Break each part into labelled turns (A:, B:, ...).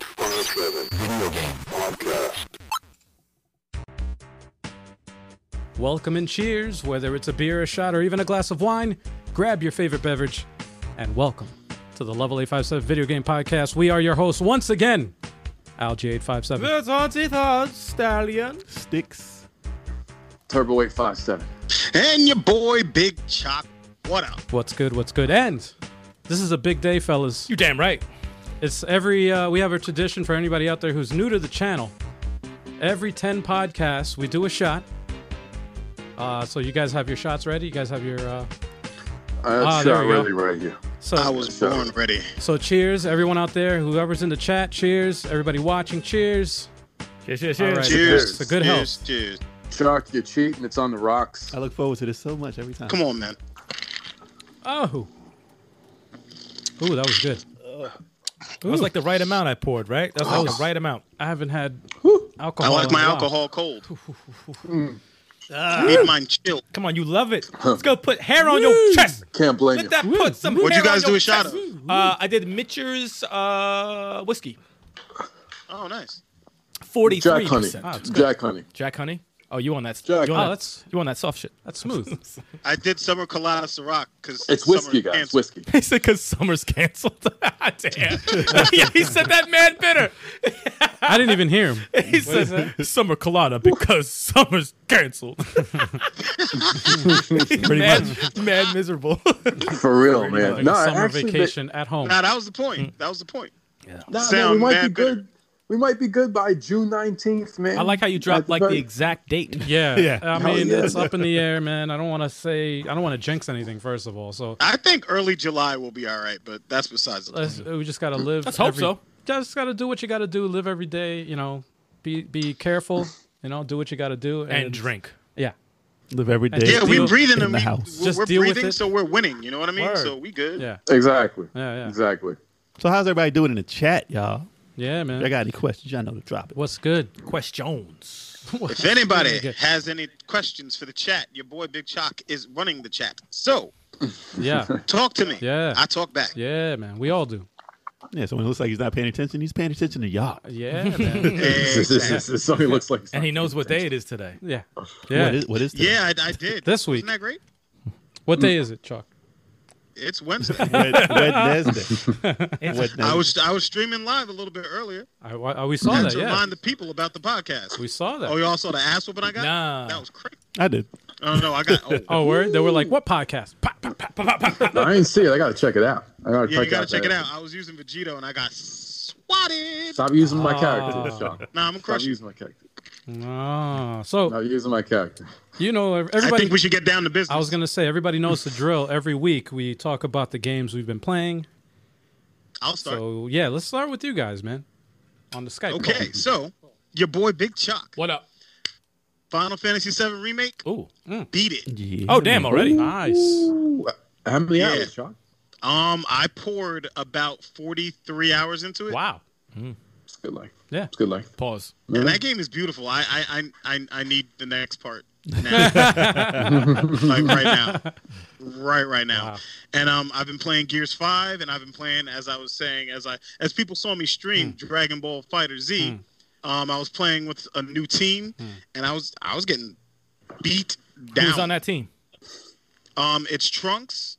A: Driven Video Game Podcast.
B: Welcome and cheers, whether it's a beer, a shot, or even a glass of wine. Grab your favorite beverage and welcome to the Level 857 Video Game Podcast. We are your hosts once again, Al G857.
C: That's Auntie Thought Stallion.
D: Sticks.
E: Turbo 857.
A: And your boy Big Chop. What up?
B: What's good? What's good? And this is a big day, fellas.
C: You damn right.
B: It's every, uh, we have a tradition for anybody out there who's new to the channel. Every 10 podcasts, we do a shot. Uh, so you guys have your shots ready. You guys have your. Uh,
E: Uh,
B: Ah,
E: That's
B: there
E: not
B: we go.
E: really right here.
B: so
A: I was born ready.
B: So cheers, everyone out there, whoever's in the chat, cheers. Everybody watching, cheers.
C: Cheers, cheers,
B: All
C: cheers.
B: right.
A: Cheers.
B: So good
A: cheers, Cheers.
E: Shark, you're cheating. It's on the rocks.
D: I look forward to this so much every time.
A: Come on, man.
B: Oh. Ooh, that was good.
C: That was like the right amount I poured, right? That was like the right amount.
B: I haven't had
A: I
B: alcohol.
A: like
B: in a
A: my
B: while.
A: alcohol cold. Leave mine chill.
C: Come on, you love it. Let's go put hair on your chest.
E: Can't blame
C: Let
E: you.
C: that put some
A: What'd
C: hair
A: you guys
C: on
A: do
C: your
A: a shot
C: chest.
A: of?
C: Uh, I did Mitcher's uh, whiskey.
A: Oh, nice.
C: 43%.
E: Jack Honey.
B: Ah, it's
E: Jack Honey.
C: Jack Honey? Oh, you on that.
E: Jack
C: you
B: Oh,
C: on
E: Honey.
C: that,
B: that's
C: you on that soft shit.
B: that's smooth.
A: I did Summer Colada Ciroc because
E: It's whiskey, guys. Whiskey.
C: He said because summer's canceled. Damn. yeah, he said that man bitter.
B: I didn't even hear him.
C: He said summer colada because summer's canceled. Pretty much. Mad miserable.
E: For real, man.
B: Like
E: no,
B: a summer
E: actually, they-
B: vacation at home.
A: Nah, that was the point.
B: Mm.
A: That was the point.
E: nah, man,
A: Sound
E: we might
A: mad
E: be
A: bitter.
E: good. We might be good by June 19th, man.
C: I like how you dropped
E: That's
C: like
E: very-
C: the exact date.
B: Yeah.
C: Yeah.
B: I
E: Hell
B: mean,
E: yeah.
B: it's up in the air, man. I don't want to say, I don't want to jinx anything, first of all. So
A: I think early July will be all right, but that's besides the point.
B: let's, we just got to live.
C: Let's hope
B: every-
C: so.
B: Just got to do what you got to do. Live every day, you know, be be careful, you know, do what you got to do.
C: And drink.
B: Yeah.
D: Live every day.
A: Yeah, we
B: deal-
A: breathing
D: in
A: and
D: the
A: we,
D: house.
A: we're,
B: Just
A: we're
B: deal with
A: breathing,
B: it.
A: so we're winning. You know what I mean?
C: Word.
A: So we good.
B: Yeah.
E: Exactly.
B: Yeah, yeah.
E: Exactly.
D: So how's everybody doing in the chat, y'all?
B: Yeah, man.
D: I got any questions? Y'all know to drop it.
B: What's good?
C: Questions.
A: If anybody
B: good.
A: has any questions for the chat, your boy Big Chalk is running the chat. So
B: Yeah.
A: talk to me.
B: Yeah.
A: I talk back.
B: Yeah, man. We all do.
D: Yeah, someone who looks like he's not paying attention. He's paying attention to y'all.
B: Yeah, man.
A: Exactly.
E: something looks like.
C: And he knows what day it is today.
B: Yeah.
D: What
B: Yeah.
D: is, what is that?
A: yeah, I, I did.
B: This week.
A: Isn't that great?
B: What day is it, Chuck?
A: It's Wednesday.
D: Wed- Wednesday. Wednesday.
A: I was I was streaming live a little bit earlier
B: I, I- we saw that.
A: to
B: Oh, Yeah,
A: remind the people about the podcast.
B: we saw that.
A: oh, y'all saw the ass whooping I got?
C: Nah.
A: That was crazy.
D: I did.
A: Oh no, I got oh,
B: Oh, word? They were like, "What podcast?" Pa- pa- pa- pa- pa- pa.
E: I ain't see it. I gotta check it out. I gotta
A: Yeah,
E: check
A: you gotta
E: out
A: check
E: that.
A: it out. I was using Vegito and I got swatted.
E: Stop using my
B: Ah.
E: character, Sean.
A: Nah, I'm
E: Stop
A: crushing.
E: using my character.
B: Ah, so
E: Stop using my character.
B: you know, ev-
A: I
B: everybody.
A: think we should get down to business.
B: I was gonna say everybody knows the drill. Every week we talk about the games we've been playing.
A: I'll start.
B: So yeah, let's start with you guys, man. On the Skype. call.
A: okay, so your boy Big Chuck.
C: What up?
A: Final Fantasy VII remake?
C: Ooh.
B: Mm.
A: Beat it.
D: Yeah.
C: Oh, damn, already.
B: Nice.
E: Ooh, how many
A: Yeah.
E: hours, Sean?
A: Um, I poured about 43 hours into it.
B: Wow.
E: It's good life.
B: Yeah.
E: It's good life.
C: Pause.
A: And that game is beautiful. I I I I, I need the next part now. like right now. Right right now. And um I've been playing Gears 5 and I've been playing as I was saying as I as people saw me stream
C: Hmm.
A: Dragon Ball Fighter Z, um I was playing with a new team and I was I was getting beat down.
C: Hmm. Who's on that team?
A: Um it's Trunks,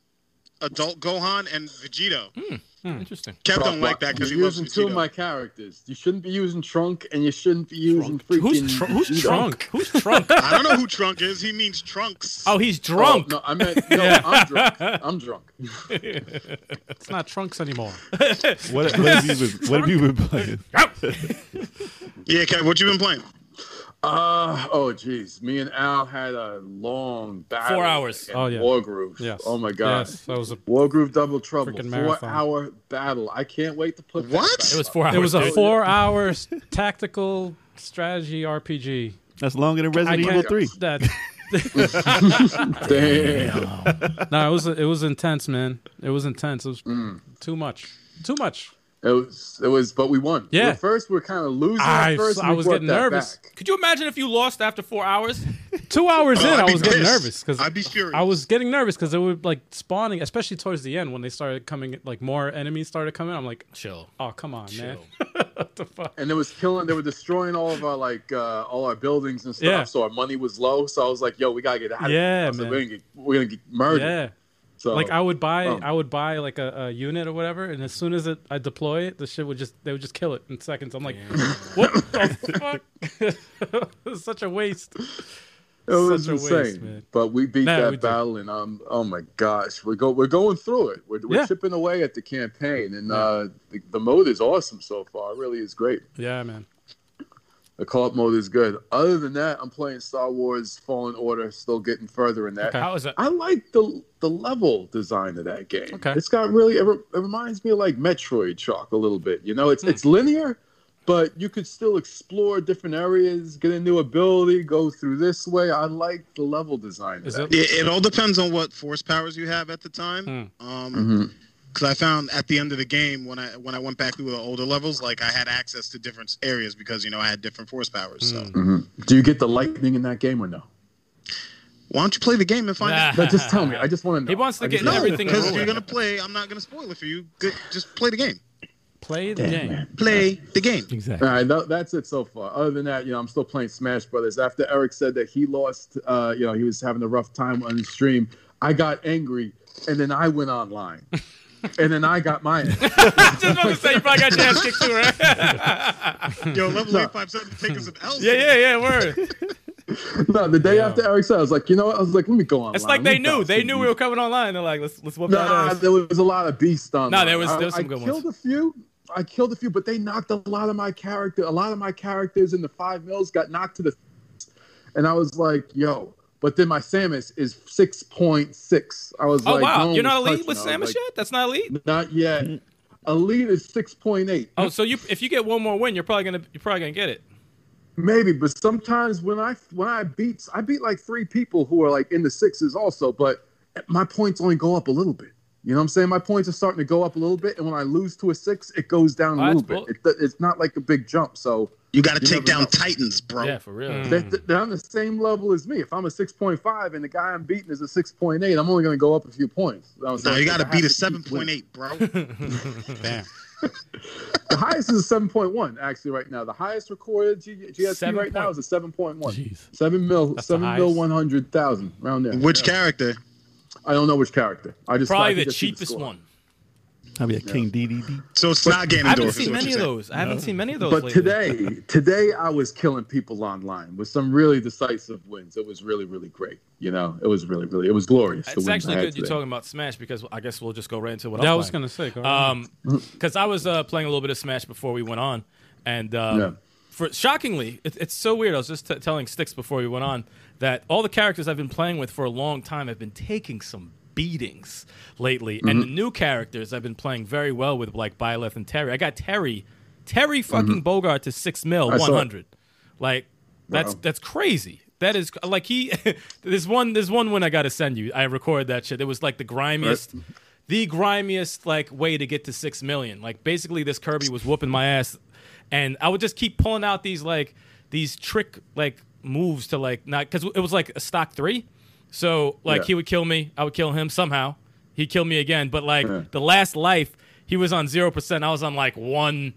A: Adult Gohan and Vegito.
C: Hmm. Interesting.
A: Kept
E: Fuck,
A: on like that because he
E: You're
A: loves
E: using two of
A: Vegito.
E: my characters. You shouldn't be using Trunk, and you shouldn't be using freaking.
C: Who's, tr- who's
E: Vegito.
C: drunk? Who's drunk?
A: I don't know who Trunk is. He means Trunks.
C: Oh, he's
E: Oh,
C: drunk.
E: no, I meant no. I'm drunk. I'm drunk.
B: It's not trunks anymore.
D: What, what, have you been, what have you been playing?
A: Yeah, Kevin, what you been playing?
E: Uh, oh, jeez. Me and Al had a long battle.
C: Four hours.
E: at
B: Oh, yeah.
E: War Groove.
B: Yes.
E: Oh my God.
B: Yes, that was a.
E: War Groove Double Trouble.
B: Freaking
E: Four
B: marathon.
E: hour battle. I can't wait to put. that
A: What?
E: back
C: It was
E: up.
C: four hours.
B: It was a
C: dude.
B: four-hour tactical strategy RPG.
D: That's longer than Resident
B: I
D: Evil
B: can't-
D: 3.
B: That
E: Damn.
B: no, it was it was intense, man. It was intense. It was too much. Too much.
E: It was, it was, but we won.
B: Yeah.
E: At first, we were kind of losing.
B: I-
E: at first, and
B: I
E: we
B: was
E: brought
B: getting
E: that
B: nervous.
E: back.
C: Could you imagine if you lost after four hours?
B: Two hours in,
A: I'd
B: I
A: be
B: was getting
A: pissed.
B: nervous because
A: I'd be furious.
B: I was getting nervous because it would like spawning, especially towards the end when they started coming, like more enemies started coming. I'm like,
C: Chill.
B: oh come on, man,
C: Chill.
B: what the fuck?
E: and it was killing. They were destroying all of our like uh, all our buildings and stuff.
B: Yeah.
E: So our money was low. So I was like, "Yo, we gotta get out." of
B: Yeah,
E: here. I was
B: man.
E: Like, we're gonna get we're gonna get murdered.
B: Yeah,
A: Oh.
E: So
B: like I would buy,
E: um,
B: I would buy like a, a unit or whatever, and as soon as it, I deploy it, the shit would just they would just kill it in seconds. I'm like, what the fuck? it's such a waste.
E: it was
B: such a waste,
E: insane.
B: man.
E: But we beat
B: Nah,
E: that
B: we did.
E: battle, and um, oh my gosh, we go we're going through it. We're, we're
B: Yeah.
E: chipping away at the campaign, and uh, the, the mode is awesome so far. It really is great.
B: Yeah, man.
E: The co-op mode is good. Other than that, I'm playing Star Wars Fallen Order. Still getting further in that.
B: Okay.
C: How is that?
E: I like the the level design of that game.
B: Okay.
E: It's got really it, re- it reminds me of like Metroid Chalk a little bit. You know, it's
C: Hmm.
E: it's linear, but you could still explore different areas, get a new ability, go through this way. I like the level design. Of
B: Is
E: that.
B: it-
A: It, it all depends on what force powers you have at the time.
B: Hmm.
A: Um,
E: Mhm.
A: because I found at the end of the game when I when I went back through the older levels, like I had access to different areas because you know I had different force powers. So
B: Mm.
E: Mhm. Do you get the lightning in that game or no?
A: why don't you play the game and find out?
E: No, just tell me. I just want to know.
C: He wants to
E: I
C: get
E: just wanna
C: everything
E: know.
A: Because
C: ruined.
A: you're gonna play, I'm not gonna spoil it for you. Good, just play the game.
B: Play the
E: Damn,
B: game.
E: man.
A: Play the game.
D: Exactly.
E: All right, tha- that's it so far. Other than that, you know, I'm still playing Smash Brothers. After Eric said that he lost, uh, you know, he was having a rough time on the stream. I got angry, and then I went online, and then I got mine.
C: I was just about to say you probably got your ass kicked too, right?
A: Yo, level
E: No.
A: eight five seven taking some L's.
C: yeah, yeah, yeah. Word.
E: no, the day
B: Yeah.
E: after Eric said, I was like, you know what? I was like, let me go online.
C: It's like
E: Let
C: they
E: me
C: knew.
E: bounce
C: They
E: some
C: knew we were coming online. They're like, let's let's whoop that
E: Nah,
C: ass.
E: there was a lot of beast on.
C: Nah, there was- there was some
E: I,
C: good
E: I
C: ones.
E: killed a few. I killed a few, but they knocked a lot of my character. A lot of my characters in the five mills got knocked to the, and I was like, yo. But then my Samus is six point six. I was
C: Oh
E: like, no
C: wow,
E: one
C: you're not
E: was
C: elite with
E: touching. I
C: Samus
E: was
C: yet? That's not elite.
E: like, Not yet. Elite is six point eight.
C: Oh, so you if you get one more win, you're probably gonna you're probably gonna get it.
E: Maybe, but sometimes when I when I beat I beat like three people who are like in the sixes also, but my points only go up a little bit. You know what I'm saying? My points are starting to go up a little bit, and when I lose to a six, it goes down a
C: Oh,
E: little
C: that's
E: bit.
C: bull-
E: It, it's not like a big jump. So
A: You got to
E: You never
A: take down
E: know.
A: Titans, bro.
C: for real.
B: Mm.
E: they're, they're on the same level as me. If I'm a 6.5 and the guy I'm beating is a 6.8, I'm only going to go up a few points. So I was
A: No,
E: like,
A: you got to
E: I
A: beat a
E: have to
A: seven
E: keep winning.
A: point eight, bro.
B: Damn.
E: The highest is a 7.1 actually right now. The highest recorded G- GSP
C: Seven
E: right now
C: point-
E: is a 7.1.
D: Jeez.
E: Seven mil,
B: That's the
E: seven mil,
B: highest.
E: one hundred thousand, around there.
A: Which character?
E: I don't know which character. I just I
C: Probably
E: could
C: the
E: just see
C: cheapest
E: score.
C: one.
D: I'll be a King DDD.
A: So it's not Ganondorf.
C: I haven't
A: is
C: seen many
A: what you're
C: of
A: saying.
C: those. I haven't seen many of those.
E: But
C: lately.
E: today, today I was killing people online with some really decisive wins. It was really, really great. You know, it was really, really, it was glorious. the
C: it's
E: wins I
C: actually
E: had
C: good you're
E: today.
C: talking about Smash because I guess we'll just go right into what
B: Yeah, I
C: I'm
B: was
C: playing.
B: gonna say. Go ahead.
C: Um, because I was uh, playing a little bit of Smash before we went on, and um,
E: Yeah.
C: for shockingly, it, it's so weird. I was just t- telling Sticks before we went on that all the characters I've been playing with for a long time have been taking some beatings lately, and the
E: Mm-hmm.
C: new characters I've been playing very well with, like Byleth and Terry. I got Terry, Terry fucking
E: Mm-hmm.
C: Bogart to six mil
E: I saw it.
C: one hundred, like that's
E: Wow.
C: that's crazy. That is like he. there's one. There's one win I gotta send you. I recorded that shit. It was like the grimiest, the grimiest like way to get to six million. Like basically, this Kirby was whooping my ass, and I would just keep pulling out these like these trick like moves to like not because it was like a stock three. So like
E: Yeah.
C: he would kill me, I would kill him somehow. He killed me again, but like
E: Yeah.
C: the last life, he was on zero percent. I was on like one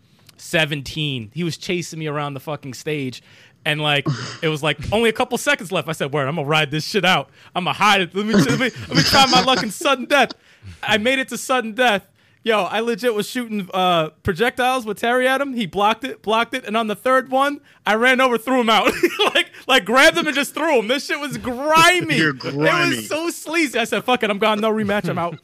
C: seventeen. He was chasing me around the fucking stage, and like it was like only a couple seconds left. I said, "Word, I'm gonna ride this shit out. I'm gonna hide it. Let me let me, let me try my luck in sudden death." I made it to sudden death. Yo, I legit was shooting uh, projectiles with Terry at him. He blocked it, blocked it, and on the third one, I ran over, threw him out, like like grabbed him and just threw him. This shit was grimy.
A: You're
C: It
A: grimy.
C: was so sleazy. I said, "Fuck it, I'm gone. No rematch. I'm out.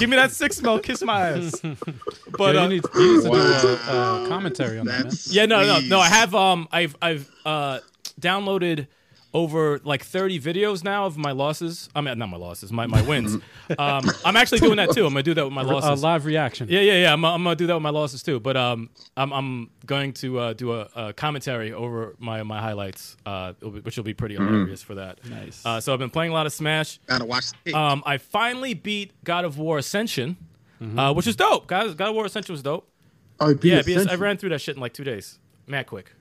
C: Give me that six mil. Kiss my ass." But
B: yeah,
C: uh,
B: you need, you need to do a,
A: Wow.
B: a commentary on that. Man.
A: That's
C: yeah, no, no, no. I
A: please.
C: have um, I've I've uh, downloaded over like 30 videos now of my losses. I mean, not my losses, my my wins. um, I'm actually doing that too. I'm gonna do that with my
B: A
C: losses.
B: live reaction.
C: Yeah, yeah, yeah. I'm, I'm gonna do that with my losses too. But um, I'm I'm going to uh, do a, a commentary over my my highlights, uh, it'll be- which will be pretty hilarious for that.
B: Nice.
C: Uh, so I've been playing a lot of Smash.
A: Gotta watch. the-
C: Um, I
B: Mm-hmm.
C: uh, finally beat God of War Ascension, uh, which is dope. God, God of War Ascension was dope.
E: Oh, it'd be
C: yeah,
E: a
C: because I
E: century.
C: ran through that shit in like two days, mad quick.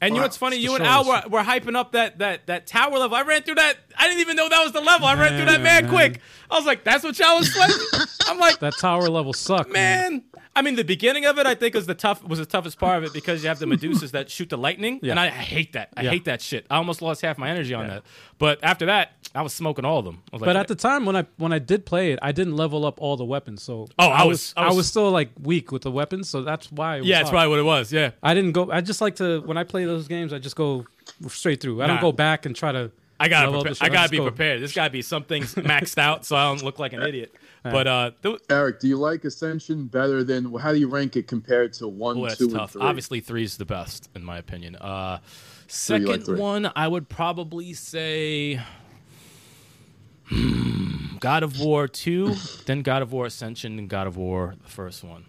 C: And you know
A: Wow,
C: what's funny?
B: it's
C: You
B: the
C: and Al were,
B: shortest.
C: were hyping up that that that tower level. I ran through that. I didn't even know that was the level. I ran through that
B: Man,
C: mad quick. I was like, that's what y'all was sweating. I'm like,
B: That tower level sucked, man.
C: man. I mean, the beginning of it, I think, was the tough was the toughest part of it because you have the Medusas that shoot the lightning, and I, I hate that. I
B: Yeah.
C: hate that shit. I almost lost half my energy on that. But after that, I was smoking all of them. I was like,
B: But at the time when I when I did play it, I didn't level up all the weapons, so
C: Oh, I was- I
B: I was,
C: was-
B: still like weak with the weapons, so that's why. It was
C: yeah, that's
B: hard.
C: probably what it was. Yeah,
B: I didn't go. I just like to when I play those games. I just go straight through. I don't
C: Nah.
B: go back and try to.
C: I gotta
B: level up the
C: prepare.
B: shit.
C: I gotta
B: just
C: be
B: go-
C: prepared. There's gotta be some things maxed out so I don't look like an idiot. But uh, th-
E: Eric, do you like Ascension better than how do you rank it compared to one,
C: oh, that's
E: two,
C: tough.
E: and three?
C: Obviously, three is the best in my opinion. Uh,
E: you
C: second
E: like three?
C: one, I would probably say hmm, God of War two, then God of War Ascension, and God of War the first one.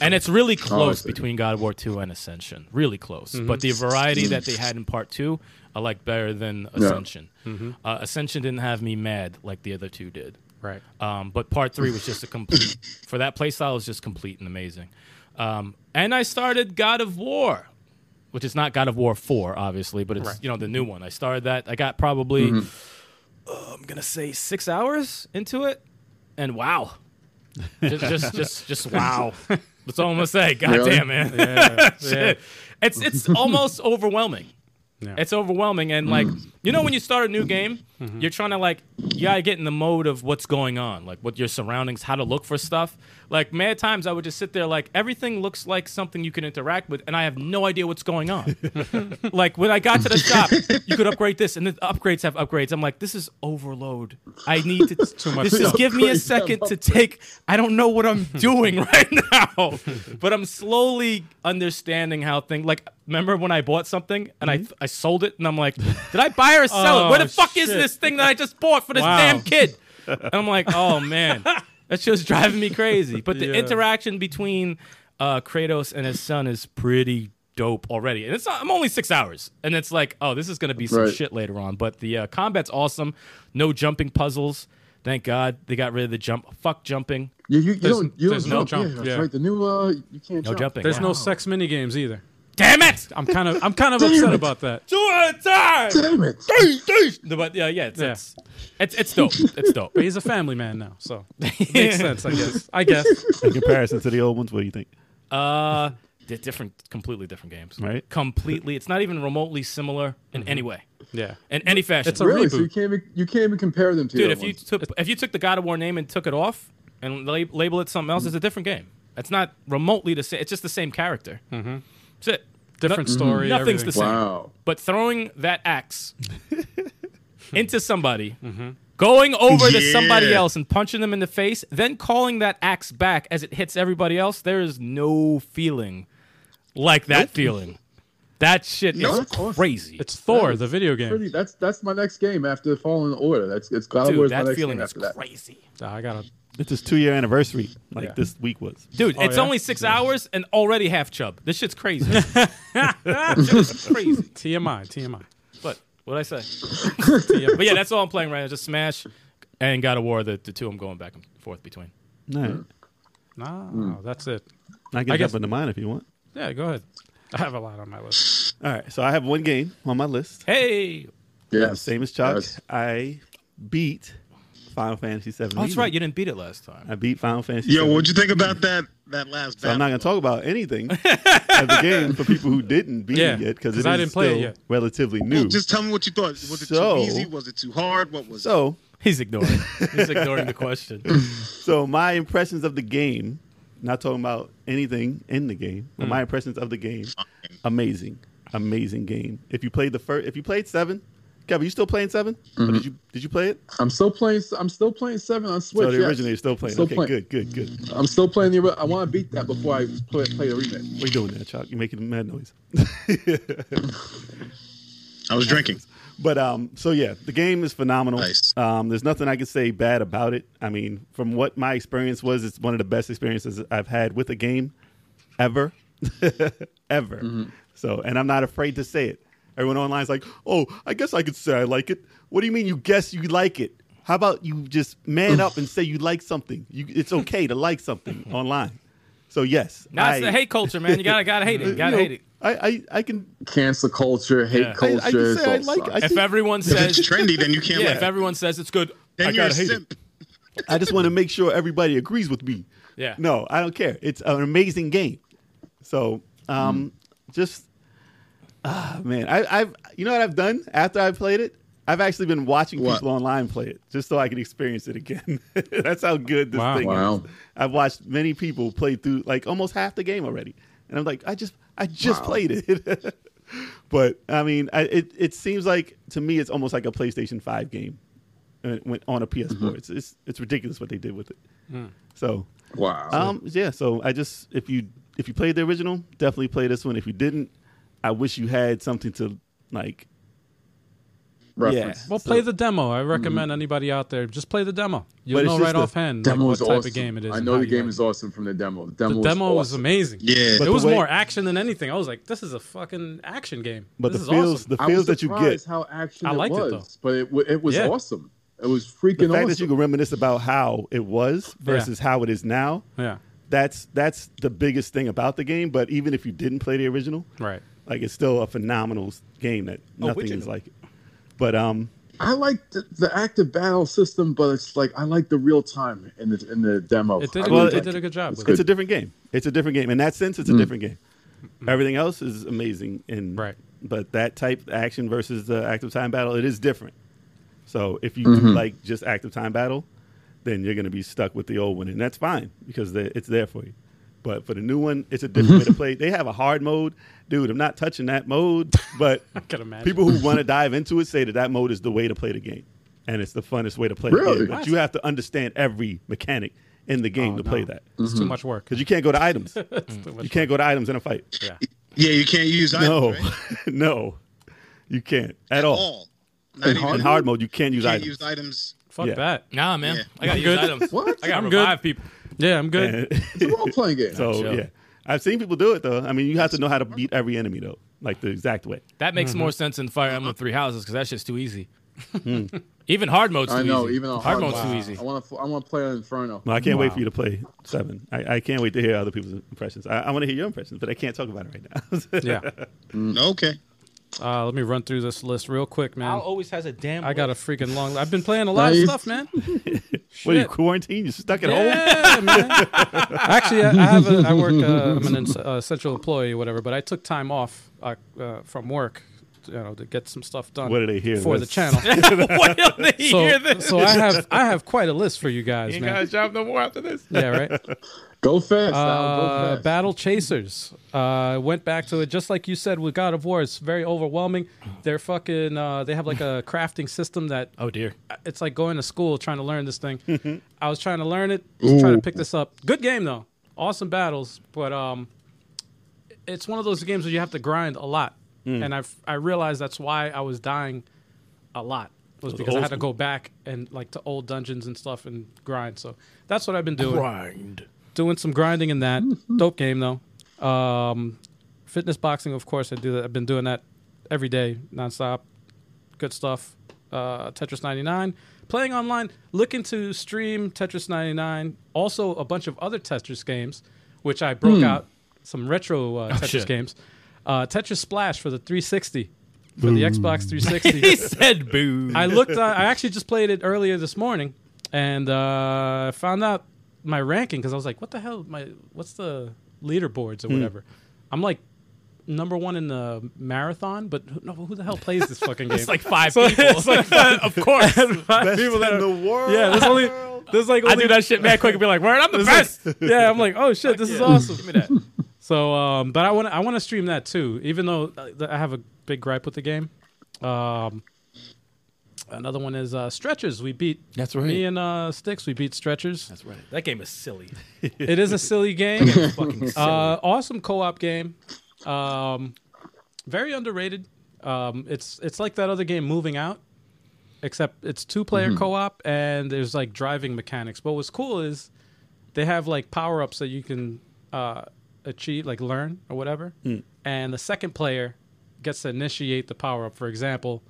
C: And it's really close
E: Oh, see.
C: between God of War two and Ascension, really close. But the variety that
E: Mm-hmm.
C: they had in part two, I like better than Ascension. Uh, Ascension didn't have me mad like the other two did.
B: Right.
C: Um, but part three was just a complete for that playstyle was just complete and amazing. Um, and I started God of War, which is not God of War four, obviously, but it's you know the new one. I started that. I got probably uh, I'm gonna say six hours into it, and wow, just just just, just wow. That's all I'm gonna say. God
E: Really?
C: damn man, Shit. it's it's almost overwhelming.
B: Yeah.
C: It's overwhelming, and like you know, when you start a new game, you're trying to like you gotta get in the mode of what's going on, like what your surroundings, how to look for stuff. Like mad times, I would just sit there like everything looks like something you can interact with, and I have no idea what's going on. like when I got to the shop, you could upgrade this, and the upgrades have upgrades. I'm like, this is overload. I need to too much. This is give me a
E: Upgrades have
C: second to take. I don't know what I'm doing right now, but I'm slowly understanding how things. Like, remember when I bought something and I I sold it, and I'm like, did I buy or sell it? Where
B: Oh,
C: the fuck is
B: shit.
C: this thing that I just bought for this
B: Wow.
C: damn kid? And I'm like, oh man, that's just driving me crazy. But the
B: Yeah.
C: interaction between uh, Kratos and his son is pretty dope already. And it's not, I'm only six hours, and it's like, oh, this is gonna be some
E: Right.
C: shit later on. But the uh, combat's awesome. No jumping puzzles. Thank God they got rid of the jump. Fuck jumping.
E: Yeah, you, you
B: There's-
E: don't. You
B: there's
E: don't
B: no
E: jump. Yeah,
B: jump,
E: that's
B: yeah.
E: right. The new uh, you can't.
C: No
E: jump.
C: jumping.
B: There's no
C: Wow.
B: sex mini games either.
C: Damn it! I'm
B: I'm kind of I'm kind of upset about that.
C: two at a time.
E: Damn it!
C: No, But yeah, yeah, it's,
B: Yeah.
C: It's, it's it's dope. It's dope.
B: But he's a family man now, so it makes sense, I guess. I guess.
D: In comparison to the old ones, what do you think?
C: Uh, they're different, completely different games.
D: Right.
C: Completely. It's not even remotely similar in any way,
B: Yeah.
C: in any fashion.
B: It's a
E: Really? So
B: reboot.
E: you can't even you can't even compare them to
C: Dude,
E: that
C: if you
E: one.
C: took if you took the God of War name and took it off and la- label it something else, it's a different game. It's not remotely the same. It's just the same character. Mm-hmm. That's it.
B: Different story.
C: Nothing's
B: everything.
C: the same.
E: wow.
C: But throwing that axe into somebody, going over to somebody
A: Yeah.
C: else and punching them in the face, then calling that axe back as it hits everybody else, there is no feeling like that feeling. That shit
A: Nope.
C: is crazy.
B: It's Thor, the video game.
E: Pretty, that's that's my next game after Fallen Order. That's it's God of
C: Dude,
E: War's my
C: that
E: next
C: feeling
E: game
C: is
E: after that.
C: crazy.
B: Ah, I gotta.
D: It's his two year anniversary, like
B: Yeah.
D: this week was.
C: Dude, it's
B: Oh, yeah?
C: only six hours and already half chub. This shit's crazy. It's crazy.
B: TMI, TMI.
C: But what I say? But yeah, that's all I'm playing right now. Just Smash and God of War. The, the two I'm going back and forth between.
D: All right.
B: No, that's it.
D: I
B: I
D: can
B: guess-
D: jump into mine if you want.
B: Yeah, go ahead. I have a lot on my list.
D: All right. So I have one game on my list.
C: Hey,
E: Yes.
D: Same as Chuck.
E: Yes.
D: I beat Final Fantasy VII.
C: oh, that's
D: Remake.
C: right. You didn't beat it last time.
D: I beat Final Fantasy.
A: Yo,
D: VII.
A: what'd you think about that that last
D: So I'm
A: battle?
D: not going to talk about anything of the game for people who didn't beat
B: Yeah,
D: it yet because
B: 'cause
D: it
B: I
D: is
B: didn't play it
D: still
B: yet.
D: relatively new.
A: Just tell me what you thought. Was it
D: So-
A: too easy? Was it too hard? What was
D: so,
C: He's ignoring. He's ignoring the question.
D: so my impressions of the game, not talking about anything in the game,
B: Hmm.
D: but my impressions of the game, amazing, amazing game. If you played the first, if you played seven, Kevin, you still playing 7 Or
E: Mm-hmm.
D: did you did you play it?
E: I'm still playing. I'm still playing Seven on Switch.
D: so the
E: yes.
D: originator still playing.
E: Still
D: okay,
E: playing.
D: good, good, good.
E: I'm still playing the. ori- I want to beat that before I play, play the remake.
D: What are you doing there, Chuck? You're making a mad noise.
A: it? I was drinking.
D: But um, so yeah, the game is phenomenal.
A: Nice.
D: Um, there's nothing I can say bad about it. I mean, from what my experience was, it's one of the best experiences I've had with a game ever, ever. So, and I'm not afraid to say it. Everyone online's like, "Oh, I guess I could say I like it." What do you mean you guess you like it? How about you just man up and say you like something? You, it's okay to like something online. So yes,
C: Now
D: I,
C: it's the hate culture, man. You gotta gotta hate it. You gotta
D: know,
C: hate it.
D: I, I, I can.
E: Cancel culture, hate
C: Yeah. I- I
D: I,
E: culture.
D: I can say I
E: it's all
D: like. I,
E: sucks.
C: If
D: think-
C: everyone says
A: It's trendy, then you can't.
C: yeah,
A: laugh.
C: if everyone says it's good,
A: then
C: I
A: you're a
C: gotta hate it.
A: simp.
D: I just want to make sure everybody agrees with me.
C: Yeah.
D: No, I don't care. It's an amazing game. So, um, just ah, man, I, I've you know what I've done after I've played it. I've actually been watching
A: What?
D: people online play it just so I can experience it again. That's how good this
B: Wow.
D: thing
E: Wow.
D: is. I've watched many people play through like almost half the game already, and I'm like, I just I just played it. but I mean, I, it it seems like to me it's almost like a PlayStation Five game uh, when- on a PS4.
E: Mm-hmm.
D: It's, it's it's ridiculous what they did with it.
B: Mm.
D: So
E: wow.
D: um, yeah. So I just if you if you played the original, definitely play this one. If you didn't, I wish you had something to like.
E: Reference.
D: yeah.
B: Well,
D: So- mm-hmm.
B: play the demo. I recommend anybody out there just play the demo. You'll
D: But it's
B: know
D: just
B: right
D: the-
B: offhand like,
E: Demo
B: what
E: is
B: type
E: awesome.
B: of game it is.
E: I
B: and
E: know
B: how
E: the
B: you
E: game
B: like
E: is awesome from the demo. The
B: it.
E: demo,
B: The demo was
E: awesome.
B: amazing.
A: Yeah.
B: it
D: But the
B: was
D: way-
B: more action than anything. I was like, this is a fucking action game.
D: But
B: this
D: the
B: is
D: feels
B: awesome.
D: the
E: I was
D: feels that you get,
E: surprised how action
B: I
E: it
B: liked it,
E: was,
B: though.
E: but it, w- it was
B: Yeah.
E: awesome. It was
D: the
E: freaking
D: fact
E: awesome.
D: that you can reminisce about how it was versus how it is now.
B: Yeah.
D: That's that's the biggest thing about the game. But even if you didn't play the original,
B: Right.
D: like it's still a phenomenal s- game that nothing is
C: Original.
D: like it. But um,
E: I like the, the active battle system, but it's like I like the real time in the in the demo.
B: It did,
E: I
B: a,
D: Well,
E: really
B: good- it
E: like
B: did a good job. With
D: it's a
B: it.
D: different game. It's a different game. In that sense, it's a different game. Everything else is amazing. And
B: Right.
D: but that type of action versus the active time battle, it is different. So if you do like just active time battle, then you're going to be stuck with the old one, and that's fine because the- it's there for you. But for the new one, it's a different way to play. They have a hard mode, dude. I'm not touching that mode, but
B: can imagine.
D: people who want to dive into it say that that mode is the way to play the game, and it's the funnest way to play the
E: Really?
D: game. But you have to understand every mechanic in the game
B: Oh,
D: to
B: no.
D: play that.
B: It's too much work.
D: Because Mm-hmm. you can't go to items.
B: It's too much
D: you can't go to items in a fight.
B: work. Yeah.
A: Yeah, you can't use items,
D: No,
A: right?
D: no, you can't at, all.
A: all. Not even,
D: In
A: you
D: hard mode, you can't use
A: can't
D: items.
A: use items.
B: Fuck
D: Yeah.
B: that.
C: Nah, man.
A: Yeah.
C: I gotta use
B: good.
C: items.
E: What?
C: I gotta
B: I'm good.
C: revive people.
B: Yeah, I'm good.
E: It's a role playing game.
D: so
B: Chill.
D: yeah, I've seen people do it though. I mean, you have to know how to beat every enemy though, like the exact way.
C: That makes more sense than Fire Emblem Three Houses because that shit's too easy. even hard mode's too
E: Hmm. I know,
C: easy.
E: even on
C: hard,
E: hard
C: mode's
E: mode.
C: too easy.
E: I want to I want to play on Inferno.
D: Well, I can't wait
B: Wow.
D: for you to play seven. I, I can't wait to hear other people's impressions. I, I want to hear your impressions, but I can't talk about it right now.
B: Yeah.
A: Okay.
B: Uh, let me run through this list real quick, man.
C: always has a damn.
B: I got a freaking long. I've been playing a lot of
E: Nice.
B: stuff, man.
D: what are you
B: Shit.
D: quarantined? You stuck at
C: Oh.
D: home?
B: Yeah, man. Actually, I, I have. A, I work. Uh, I'm an ins- uh, essential employee, or whatever. But I took time off uh, uh, from work, you know, to get some stuff done.
D: What do they hear?
B: for the
D: That's-
B: channel?
C: Wait till they
B: so,
C: hear this.
B: so I have. I have quite a list for you
C: You
B: guys,
C: ain't got a
B: man.
C: job no more after this.
B: Yeah, right.
E: Go fast, Al,
C: Oh,
E: go
B: Uh,
E: fast.
B: Battle Chasers. Uh, went back to it just like you said with God of War. It's very overwhelming. They're fucking. Uh, they have like a crafting system that
C: Oh dear.
B: it's like going to school trying to learn this thing. I was trying to learn it, was trying to pick this up. Good game though, awesome battles, but um, it's one of those games where you have to grind a lot, and I I realized that's why I was dying a lot was because I
D: old
B: had to
D: school.
B: go back and like to old dungeons and stuff and grind. So that's what I've been doing,
C: Grind.
B: doing some grinding in that. Dope game though. Um, fitness boxing, of course, I do that. I've been doing that every day, nonstop. Good stuff. Uh, Tetris 99. Playing online, looking to stream Tetris 99. Also, a bunch of other Tetris games, which I broke out some retro uh, Tetris
C: shit.
B: games. Uh, Tetris Splash for the 360, for the Xbox 360.
C: He said boo.
B: I looked. Uh, I actually just played it earlier this morning, and uh, I found out my ranking because I was like, "What the hell? My what's the leaderboards or
C: Hmm.
B: whatever?" I'm like number one in the marathon, but who, no, who the hell plays this fucking game?
C: it's like five people. of course.
B: five
D: Best
B: people that
D: in
B: are-
D: the world.
B: yeah, there's only there's like
C: I
B: only,
C: do that shit mad quick and be like, "Word, I'm the best."
B: yeah, I'm like, oh shit, this is
C: yeah.
B: awesome.
C: Give me that.
B: So, um, but I want I want to stream that too, even though uh, th- I have a big gripe with the game. Um, another one is uh, stretchers. We beat
D: That's right.
B: Me and uh, sticks. We beat stretchers.
C: That's right. That game is silly.
B: it is a silly game.
C: Fucking silly.
B: Uh, awesome co-op game. Um, very underrated. Um, it's it's like that other game, Moving Out, except it's two-player co-op and there's like driving mechanics. But what's cool is they have like power-ups that you can uh, achieve, like learn or whatever. And the second player gets to initiate the power-up. For example,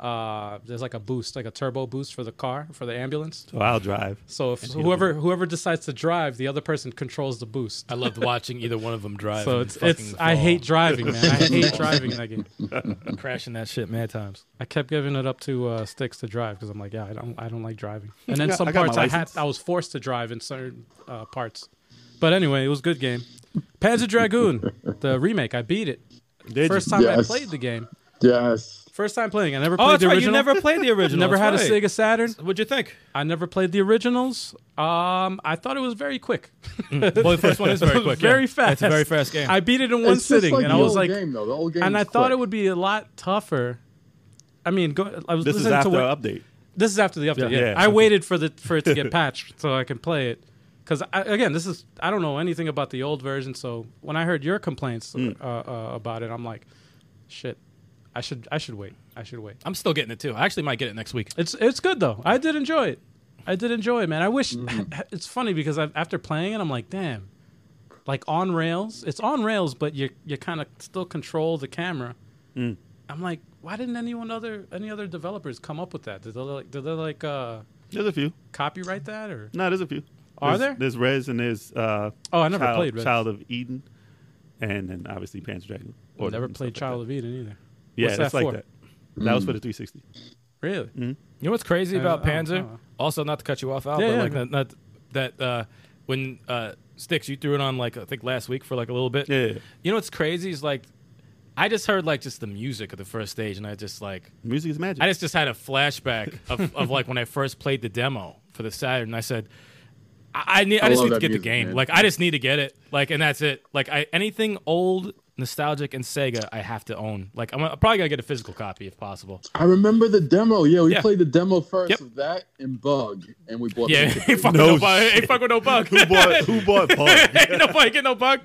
B: uh, there's like a boost, like a turbo boost for the car for the ambulance.
D: So I'll drive.
B: So if whoever whoever decides to drive, the other person controls the boost.
C: I loved watching either one of them drive.
B: So
C: and
B: it's it's
C: fucking
B: I
C: fall.
B: hate driving, man. I hate driving in that game.
C: crashing that shit mad times.
B: I kept giving it up to uh, sticks to drive because I'm like, yeah, I don't, I don't like driving. And then
D: Yeah,
B: some
D: I got my
B: parts I had,
D: license.
B: I was forced to drive in certain uh, parts. But anyway, it was a good game. Panzer Dragoon, the remake, I beat it.
D: Did
B: First
D: you?
B: time I
E: Yes.
B: played the game.
E: Yes.
B: First time playing. I never played
C: Oh, that's
B: the
C: right. You
B: original.
C: never played the original.
B: never had
C: That's
B: a
C: right.
B: Sega Saturn.
C: What'd you think?
B: I never played the originals. Um, I thought it was very quick.
C: Well, the first one is very quick. yeah.
B: Very fast.
C: It's a very fast game.
B: I beat it in one
E: It's just
B: sitting,
E: like
B: and
E: the
B: I was
E: old
B: like,
E: game though. The old game.
B: and I
E: is
B: thought
E: quick.
B: it would be a lot tougher. I mean, go, I was
D: This is
B: listening
D: after
B: to what
D: update.
B: This is after the update. Yeah,
D: Yeah.
B: I
D: Okay.
B: waited for the for it to get patched so I can play it. Because again, this is I don't know anything about the old version. So when I heard your complaints
D: Hmm.
B: uh, uh, about it, I'm like, shit, I should I should wait. I should wait.
C: I'm still getting it too. I actually might get it next week.
B: It's it's good though. I did enjoy it. I did enjoy it, man. I wish it's funny because i after playing it, I'm like, damn, like on rails. It's on rails, but you you kind of still control the camera. I'm like, why didn't anyone other any other developers come up with that? Did they like did they like uh,
D: There's a few.
B: copyright that or?
D: No, there's a few.
B: Are
D: There's-
B: there?
D: There's Res and there's uh,
B: Oh, I never
D: Child,
B: played Res.
D: Child of Eden, and then obviously Panzer Dragoon. Or
B: Never played Child of Eden either.
D: Yeah,
B: What's
D: that's
B: that
D: like
B: for? Hmm.
D: that. That was for the 360.
B: Really?
C: You know what's crazy
B: I
C: about
B: don't- I
C: Panzer?
B: don't know.
C: Also, not to cut you off, Al,
B: Yeah,
C: but
B: yeah.
C: like that, not- that uh, when uh, Sticks, you threw it on like I think last week for like a little bit.
D: Yeah, yeah, yeah.
C: You know what's crazy is like I just heard like just the music of the first stage, and I just like
D: Music is magic.
C: I just just had a flashback of, of like when I first played the demo for the Saturn. And I said, I, I need, I,
E: I
C: just
E: love
C: need to
E: that
C: get
E: music,
C: the game.
E: man.
C: Like I just need to get it. Like and that's it. Like I anything old, nostalgic, and Sega, I have to own. Like I'm, I'm probably gonna get a physical copy if possible.
E: I remember the demo. Yeah, we
C: Yeah.
E: played the demo first
C: Yep.
E: of that and Bug, and we bought.
C: Yeah,
E: Bug.
C: ain't fuck,
D: No
C: with, no bug.
D: shit.
C: ain't fuck with no bug.
D: who bought Who bought Paul?
C: ain't nobody get no bug.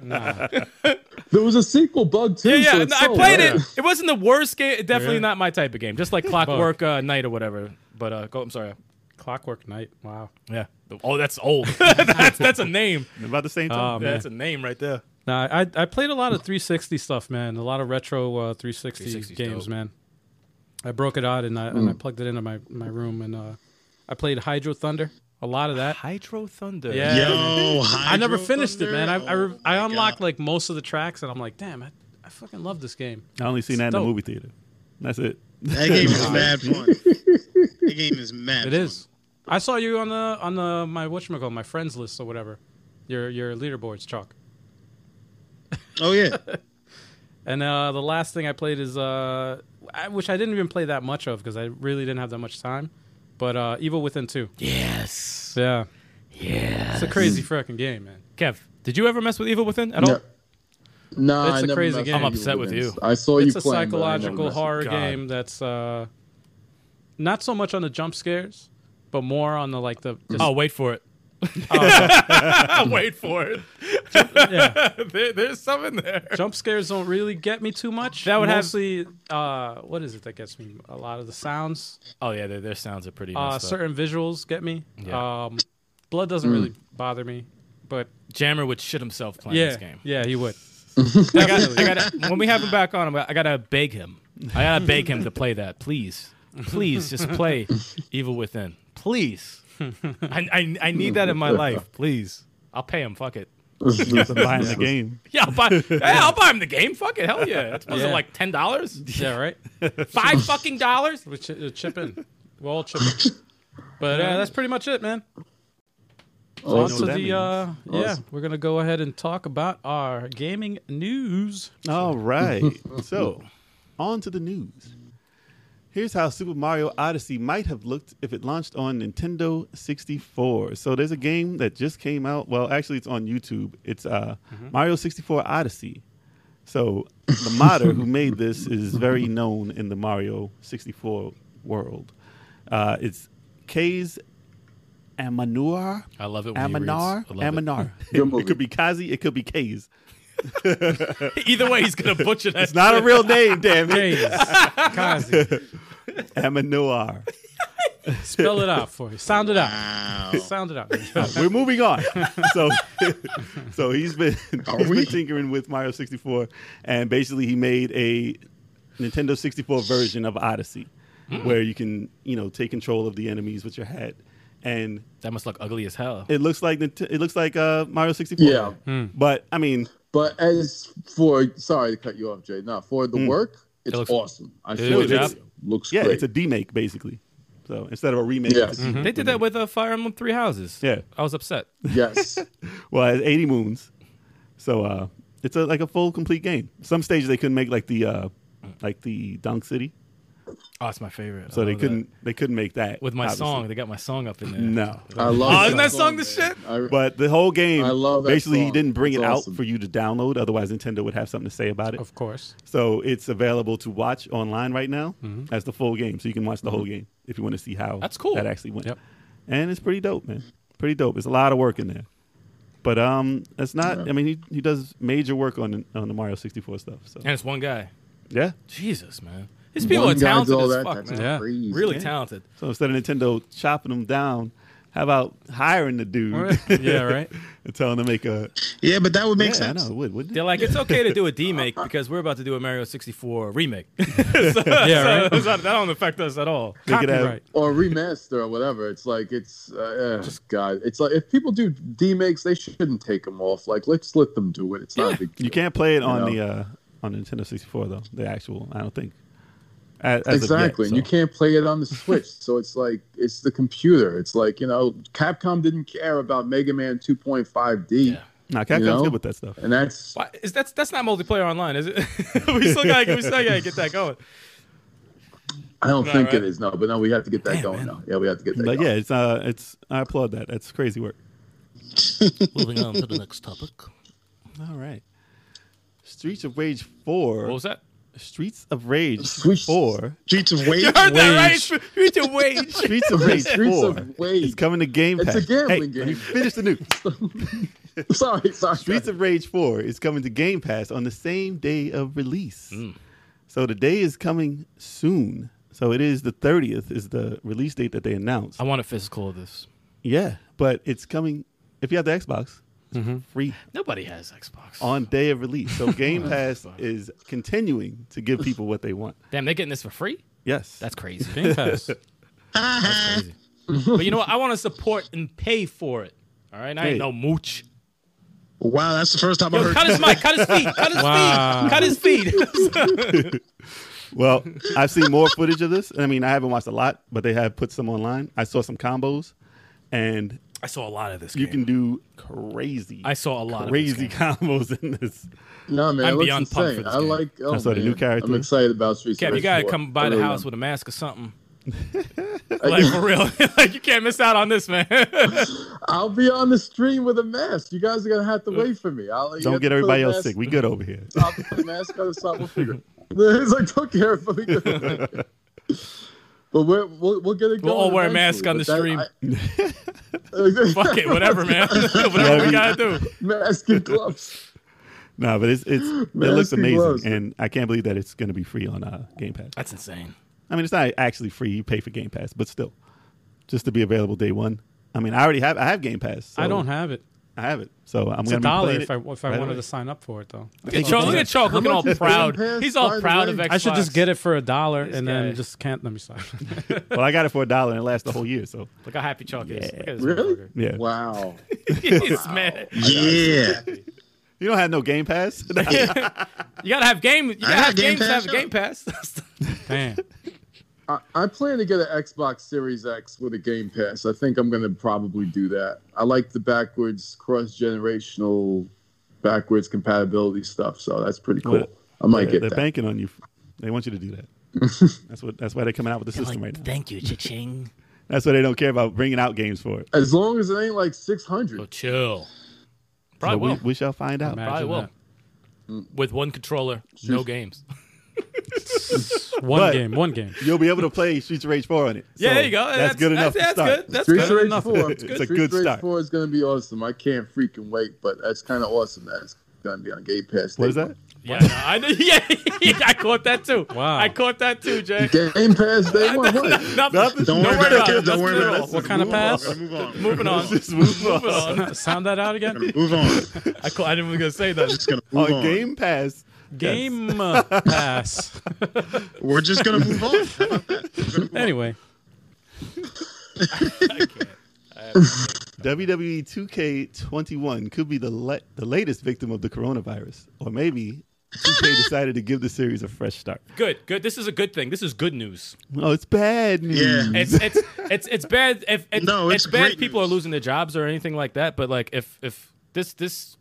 E: There was a sequel, Bug too.
C: Yeah, yeah.
E: so
C: no,
E: it's
C: I
E: sold.
C: played
E: Yeah.
C: it. It wasn't the worst game. It Definitely
B: Yeah.
C: not my type of game. Just like Clockwork uh, Night or whatever. But uh, go. I'm sorry.
B: Clockwork Night. Wow.
C: Yeah. Oh, that's old. that's that's a name.
D: About the same
B: Oh,
D: time.
B: man.
C: That's a name right there.
B: No, I I played a lot of 360 stuff, man. A lot of retro uh, 360
C: 360 's
B: games,
C: dope.
B: man. I broke it out and I and I plugged it into my my room and uh, I played Hydro Thunder. A lot of that.
C: Hydro Thunder.
B: Yeah.
A: Yo,
B: I never
A: Hydro
B: finished it,
A: Thunder?
B: man. I I, re-
A: Oh
B: I
A: my
B: unlocked
A: God.
B: like most of the tracks and I'm like, damn, I, I fucking love this game.
D: I only seen that in the
B: Dope.
D: movie theater. That's it.
A: that game is mad fun. That game is mad.
B: It
A: fun.
B: is. I saw you on the on the my whatchamacallit, my friends list or whatever. Your your leaderboards chalk.
A: Oh yeah.
B: And uh, the last thing I played is, uh, I, which I didn't even play that much of because I really didn't have that much time, but uh, Evil Within 2.
C: Yes.
B: Yeah.
C: Yeah.
B: It's a crazy freaking game, man.
C: Kev, did you ever mess with Evil Within at all?
E: No. Nah,
B: It's
E: I
B: a
E: never
B: crazy
E: messed
B: game.
E: with
B: I'm
C: upset with
E: Vince.
C: you.
E: I saw
B: It's
E: you
B: a
E: playing. but I never
B: psychological
E: messed with
B: horror
C: Oh God.
B: game that's uh, not so much on the jump scares, but more on the like the. Just,
C: Oh, wait for it. wait for it.
B: yeah.
C: There- there's some in there.
B: Jump scares don't really get me too much.
C: That would have-
B: Mostly, uh, what is it that gets me? A lot of the sounds.
C: Oh yeah, their, their sounds are pretty.
B: Uh,
C: messed up.
B: certain visuals get me.
C: Yeah.
B: Um, blood doesn't really bother me, but
C: Jammer would shit himself playing
B: yeah,
C: this game.
B: yeah, he would.
C: I gotta, I gotta, when we have him back on, I'm gonna- I gotta beg him. I gotta beg him to play that. Please, please, just play Evil Within. Please, I, I, I need that in my life. Please, I'll pay him. Fuck it.
E: Vince.
D: Buying the game.
C: Yeah, I'll buy. Yeah, I'll buy him the game. Fuck it. Hell yeah. That's was it
B: Yeah.
C: like ten dollars?
B: Yeah, right.
C: Five fucking dollars?
B: We ch- uh, chip in. We all chip in. But uh, that's pretty much it, man.
D: I
B: On
D: know
B: to
D: what that
B: the uh, yeah,
E: Awesome.
B: we're gonna go ahead and talk about our gaming news.
D: All right. so, on to the news. Here's how Super Mario Odyssey might have looked if it launched on Nintendo 64. So there's a game that just came out. Well, actually, it's on YouTube. It's uh,
C: Mm-hmm.
D: Mario 64 Odyssey. So the modder who made this is very known in the Mario 64 world. Uh, it's Kaze Amanur.
C: I love it. When he reads.
D: Aminar?
C: I love it.
D: Aminar.
E: Good
D: It
E: movie.
D: could be Kazi, it could be Kaze.
C: Either way, he's gonna butcher that.
D: It's not a real name, damn it.
B: Gaze, Kazi,
D: Aminoir.
B: spell it out for you. Sound it out.
A: Wow.
B: Sound it out.
D: We're moving on. So, so he's been,
A: Are
D: he's
A: we?
D: been tinkering with Mario 64, and basically he made a Nintendo 64 version of Odyssey. where you can you know take control of the enemies with your hat, and
C: That must look ugly as hell.
D: it looks like Nint- it looks like uh, Mario sixty four.
E: Yeah.
D: but I mean,
E: But as for sorry to cut you off, Jay. Now for the work, it's
C: looks-
E: awesome. I
C: did a
E: feel
C: good
E: it.
C: job.
E: It's- Looks
D: Hmm. yeah,
E: great.
D: it's a demake basically. So instead of a remake,
E: Yeah.
D: it's a
C: They did that with uh, Fire Emblem Three Houses.
D: Yeah.
C: I was upset.
E: yes.
C: Oh,
D: Well, it has 80 moons. So uh, it's a, like a full complete game. Some stages they couldn't make like the uh, like the Dunk City,
C: Oh, it's my favorite.
D: so
C: I
D: they
C: love that.
D: couldn't they couldn't make that
C: With my
D: obviously.
C: song, they got my song up in there.
D: No,
E: I love.
C: Oh, isn't that song the
E: man.
C: shit?
E: I-
D: but the whole game.
E: I love that
D: Basically, he
E: song.
D: didn't bring
E: That's
D: it
E: awesome.
D: out for you to download. Otherwise, Nintendo would have something to say about it.
B: Of course.
D: So it's available to watch online right now
B: Mm-hmm.
D: as the full game. So you can watch the whole game if you want to see how
C: That's cool.
D: that actually went.
B: Yep.
D: And it's pretty dope, man. Pretty dope. It's a lot of work in there. But um it's not I mean he, he does major work on on the Mario 64 stuff. So
C: And it's one guy.
D: yeah.
C: Jesus, man. These people
E: One
C: are
E: guy
C: talented
E: did all
C: as
E: that,
C: fuck,
E: that's
C: man.
B: Yeah.
E: crazy.
C: Really talented.
D: So instead of Nintendo chopping them down, how about hiring the dude
B: yeah, right.
D: and telling him to make a
A: Yeah, but that would make
D: yeah, I
A: sense.
D: know, it would, wouldn't
C: They're
D: it?
C: like, it's okay to do a D make because we're about to do a Mario 64 remake. So-
B: Yeah,
C: so
B: right.
C: that don't affect us at all.
D: They could have-
B: Copyright.
E: or remaster or whatever. It's like it's uh, uh, God. It's like if people do D makes, they shouldn't take them off. Like let's let them do it. It's not a big deal.
D: You can't play it on
E: You know.
D: the uh on Nintendo 64 though. The actual, I don't think. As, as of yet,
E: exactly, and you
D: so.
E: can't play it on the Switch. so it's like it's the computer. It's like you know, Capcom didn't care about Mega Man 2.5D,
C: Yeah.
D: Nah, Capcom's
E: know?
D: good with that stuff.
E: and that's
C: Why, is that's that's not multiplayer online, is it? we still gotta we still gotta get that going.
E: I don't think
C: right.
E: it is no, but no, we have to get that going now. Yeah, we have to get that.
D: But
E: going.
D: yeah, it's uh, it's I applaud that. That's crazy work.
C: Moving on to the next topic.
D: All right, Streets of Rage Four.
C: What was that?
D: Streets of Rage
E: Streets-
D: Four.
A: Streets of Wage.
C: You heard that right?
B: Wage.
C: It's Future wage.
D: Streets of Rage
E: Streets
D: Four.
E: of Rage.
D: It's coming to Game
E: It's
D: Pass.
E: a gambling
D: Hey,
E: game.
D: let me Finish the news.
E: sorry, sorry.
D: Streets of Rage Four is coming to Game Pass on the same day of release. So the day is coming soon. So it is the thirtieth is the release date that they announced.
C: I want a physical of this.
D: Yeah, but it's coming. If you have the Xbox, it's free
C: Nobody has Xbox.
D: on day of release. So Game Pass is continuing to give people what they want.
C: Damn, they're getting this for free?
D: Yes.
C: That's crazy.
B: Game Pass.
C: Crazy. but you know what? I want to support and pay for it. All right, I ain't
D: Hey.
C: no mooch.
A: Wow, that's the first time I
C: Yo,
A: heard.
C: cut his mic, cut his feet, cut his
B: Wow.
C: feet, cut his feet.
D: well, I've seen more footage of this. I mean, I haven't watched a lot, but they have put some online. I saw some combos, and
C: I saw a lot of this.
D: you can do crazy.
C: I saw a lot of this
D: crazy combos in this.
E: No man,
C: I'm
E: it looks
C: beyond pumped
E: insane.
C: for this
E: I
C: game.
E: like. Oh,
D: I saw the
E: man.
D: new character.
E: I'm excited about Streets. of
C: Cap, you
E: Rage
C: gotta
E: 4.
C: come by
E: I
C: the
E: really
C: house
E: am.
C: with a mask or something. like for real, like you can't miss out on this, man.
E: I'll be on the stream with a mask. You guys are gonna have
C: Uh,
E: to wait for me. I'll, you
D: Don't
E: have
D: get
E: to put a
D: everybody else
E: mask-
D: sick. We good over here.
E: I'll put the mask on the side. We'll figure. it. It's like don't care if we do. But we're, we'll we'll get it going.
C: We'll all wear a mask
E: eventually,
C: on the stream.
E: but that- I-
C: Fuck it, whatever, man. whatever we gotta do.
E: mask and gloves.
D: No, but it's it's it
E: Man, this
D: looks
E: thing
D: amazing,
E: blows.
D: and I can't believe that it's going to be free on uh, Game Pass.
C: That's insane.
D: I mean, it's not actually free. You pay for Game Pass, but still, just to be available day one. I mean, I already have. I have Game Pass. so
B: I don't have it.
D: I have it, so I'm
B: It's
D: gonna
B: a
D: be
B: dollar
D: playing
B: if
D: it
B: I if I
D: right
B: wanted
D: away.
B: to sign up for it though.
C: Look at Chalk, look at Chalk looking all
E: much is
C: proud.
E: Game Pass,
C: He's all
E: by the
C: proud
E: way?
C: of Xbox.
B: I should just get it for a dollar
C: This
B: and then
C: guy.
B: just can't let me sign.
D: Well, I got it for a dollar, and it lasts the whole year. So
C: Look how happy Chalk is.
D: Yeah.
C: Look at this
E: Really?
C: motherfucker.
D: yeah,
E: Wow.
C: He's mad.
A: Yeah.
D: you don't have no Game Pass.
C: You gotta have game. You gotta
A: have
C: have
A: Game
C: games to have
A: Pass,
C: a Game Pass.
B: Damn.
E: I, I plan to get an Xbox Series X with a Game Pass. I think I'm going to probably do that. I like the backwards cross generational, backwards compatibility stuff. So that's pretty cool.
D: Well,
E: I might
D: they're
E: get that.
D: banking on you. They want you to do that. that's what. That's why they're coming out with the system right now.
C: Thank you, Cha-ching.
D: That's why they don't care about bringing out games for it.
E: as long as it ain't like
C: Well,
E: 600.
C: Oh, chill.
D: So
C: Probably
D: we,
C: will.
D: we shall find out.
B: Imagine
C: Probably will. Mm. With one controller, no games.
B: that. One
D: But-
B: game. One game.
D: You'll be able to play Streets of Rage 4 on it.
C: Yeah,
D: So
C: there you go.
D: That's, good enough.
C: That's,
D: to start.
C: good. That's
E: Streets
C: good.
E: of Rage
D: enough.
E: 4.
D: It's a
E: Streets
D: good
E: of Rage
D: start.
E: 4 is going to be awesome. I can't freaking wait, but that's kind of awesome that it's going to be on Game Pass.
D: What
E: day
D: is that?
C: Yeah, no, I know. Yeah, I caught that too.
B: Wow.
C: I caught that too, Jay.
E: one. Game Pass day one. What?
C: Nothing.
A: Don't worry about it. Don't worry about it.
C: We're
A: Let's
B: kind of
A: move on.
B: pass?
A: We're gonna Move on.
C: moving on.
D: Just move on.
C: Moving on.
B: Sound that out again.
A: Move on.
C: I, call, I didn't even gonna say that.
A: Just gonna move
D: on
A: on.
D: Game Pass,
B: Game uh, pass.
A: We're just gonna move on. How about that? We're gonna move on.
B: anyway,
D: WWE 2K21 could be the le- the latest victim of the coronavirus, or maybe 2K decided to give the series a fresh start.
C: Good, good. This is a good thing. This is good news.
D: Oh, it's bad news.
A: Yeah.
C: It's it's it's it's bad if it's,
A: No, it's
C: bad
A: great
C: people are
A: news.
C: losing their jobs or anything like that, but like if if this this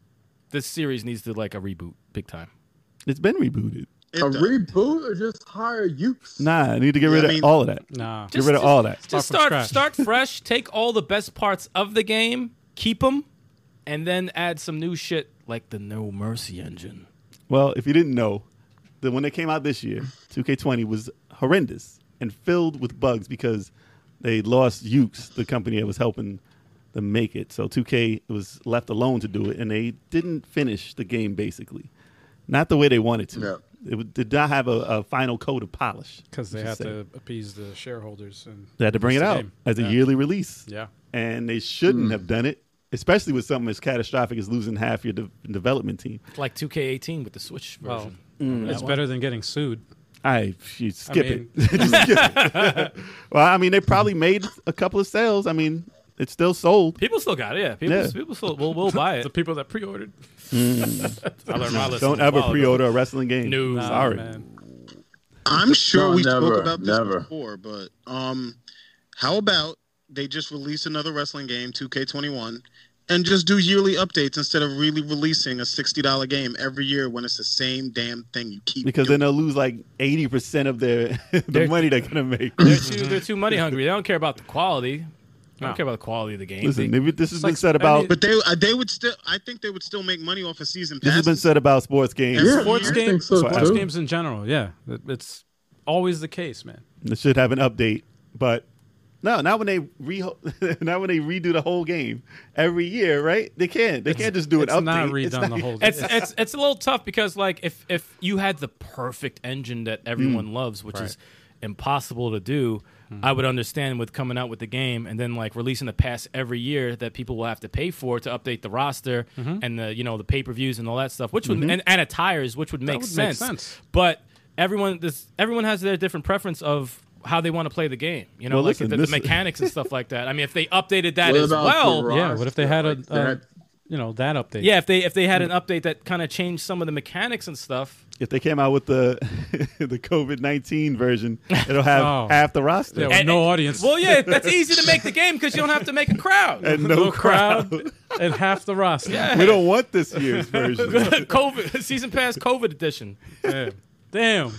C: this series needs to like a reboot big time.
D: It's been rebooted.
A: It
E: A
A: does.
E: reboot or just hire Ukes?
D: Nah, I need to get rid
A: I
D: of
A: mean-
D: all of that.
B: nah.
D: Get rid of all that.
C: Just
B: Start
C: start
B: from
C: start fresh, take all the best parts of the game, keep them and then add some new shit like the no mercy engine.
D: Well, if you didn't know, the when they came out this year, 2K20 was horrendous and filled with bugs because they lost Ukes, the company that was helping them make it. So 2K was left alone to do it, and they didn't finish the game basically, not the way they wanted to.
E: No.
D: It w- did not have a, a final coat of polish
B: Because they
D: should
B: have
D: say.
B: to appease the shareholders. and
D: They had to bring it
B: release the
D: out
B: game.
D: as a
B: Yeah.
D: yearly release.
B: Yeah.
D: and they shouldn't have done it, especially with something as catastrophic as losing half your de- development team.
C: It's like 2K18 with the Switch
D: Oh.
B: Well,
C: version.
D: Mm.
B: it's better than getting sued.
D: I you skip
B: mean-
D: it. Just skip it. well, I mean, they probably made a couple of sales. I mean, it's still sold.
C: People still got it, yeah. People,
D: Yeah.
C: people still will will buy
B: The
C: it.
B: people that pre-ordered.
C: I learned my lesson
D: Don't
C: a
D: ever
C: while ago.
D: pre-order a wrestling game.
C: No.
B: Nah,
D: sorry.
B: man.
A: I'm sure
E: No,
A: we
E: never,
A: spoke about this
E: never.
A: before, but um, how about they just release another wrestling game, 2K21, and just do yearly updates instead of really releasing a $60 game every year when it's the same damn thing you keep
D: Because
A: doing.
D: then they'll lose like eighty percent of their the
C: They're-
D: money they're gonna make.
C: They're too they're too money hungry. They don't care about the quality. They don't
B: No.
C: care about the quality of the game.
D: Listen,
C: They-
D: maybe this has
B: It's
D: been
B: like
D: said about
B: any-
A: But they, uh, they would still. I think they would still make money off a season
D: this has
A: pass.
D: been said about sports games.
A: Yeah.
B: Sports
A: I
E: think
B: games,
E: so,
B: sports
D: too.
B: games in general. Yeah, It- it's always the case, man.
D: They should have an update, but no, not when they re not when they redo the whole game every year, right? They can't. They can't just do an
B: it's
D: update.
B: not redone
D: It's
B: the whole.
C: it's it's it's a little tough because like if if you had the perfect engine that everyone loves, which is impossible to do, I would understand with coming out with the game and then like releasing a pass every year that people will have to pay for to update the roster and the you know the pay per views and all that stuff, which would and, and attires, which would make
B: would make
C: sense.
B: sense.
C: But everyone this everyone has their different preference of. How they want to play the game, you know,
D: Well,
C: like
D: listen,
C: the,
D: this-
C: the mechanics and stuff like that. I mean, if they updated that
E: What
C: as
E: about
C: well,
E: the
B: yeah, what if they had a,
E: Like
B: uh,
E: that.
B: you know, that update?
C: yeah, if they if they had an update that kind of changed some of the mechanics and stuff,
D: if they came out with the the COVID nineteen version, it'll have
B: Oh.
D: half the roster
B: Yeah, with
C: And-
B: no audience.
C: Well, yeah, that's easy to make the game because you don't have to make a crowd.
D: and no,
B: no
D: crowd.
B: crowd and half the roster.
D: We don't want this year's version.
C: COVID season pass COVID edition.
B: Yeah. Damn.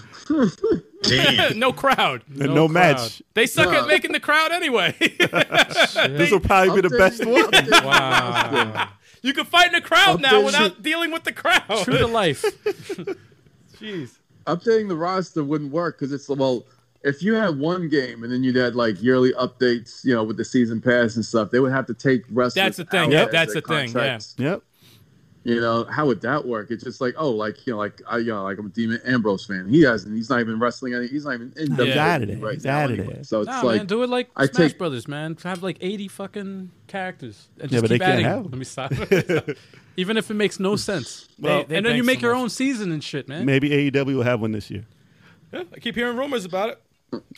A: Damn.
C: no crowd.
D: And no,
B: No
D: match.
C: They suck
E: No.
C: at making the crowd anyway.
D: This will probably be the
E: Update-
D: best one.
E: update-
B: Wow.
C: you can fight in a crowd now
E: Update-
C: without dealing with the crowd.
B: True to life.
D: Jeez.
E: updating the roster wouldn't work because it's well, if you had one game and then you'd had like yearly updates, you know, with the season pass and stuff, they would have to take wrestlers.
C: That's the thing.
E: out
C: Yep.
E: of
C: That's
E: their
C: the thing, yeah.
E: contracts.
D: Yep.
E: You know, how would that work? It's just like, oh, like you know, like I, you know, like I'm a Demon Ambrose fan. He hasn't. He's not even wrestling. any- He's not even in WWE
D: out of there.
E: right
D: He's
E: now
D: out of
E: anyway.
D: there.
E: So it's
B: Nah,
E: like,
B: man, do it like
E: I
B: Smash
E: take-
B: Brothers, man. Have like eighty fucking characters. And just
D: Yeah, but they
B: keep
D: can't
B: adding.
D: have 'em.
B: Let me stop. Let me stop. Even if it makes no sense.
C: Well, they
B: and then
C: bank
B: you make
C: so
B: your
C: much.
B: own season and shit, man.
D: Maybe AEW will have one this year.
C: Yeah, I keep hearing rumors about it.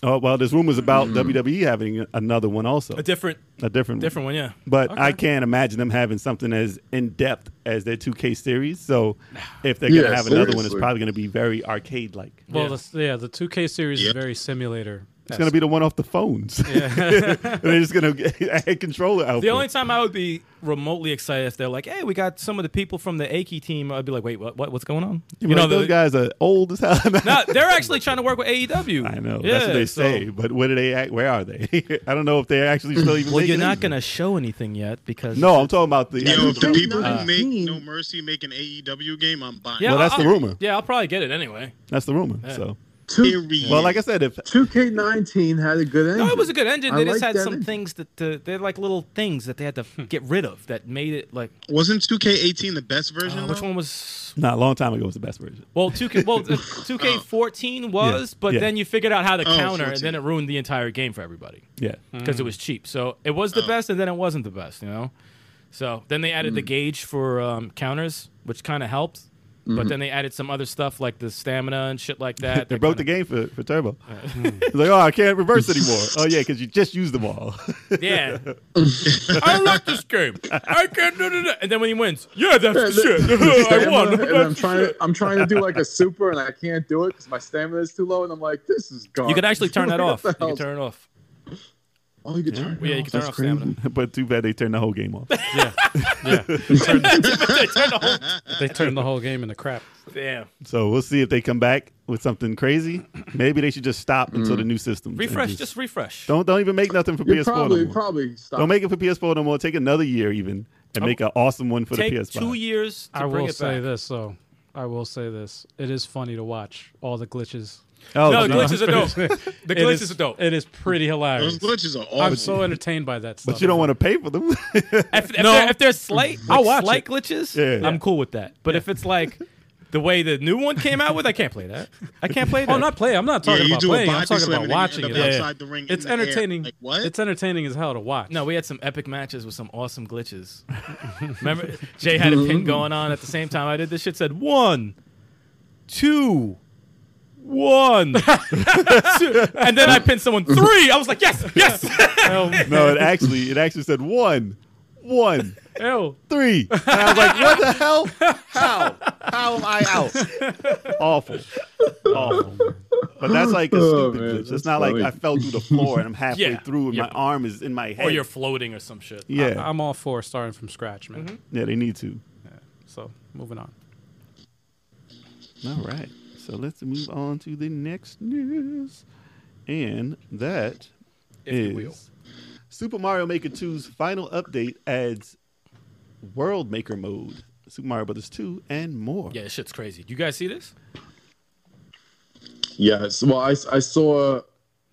D: Oh well, there's rumors about
B: Mm.
D: WWE having another one also.
C: A different,
D: A different one.
C: different one. Yeah.
D: But I can't imagine them having something as in depth as their 2K series. So if they're going to
E: Yeah,
D: have another one, it's
E: seriously.
D: probably going to be very arcade like.
B: Well,
C: Yeah.
B: The, yeah, the 2K series is
A: Yep.
B: very simulator.
D: It's going to be the one off the phones. and they're just going to add controller output.
C: The only time I would be remotely excited if they're like, "Hey, we got some of the people from the Aki team," I'd be like, "Wait, what? what what's going on?"
D: you know, those
C: the-
D: guys are old as hell.
C: No, they're actually trying to work with AEW.
D: I know. that's what they
C: so-
D: say. But where do they act? Where are they? I don't know if they're actually still even.
C: Well, you're
D: making
C: not
D: it.
C: going to show anything yet because
D: No, I'm talking about the.
A: Yo, if the
E: Uh,
A: people who make No Mercy make an AEW game, I'm buying.
C: Yeah,
D: Well, that's the
C: I'll-
D: rumor.
C: Yeah, I'll probably get it anyway.
D: That's the rumor. So,
E: two,
A: Period.
D: well, like I said, if
E: two K nineteen had a good ending.
C: No, it was a good engine.
E: I
C: They just
E: like
C: had
E: that
C: some
E: engine.
C: things that uh, they're like little things that they had to get rid of that made it like
A: wasn't 2K18 the best version?
C: uh, which
A: though?
C: one was
D: not a long time ago was the best version.
C: well two K well uh, two K fourteen was, but
D: Oh. yeah.
C: then you figured out how to
A: Oh,
C: counter, and then
A: 14.
C: it ruined the entire game for everybody
D: Yeah.
C: because it was cheap. So it was
D: Oh.
C: the best, and then it wasn't the
D: Mm.
C: best. You know, so then they added the gauge for um, counters, which kind of helped. But then they added some other stuff like the stamina and shit like that.
D: Mm-hmm. They broke the game for, for Turbo.
C: Hmm.
D: It's like, oh, I can't reverse anymore. oh yeah, because you just used them all.
C: Yeah. I don't like this game. I can't do it. And then when he wins, yeah, that's the shit. I
E: stamina,
C: won.
E: and I'm
C: That's the
E: trying.
C: shit.
E: I'm trying to do like a super, and I can't do it because my stamina is too low. And I'm like, this is gone.
C: You could actually turn that off. You can turn it off.
E: Oh, you could turn. it
C: Yeah, you
E: off.
C: can turn
E: That's
C: off
E: crazy.
C: stamina.
D: but too bad they turned the whole game off.
C: They turn the whole
B: They turned the whole game into crap.
C: Damn.
D: So we'll see if they come back with something crazy. Maybe they should just stop until
C: Mm.
D: the new system. and
C: Refresh, just refresh.
D: don't don't even make nothing for
E: You
D: PS4
E: probably
D: no more.
E: probably stop.
D: Don't make it for PS4 no more. Take another year even and make an awesome one for
C: Oh. Take
D: the PS5.
C: two years to
B: I
C: bring
B: will
C: it
B: say
C: back.
B: this though. I will say this. It is funny to watch all the glitches.
D: Oh,
C: No,
D: no.
C: glitches are dope. The
B: It
C: glitches are dope.
B: It is pretty hilarious.
A: Those glitches are awful.
B: I'm so entertained by that stuff.
D: But you don't want to pay for them.
C: If, if, they're, if they're slight, like
B: I'll watch it.
C: slight glitches,
D: Yeah.
C: I'm cool with that. But if it's like the way the new one came out with, I can't play that. I can't play that.
B: Oh, not play. I'm not
A: yeah,
B: talking
A: you
B: about
A: do a
B: playing.
A: body
B: I'm talking
A: slam
B: about
A: and then you
B: watching it.
A: end up outside the ring
B: It's
A: in the air.
B: entertaining.
A: Like what?
B: It's entertaining as hell to watch.
C: No, we had some epic matches with some awesome glitches. Remember, Jay had a pin going on at the same time I did. This shit said one, two, one, two. and then I pinned someone three. I was like, yes, yes.
D: no, it actually it actually said one, one,
B: Ew.
D: three. And I was like, what the hell? How? How am I out? Awful. Awful. But that's like a
E: Oh,
D: stupid
E: man,
D: glitch. It's
E: that's
D: not
E: funny.
D: like I fell through the floor and I'm halfway
C: Yeah.
D: through and
C: Yeah.
D: my arm is in my head.
C: or you're floating or some shit.
D: yeah,
B: I'm all for starting from scratch, man.
C: Mm-hmm.
D: yeah, they need to.
B: So moving on.
D: All right. So let's move on to the next news. And that
C: If you will.
D: is Super Mario Maker 2's final update adds World Maker mode, Super Mario Brothers 2, and more.
C: Yeah, this shit's crazy. You guys see this?
E: Yes. Well, I, I saw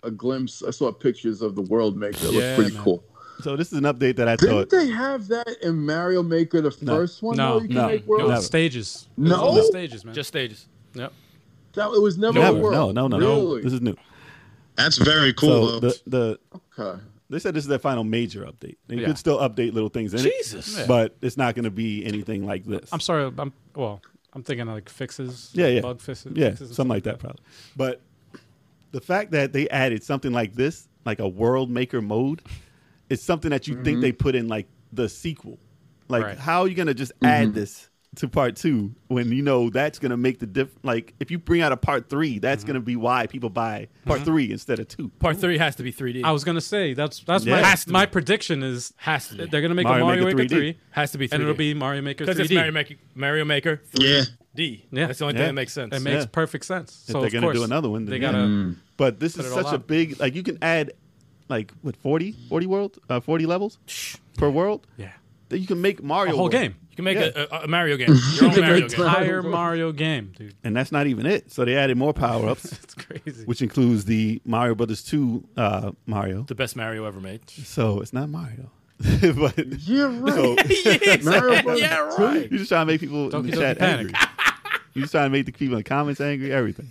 E: a glimpse. I saw pictures of the World Maker. It
B: Yeah,
E: looked pretty
B: man.
E: cool.
D: So this is an update that I
E: Didn't
D: thought.
E: they have that in Mario Maker the
D: No.
E: first one?
B: No,
E: though? you can
D: no,
E: make
B: It was
E: worlds?
D: Never.
B: stages. It was
E: No?
B: all the stages, man.
C: Just stages.
B: yep.
E: That it was never,
D: Never.
E: a
D: No,
E: world.
D: no, no,
E: really?
D: no. This is new.
A: That's very cool.
D: so
A: though.
D: the, the
E: okay.
D: they said this is their final major update. They
B: Yeah.
D: could still update little things in
C: Jesus.
D: it,
C: Yeah.
D: but it's not going to be anything like this.
B: I'm sorry. I'm well. I'm thinking of like fixes.
D: yeah, yeah,
B: Bug fixes.
D: yeah,
B: fixes and
D: something like that, probably. But the fact that they added something like this, like a world maker mode, is something that you think they put in like the sequel. Like,
B: Right.
D: how are you gonna just add this to part two when you know that's gonna make the diff? Like, if you bring out a part three,
B: Mm-hmm.
D: that's gonna be why people buy part three instead of two.
C: Part three has to be 3D.
B: I was gonna say that's that's
D: Yeah.
B: my
D: Has
B: my prediction is
C: Has to be.
B: they're gonna make
D: Mario
B: a Mario
D: Maker
B: Maker
D: 3D.
B: three,
C: has to be 3D.
B: and it'll be Mario Maker
C: because
B: 3D.
C: it's Mario Maker, Mario Maker 3D.
A: yeah.
B: Yeah.
C: That's the only
D: Yeah.
C: thing that makes sense.
B: It makes
D: Yeah.
B: perfect sense.
D: If
B: so
D: they're
B: of
D: gonna do
B: course,
D: another one,
B: they
D: then
B: gotta.
D: yeah. But this
B: Put
D: is
B: it all
D: such a
B: out.
D: big like you can add like what 40, 40 world, uh, forty levels per world.
B: Yeah.
D: That you can make Mario
B: A whole
D: world.
B: game.
C: You can make
D: Yeah.
C: a, a, a Mario game. Your own Mario game.
B: Entire Mario game, dude.
D: and that's not even it. So they added more power ups,
B: It's crazy.
D: which includes the Mario Brothers Two uh, Mario.
C: The best Mario ever made.
D: So it's not Mario, but
E: Yeah, right.
D: so
E: Mario Brothers
C: yeah,
E: two?
C: right.
D: you're just trying to make people in
B: Donkey
D: the
B: Donkey
D: chat angry.
B: Panic.
D: You're just trying to make the people in the comments angry. Everything.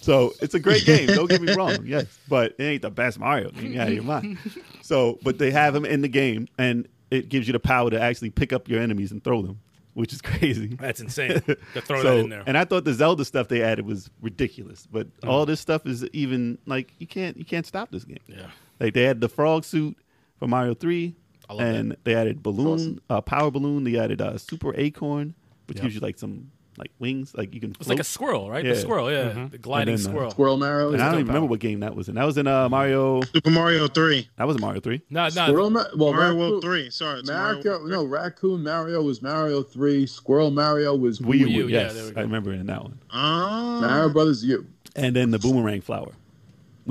D: So it's a great game. Don't get me wrong. Yes, but it ain't the best Mario. You out of your mind. So, but they have him in the game, and it gives you the power to actually pick up your enemies and throw them, which is crazy.
C: That's insane. To throw
D: so,
C: that in there. Mm.
D: And I thought the Zelda stuff they added was ridiculous, but all this stuff is even like you can't you can't stop this game.
C: Yeah.
D: Like they had the frog suit for Mario Three,
C: I love
D: and they added balloon, uh, power balloon. They added uh, super acorn, which gives you like some like wings, like you can.
C: It's like a
D: float.
C: squirrel, right?
D: Yeah.
C: The squirrel, yeah. The gliding
D: And then, uh,
C: squirrel.
E: Squirrel Mario.
D: And I don't even
E: Squirrel
D: remember what game that was in. That was in uh, Mario.
A: Super Mario 3.
D: That was Mario Three.
C: No, no.
E: Ma- well,
A: Mario
E: Raccoon-
A: World 3. Sorry. it's Mario
E: Mario,
A: World
E: no, Raccoon Mario was Mario 3. Squirrel Mario was
D: Wii
E: Wii U.
D: U.
C: U, yeah,
D: yes,
C: there we go.
D: I remember in that one.
A: Oh.
E: Mario Brothers U.
D: And then the boomerang flower,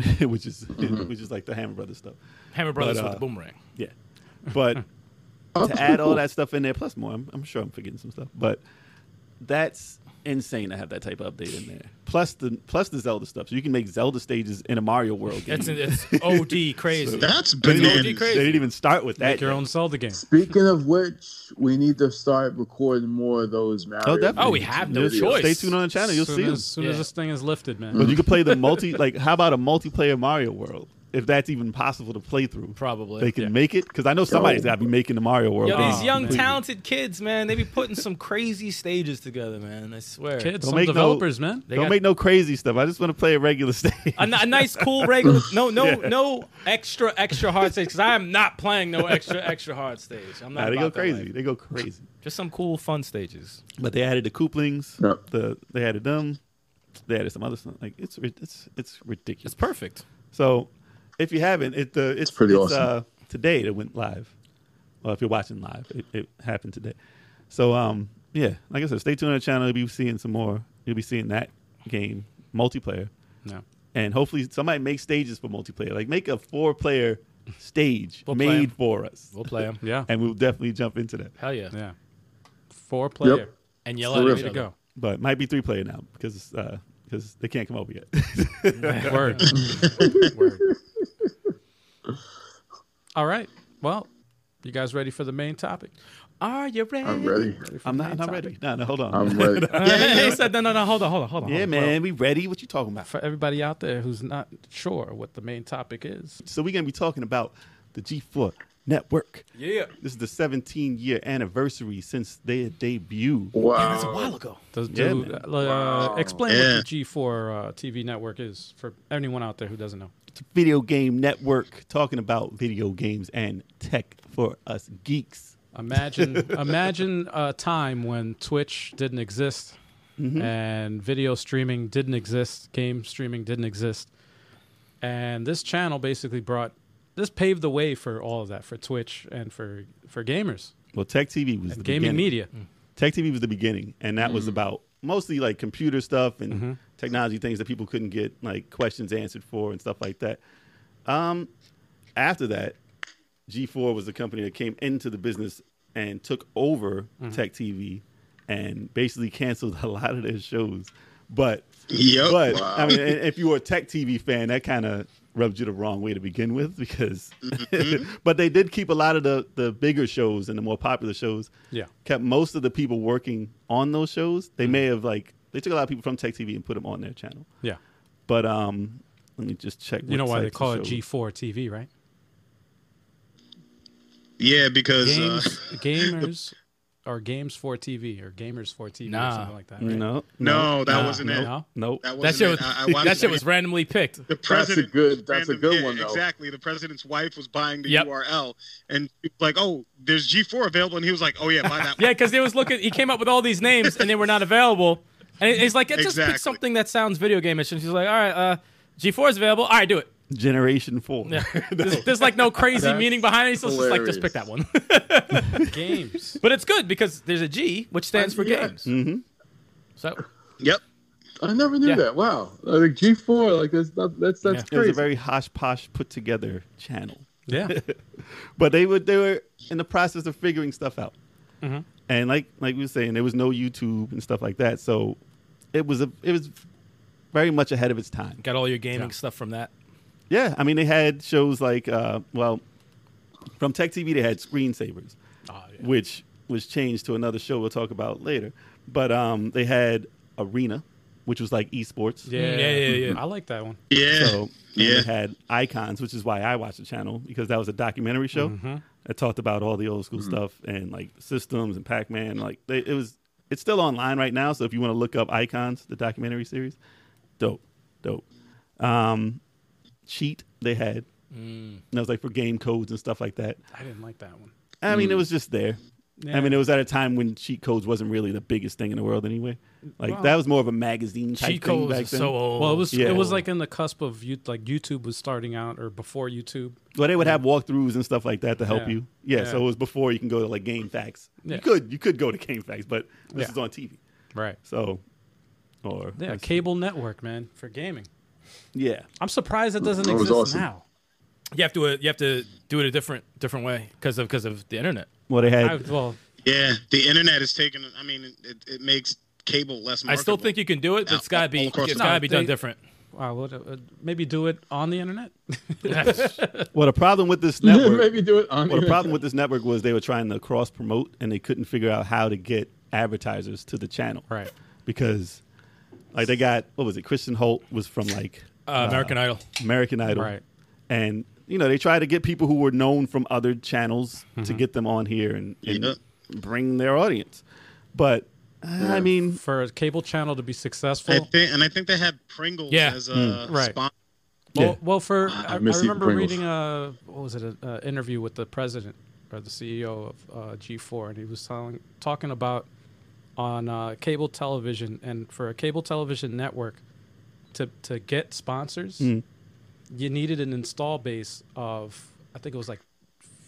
D: which is which is like the Hammer Brothers stuff.
C: Hammer Brothers
D: But, uh,
C: with the boomerang.
D: Yeah, but
E: Oh,
D: to add all that stuff in there, plus more. I'm, I'm sure I'm forgetting some stuff, but that's insane to have that type of update in there. Plus the plus the Zelda stuff, so you can make Zelda stages in a Mario World game.
C: That's it's OD crazy.
A: That's
D: They didn't
A: bananas.
D: even-
C: crazy.
D: They didn't even start with that.
B: Make your own Zelda game.
E: Speaking of which, we need to start recording more of those Mario.
D: Oh, definitely.
C: Oh, we have no
D: Just
C: choice.
D: Stay tuned on the channel. You'll
B: soon
D: see
B: as,
D: them.
B: soon as
C: Yeah.
B: this thing is lifted, man.
D: But you can play the multi. Like, how about a multiplayer Mario World? if that's even possible to play through.
C: Probably,
D: they can
B: yeah.
D: make it because I know somebody's got to be making the Mario World.
C: Yo,
D: game.
C: these young
D: Please.
C: talented kids, man, they be putting some crazy stages together, man. I swear.
B: Kids,
D: Don't
B: some
D: make no-
B: developers, man.
D: Don't
C: got-
D: make no crazy stuff. I just want to play a regular stage.
C: A, n- a nice, cool, regular. No, no, no extra, extra hard stage because I am not playing no extra, extra hard stage. I'm not.
D: Nah, they
C: about
D: go
C: that
D: crazy.
C: life.
D: They go crazy.
C: Just some cool, fun stages.
D: But they added the Kooplings.
E: Yep.
D: The they added them. They added some other stuff. Like it's ri- it's it's ridiculous.
C: It's perfect.
D: So if you haven't, it the it's,
E: pretty
D: it's,
E: awesome.
D: Uh, today that went live. Well, if you're watching live, it, it happened today. So um yeah, like I said, stay tuned on the channel. You'll be seeing some more. You'll be seeing that game multiplayer,
B: No.
D: and hopefully somebody makes stages for multiplayer. Like make a four player stage
C: We'll play 'em.
D: made for us,
C: We'll play them.
B: Yeah.
D: and we'll definitely jump into that.
C: Hell yeah.
B: Yeah. Four player.
E: Yep.
C: And yell
E: For
C: at
E: real.
B: Way
C: each
B: to
C: other.
B: go.
D: but it might be three player now because uh, because they can't come over yet.
B: Word. Word. All right. Well, you guys ready for the main topic?
C: Are you ready?
E: I'm ready.
D: I'm not. I'm not ready. No, no, hold on.
E: I'm ready.
C: Hey, he said, no, no, no. Hold on, hold on, hold on.
D: yeah,
C: hold on.
D: man, we ready. What you talking about?
B: For everybody out there who's not sure what the main topic is,
D: So we're gonna be talking about the G4 network.
C: Yeah.
D: This is the 17 year anniversary since their debut.
C: It's a while
E: Wow.
C: ago.
B: does
D: Yeah,
B: do,
D: man.
B: uh, explain
A: Yeah.
B: what the G4 uh, TV network is for anyone out there who doesn't know.
D: It's a video game network talking about video games and tech for us geeks.
B: Imagine, imagine a time when Twitch didn't exist,
A: Mm-hmm.
B: and video streaming didn't exist, game streaming didn't exist, and this channel basically brought, this paved the way for all of that for Twitch and for for gamers,
D: Well, Tech TV was the
B: gaming
D: beginning.
B: media.
D: Tech TV was the beginning, and that was about mostly like computer stuff and technology things that people couldn't get like questions answered for and stuff like that. Um, after that, G4 was the company that came into the business and took over Tech TV and basically canceled a lot of their shows. But
A: Yep.
D: but I mean, and if you were a Tech TV fan, that kind of rubbed you the wrong way to begin with because.
A: Mm-hmm.
D: but they did keep a lot of the the bigger shows and the more popular shows.
B: Yeah. Mm-hmm.
D: kept most of the people working on those shows. They may have like they took a lot of people from Tech TV and put them on their channel.
B: Yeah,
D: But um, let me just check.
B: you know why they call it
D: G?
B: G4 TV, right?
A: Yeah, because uh,
B: Games, gamers, or games for TV, or gamers for TV,
C: Nah.
B: or something like that. Right?
D: No,
A: no, that wasn't it.
B: no.
D: nope.
A: That, wasn't
C: That shit was,
A: it. I- I watched
C: that shit
A: it.
C: was randomly picked.
A: the
E: That's a
A: president.
E: good. That's a
A: random-
E: good
A: yeah,
E: one though.
A: Exactly. The president's wife was buying the
C: Yep.
A: URL, and she was like, "Oh, there's G4 available," and he was like, "Oh yeah, buy that."
C: Yeah, because they was looking. He came up with all these names, and they were not available. And it- it's like, yeah, just
A: Exactly.
C: pick something that sounds video gameish. And she's like, all right, uh, G4 is available. All right, do it.
D: Generation Four.
C: Yeah. there's, there's like no crazy
E: That's
C: meaning behind it. So it's just like, just
E: hilarious.
C: pick that one.
B: Games.
C: but it's good because there's a G, which stands for
E: Yeah.
C: games.
D: hmm
C: So
A: Yep.
E: I never knew
C: Yeah.
E: that. Wow. Like G four. Like that's not, that's that's
D: It was
E: crazy.
D: a very hosh posh put together channel.
B: Yeah,
D: but they were they were in the process of figuring stuff out. And like like we were saying, there was no YouTube and stuff like that, so it was a it was very much ahead of its time.
C: got all your gaming stuff from that.
D: Yeah, I mean they had shows like uh, well, from Tech TV they had Screensavers, which was changed to another show we'll talk about later. But um, they had Arena, which was like esports.
B: yeah,
C: Yeah, yeah, yeah.
B: I like that one.
A: Yeah.
D: So yeah.
A: Yeah.
D: they had icons, which is why I watched the channel because that was a documentary show
C: Mm-hmm.
D: that talked about all the old school stuff and like systems and Pac Man. Like they, it was, it's still online right now. So if you want to look up icons, the documentary series, dope, dope. Um, cheat they had.
C: Mm.
D: And that was like for game codes and stuff like that.
B: I didn't like that one.
D: I
C: Mm.
D: mean, it was just there.
B: Yeah.
D: I mean, it was at a time when cheat codes wasn't really the biggest thing in the world anyway. Like that was more of a magazine type
C: Cheat
D: thing
C: codes
D: back
C: are
D: then.
C: so old.
B: Well, it was
D: Yeah.
B: it was like in the cusp of you like YouTube was starting out or before YouTube.
D: Well, they would have walkthroughs and stuff like that to help
B: Yeah.
D: you. Yeah,
B: Yeah.
D: so it was before you can go to like Game Facts.
B: Yeah.
D: You could you could go to Game Facts, but this
B: Yeah.
D: is on TV.
B: Right.
D: So or
B: Yeah, cable network, man, for gaming.
D: yeah.
B: I'm surprised it doesn't
E: That was
B: exist
E: awesome.
B: now.
C: you have to uh, you have to do it a different different way because of because of the internet.
D: Well, they had
B: I, well,
A: Yeah. The internet is taking. I mean, it, it makes cable less.
C: I
A: Marketable.
C: still think you can do it, but it's gotta be
A: All across
C: it's
A: the
C: gotta
B: board.
C: be
B: No,
C: done
B: they-
C: different.
B: wow, what, uh, maybe do it on the internet.
D: well the problem with this network.
E: Maybe do it on.
D: well, the
E: internet.
D: problem with this network was they were trying to cross promote and they couldn't figure out how to get advertisers to the channel.
B: Right.
D: Because like they got what was it? Christian Holt was from like
C: Uh, American Idol.
D: American Idol.
B: Right.
D: and you know they try to get people who were known from other channels
B: Mm-hmm.
D: to get them on here and, and
A: Yeah.
D: bring their audience. But uh, I mean,
B: for a cable channel to be successful.
A: I think, and I think they had Pringles
C: Yeah.
A: as a
E: Hmm.
B: right.
A: sponsor.
B: Well,
D: Yeah.
B: well for I, I
E: miss eating
B: remember
E: Pringles.
B: reading a what was it an interview with the president or the CEO of uh, G4, and he was telling talking about on uh, cable television and for a cable television network to to get sponsors,
E: Hmm.
B: you needed an install base of I think it was like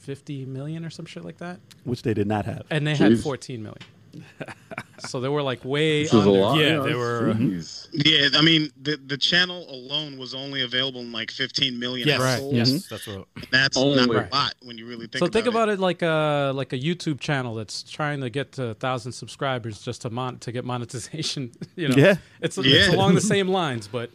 B: fifty million or some shit like that,
D: which they did not have.
B: and they had
E: Jeez.
B: fourteen million. so they were like way
E: This was a
B: under.
E: lot.
C: Yeah, they were, uh,
E: Jeez.
A: Yeah, I mean the the channel alone was only available in like 15 million
C: Yes, Mm-hmm.
B: Right.
A: households.
C: yes, that's what.
A: And that's
E: Only.
A: not
B: Right.
A: a lot when you really think.
B: so think
A: about
B: about it. like a like a YouTube channel that's trying to get to a thousand subscribers just to mon- to get monetization. You know,
D: Yeah. Hmm.
B: it's, it's
A: Yeah.
B: along the same lines, but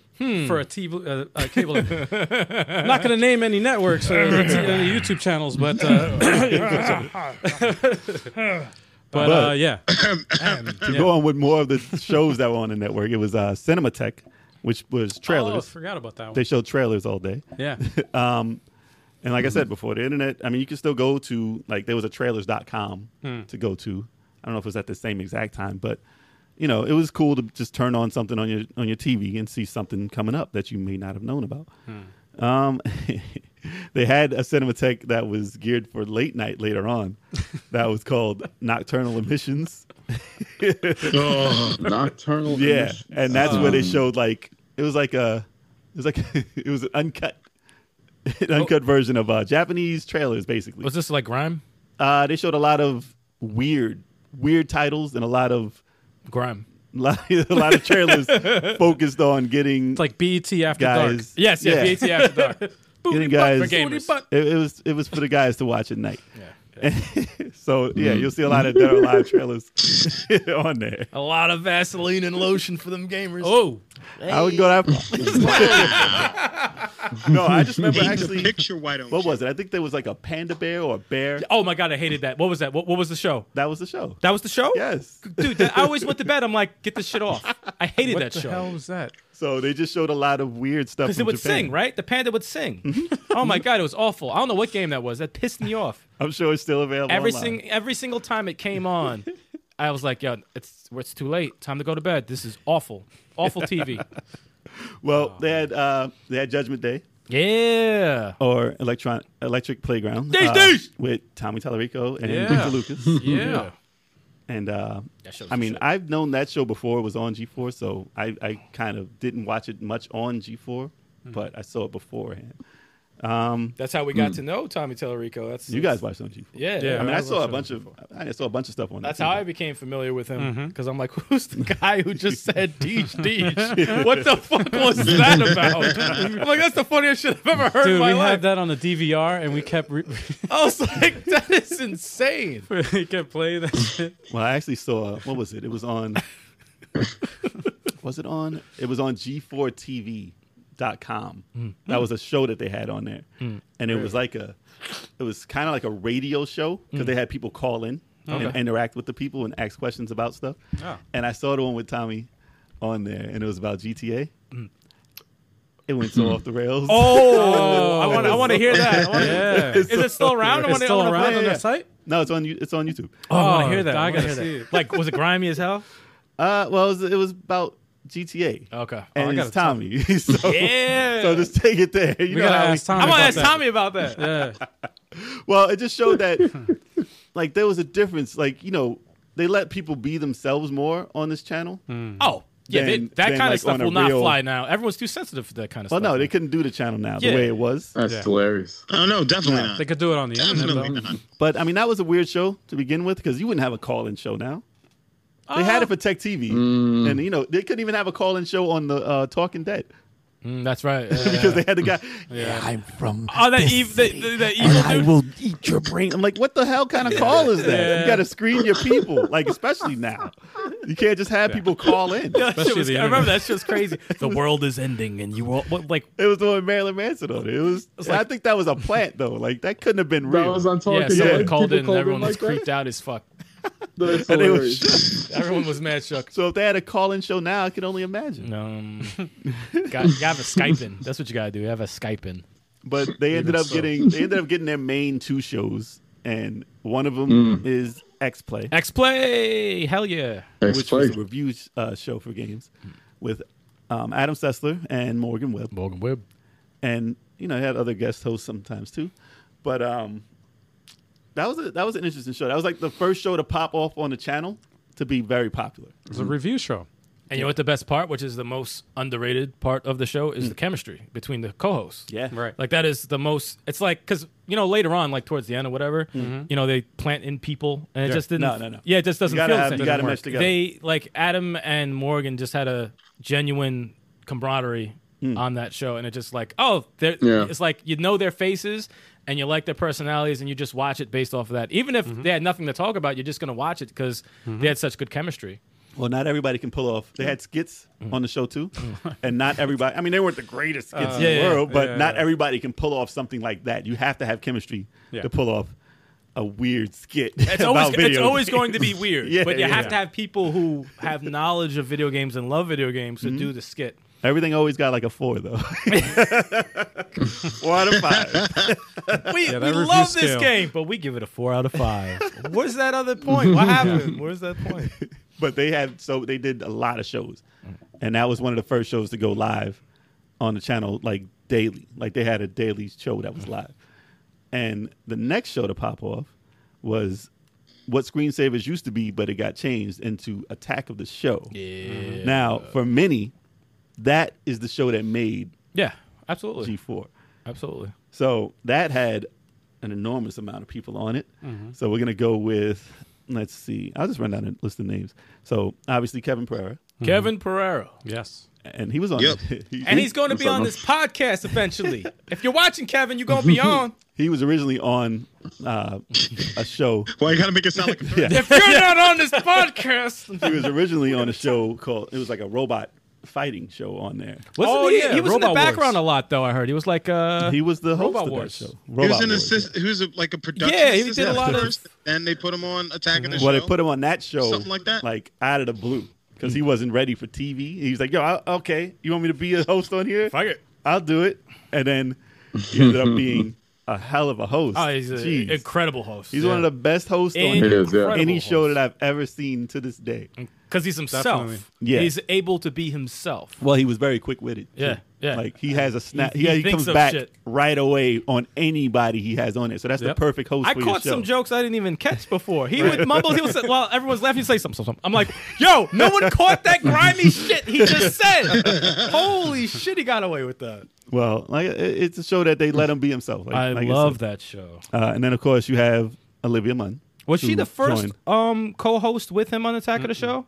B: for a TV uh, a cable. I'm not going to name any networks or t- any YouTube channels, but uh, but uh,
D: But-
B: yeah,
D: to go on with more of the shows that were on the network, it was uh, Cinematech, which was
B: oh, I
D: trailers.
B: forgot about that
D: they
B: one.
D: showed trailers all day.
B: Yeah,
D: And like I said before, the internet, I mean, you can still go to, like, there was a trailers.com to go to. I don't know if it was at the same exact time, but, you know, it was cool to just turn on something on your on your TV and see something coming up that you may not have known about. Um, they had a Cinematech that was geared for late night later on that was called Nocturnal Emissions.
A: it. Oh,
E: Nocturnal.
D: Yeah,
E: emissions.
D: and that's where they
E: Um,
D: showed like it was like a it was like it was an uncut an uncut version of uh, Japanese trailers basically.
C: Was this like grime?
D: Uh, they showed a lot of weird weird titles and a lot of
C: Grime.
D: lot, a lot of trailers focused on getting
B: it's like BET after dark.
D: guys.
C: Yes, yes,
D: yeah,
C: BAT after dark. butt
D: getting guys.
C: for gamers.
D: It, it was it was for the guys to watch at night. so yeah, you'll see a lot of there are a lot of trailers on there.
C: A lot of Vaseline and lotion for them gamers.
B: Oh,
D: I would go that far. no, I just remember
A: actually,
D: actually.
A: picture why don't
D: What
A: you?
D: was it? I think there was like a panda bear or a bear.
C: Oh my god, I hated that. What was that? What, what was the show?
D: That was the show.
C: That was the show?
D: Yes.
C: Dude, that, I always went to bed. I'm like, get this shit off. I hated
B: what
C: that
B: the
C: show.
B: hell was that?
D: So they just showed a lot of weird stuff.
C: Because
D: Because
C: it would sing, right? The panda would sing. oh my god, it was awful. I don't know what game that was. That pissed me off.
D: I'm sure it's still available.
C: Every
D: online.
C: sing, every single time it came on, I was like, yo, it's it's too late. Time to go to bed. This is awful. Awful TV.
D: Well, they had uh, they had Judgment Day
C: Yeah.
D: or Electron Electric Playground
C: Days,
D: uh,
C: days!
D: with Tommy Tallarico and
B: Yeah.
D: Victor Lucas.
B: Yeah,
D: And uh,
C: That show's
D: I mean,
C: shit.
D: I've known that show before. It was on G4, so I, I kind of didn't watch it much on G4, but I saw it beforehand.
C: That's how we got to know Tommy Tellerico. That's
D: You guys watched it on G4.
C: Yeah.
B: Yeah,
D: I mean,
B: I
D: I saw a
B: watched it
D: bunch of I saw a bunch of stuff on
C: That's
D: that.
C: how I became familiar with
B: Mm-hmm.
C: him because I'm like, who's the guy who just said Deej Deej? What the fuck was that about? I'm like, that's the funniest shit I've ever heard in
B: dude, we
C: my
B: had
C: life.
B: that on the DVR, and we kept re-
C: I was like, that is insane.
B: we kept playing that shit.
D: Well, I actually saw what was it? It was on. was it on? It was on G4TV.com. That was a show that they had on there, and it was like a, it was kind of like a radio show because they had people call in and interact with the people and ask questions about stuff.
B: Ah.
D: And I saw the one with Tommy on there, and it was about GTA. It went so off the rails.
C: Oh, I want I want to hear that. I wanna,
B: Yeah.
C: Is it still around? I
B: It's
C: want
B: still
C: to
B: around
D: yeah,
B: on
D: yeah.
B: their site?
D: No, it's on you. It's on YouTube.
B: I
C: want
B: wanna hear that. I
C: Oh, I
B: wanna
C: gotta
B: hear
C: see
B: that.
C: it. Like, was it grimy as hell?
D: Uh, well, it was, it was about GTA.
C: Okay.
D: and
B: gotta
D: it's Tommy. so,
C: Oh, Yeah.
D: so just take it there.
B: We
D: You know
B: gotta
D: how
B: ask
D: we-
B: Tommy.
C: I'm gonna
B: about
C: ask
B: that.
C: Tommy about that.
B: Yeah.
D: Well, it just showed that like there was a difference. Like you know, they let people be themselves more on this channel.
C: Oh, yeah. they-
D: Then-
C: that
D: then,
C: kind of
D: like,
C: stuff
D: on a
C: will not
D: real-
C: fly now. Everyone's too sensitive for that kind of
D: Well,
C: stuff.
D: Oh, no, they couldn't do the channel now
C: Yeah.
D: the way it was.
E: That's
B: Yeah.
E: hilarious.
A: Oh no, definitely
D: No.
A: not.
B: They could do it on the internet.
A: Definitely
B: Though.
A: not.
D: But I mean, that was a weird show to begin with because you wouldn't have a call-in show now. They had it
C: Uh,
D: for Tech TV, and you know they couldn't even have a call-in show on the uh, Talking Dead
C: Mm, that's right. Yeah,
D: because they had the guy.
C: yeah.
D: I'm from.
C: Oh, that ev- the, the, the evil dude.
D: will eat your brain. I'm like, what the hell kind of call is that?
B: Yeah.
D: You got to screen your people, like especially now. You can't just have people call in.
C: That shit
B: Especially
C: was,
B: the
C: I remember that shit was crazy. the world is ending, and you all what, like
D: It was the one with Marilyn Manson on it. It was. I think that was a plant though. Like that couldn't have been
E: That
D: real.
E: was on talking.
C: yeah, someone
E: Dead.
C: called
E: People
C: in, and everyone was
E: like that?
C: creeped out as fuck.
E: That's
D: And they was-
E: hilarious.
C: Everyone was mad shook.
D: so if they had a call-in show now, I can only imagine.
C: Um, got, you gotta have a Skype in. That's what you gotta do. You have a Skype in.
D: But they ended up
B: so.
D: getting they ended up getting their main two shows, and one of them
E: Mm.
D: is X Play,
C: X Play, hell yeah.
D: which was a review uh, show for games with um, Adam Sessler and Morgan Webb.
F: Morgan Webb.
D: and you know they had other guest hosts sometimes too but um that was a, that was an interesting show that was like the first show to pop off on the channel to be very popular
B: It's a review show.
C: And you know what the best part, which is the most underrated part of the show, is the chemistry between the co-hosts.
D: yeah
B: Right.
C: Like that is the most. It's like because you know later on, like towards the end or whatever, you know they plant in people and it just didn't.
D: No, no, no.
C: Yeah, it just doesn't
D: gotta
C: feel
D: have-
C: the same.
D: you gotta mesh together.
C: They like Adam and Morgan just had a genuine camaraderie
D: Hmm.
C: on that show, and it just like oh, they're,
E: Yeah.
C: it's like you know their faces and you like their personalities, and you just watch it based off of that. Even if they had nothing to talk about, you're just gonna watch it because they had such good chemistry.
D: well not everybody can pull off they had skits
C: Mm.
D: on the show too and not everybody i mean they weren't the greatest skits in the
C: Uh, yeah, yeah,
D: world but
B: yeah,
D: not
B: yeah.
D: everybody can pull off something like that you have to have chemistry
B: Yeah.
D: to pull off a weird skit
C: It's always
D: about video
C: it's always
D: games.
C: going to be weird,
D: Yeah,
C: but you
D: yeah.
C: have to have people who have knowledge of video games and love video games to do the skit.
D: everything always got like a four though one out of five
C: We,
B: Yeah,
C: we
B: that review
C: love this
B: scale.
C: game, but we give it a four out of five. Where's that other point? What happened? Where's that point?
D: but they had so they did a lot of shows, and that was one of the first shows to go live on the channel like daily. Like they had a daily show that was live, and the next show to pop off was what screensavers used to be, but it got changed into Attack of the Show. Yeah. Now for many, that is the show that made
C: Yeah, absolutely,
D: G four.
C: absolutely.
D: So that had an enormous amount of people on it.
C: Mm-hmm.
D: So we're gonna go with let's see. I'll just run down a list of names. So obviously Kevin Pereira,
C: Kevin Pereira,
B: Yes.
D: and he was on.
A: Yep.
D: he,
C: and he's going to
E: What's
C: be
E: up,
C: on
E: man?
C: this podcast eventually. if you're watching, Kevin, you're going to be on.
D: he was originally on uh, a show.
A: Well, you gotta make it sound like a threat.
D: Yeah,
C: If you're not on this podcast,
D: he was originally on a show called. It was like a robot fighting show on there.
C: oh
B: he-
C: yeah,
B: he
C: he
B: was
C: was
B: in the
C: in
B: background
C: the background a lot though. I heard he was like, uh,
D: He was the host
C: Robot
D: of
C: Wars.
D: that show.
A: He was an
D: Wars,
A: assist. He was a, like a production.
C: Yeah, he did
A: assistant
C: a lot
A: at
C: of-
A: first, And they put him on attacking the show.
D: Well, they put him on that show,
A: Something like that?
D: like out of the blue, because
C: Mm.
D: he wasn't ready for TV. He was like, "Yo, I, okay, you want me to be a host on here?
C: Fuck it.
D: I'll do it." And then he ended up being a hell of a host.
C: oh, he's an
D: Jeez.
C: incredible host.
D: He's one of the best hosts
E: He
D: on
E: is, yeah.
D: any show that I've ever seen to this day.
C: because he's himself.
B: Definitely.
D: Yeah.
C: he's able to be himself.
D: Well, he was very quick witted.
C: Yeah, yeah.
D: Like he has a snap.
C: He-
D: He,
C: he
D: he
C: thinks
D: comes
C: of
D: back
C: shit.
D: right away on anybody he has on it. So that's
B: Yep.
D: the perfect host
C: I
D: for
C: caught
D: your show.
C: some jokes I didn't even catch before. He would mumble. He would say, "Well, everyone's laughing." He'd say something, something. I'm like, "Yo, no one caught that grimy shit he just said." Holy shit, he got away with that.
D: Well, like it- it's a show that they let him be himself. Like,
C: I
D: like
C: love
D: said.
C: that show.
D: Uh, and then of course you have Olivia Munn.
C: Was she
D: who
C: the first
D: joined.
C: um, co-host with him on Attack of the Show?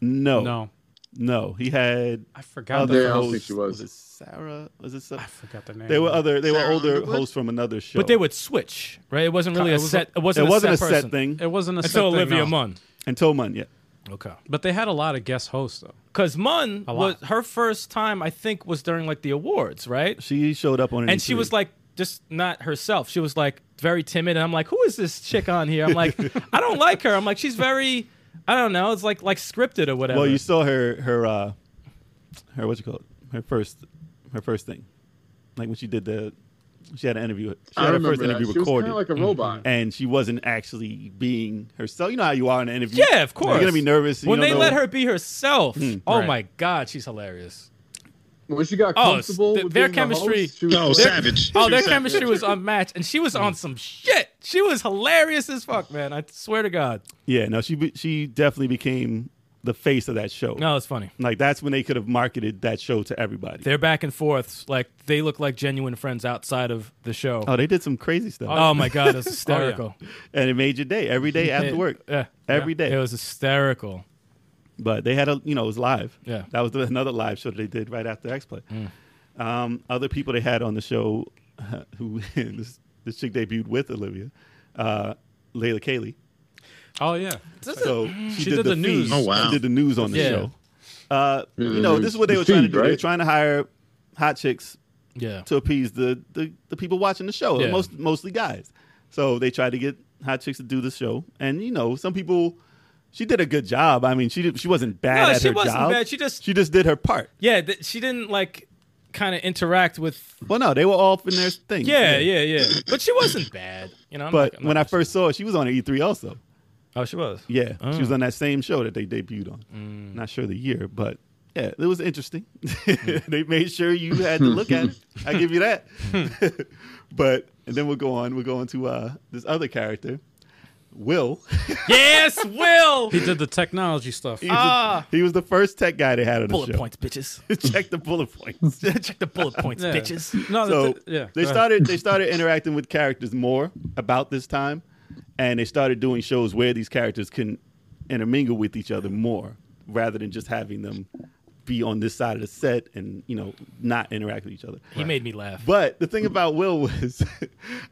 D: No,
B: No.
D: no. He had
B: I forgot
D: other
B: the,
E: Yeah, I don't
D: hosts.
E: think she was.
D: it Sarah? Was it? Sarah?
B: I forgot the name.
D: They were other. They were
A: Sarah
D: older
A: Underwood?
D: hosts from another show.
C: But they would switch, right? It wasn't really
B: It
C: a
B: was-
C: set. It
D: It
C: wasn't.
D: wasn't a set,
C: person.
D: thing.
B: It wasn't a set
C: Until Olivia
B: thing, no.
C: Munn.
D: And Tolman, yeah.
C: Okay.
B: But they had a lot of guest hosts though.
C: Because Munn was
B: lot.
C: her first time. I think was during like the awards, right?
D: She showed up on. E
C: and she was like just not herself she was like very timid and i'm like who is this chick on here i'm like i don't like her i'm like she's very i don't know it's like like scripted or whatever
D: Well, you saw her her uh her what you call it? Her first her first thing. Like when she did the she had an interview. She
E: I
D: had her
E: remember
D: first
E: that.
D: interview
E: She was kind
D: recorded.
E: of like a robot.
D: and she wasn't actually being herself. You know how you are in an interview.
C: yeah of course
D: You're gonna be nervous.
C: when
D: you
C: they
D: don't
C: let
D: know-
C: her be herself
D: Hmm,
C: oh
B: Right.
C: my god she's hilarious
E: When she got
C: Oh,
E: comfortable
C: th-
E: with
C: their
E: being the host,
C: chemistry-
E: she was
A: No,
E: like-
A: savage.
C: oh
A: She
C: their
A: savage.
C: chemistry was unmatched and she was
D: Hmm.
C: on some shit she was hilarious as fuck man i swear to god
D: yeah, no, she be- she definitely became the face of that show.
C: no it's funny
D: Like that's when they could have marketed that show to everybody.
C: they're back and forth like they look like genuine friends outside of the show
D: oh, they did some crazy stuff,
C: oh my god it's hysterical
D: and it made your day every day after work.
C: yeah
D: Every day.
C: it was hysterical
D: But they had a, you know, it was live.
C: Yeah. Mm.
D: that was the, another live show that they did right after X Play. Um, other people they had on the show, uh, who this, this chick debuted with Olivia, uh, Layla Cayley.
B: Oh yeah.
D: So she,
B: did the news.
D: feed.
A: Oh, wow.
D: She did the news on the
C: Yeah.
D: show. Uh,
E: did
D: you
E: the
D: know,
E: news.
D: this is what they
E: The
D: were trying to
E: feed,
D: do. They were
E: right?
D: trying to hire hot chicks
C: yeah
D: to appease the the, the people watching the show,
C: Yeah.
D: most mostly guys. So they tried to get hot chicks to do the show, and you know, some people. She did a good job. I mean, she did, she wasn't bad
C: No,
D: at
C: she
D: her
C: wasn't
D: job.
C: bad. She just-
D: she just did her part.
C: Yeah, th- she didn't like kind of interact with.
D: Well, no, they were off in their thing.
C: Yeah, yeah, yeah. But she wasn't bad, you know. I'm
D: But
C: not- I'm not
D: when I
C: gonna-
D: first saw her, she was on E3 also.
C: oh, she was.
D: Yeah,
C: Oh.
D: she was on that same show that they debuted on.
C: Mm.
D: Not sure the year, but yeah, it was interesting.
C: Mm.
D: they made sure you had to look at it. I give you that. but and then we'll go on. We'll go on to uh, this other character, Will.
C: Yes, Will.
B: He did the technology stuff.
D: he, was
C: Ah.
D: the, he was the first tech guy they had on the
C: bullet
D: show.
C: points, bitches.
D: Check the bullet points.
C: Check the bullet points,
B: Yeah.
C: bitches.
B: No,
D: so
B: that's it. yeah.
D: they
B: go ahead.
D: started they started interacting with characters more about this time and they started doing shows where these characters can intermingle with each other more rather than just having them be on this side of the set and you know not interact with each other
C: He made me laugh.
D: but the thing about will was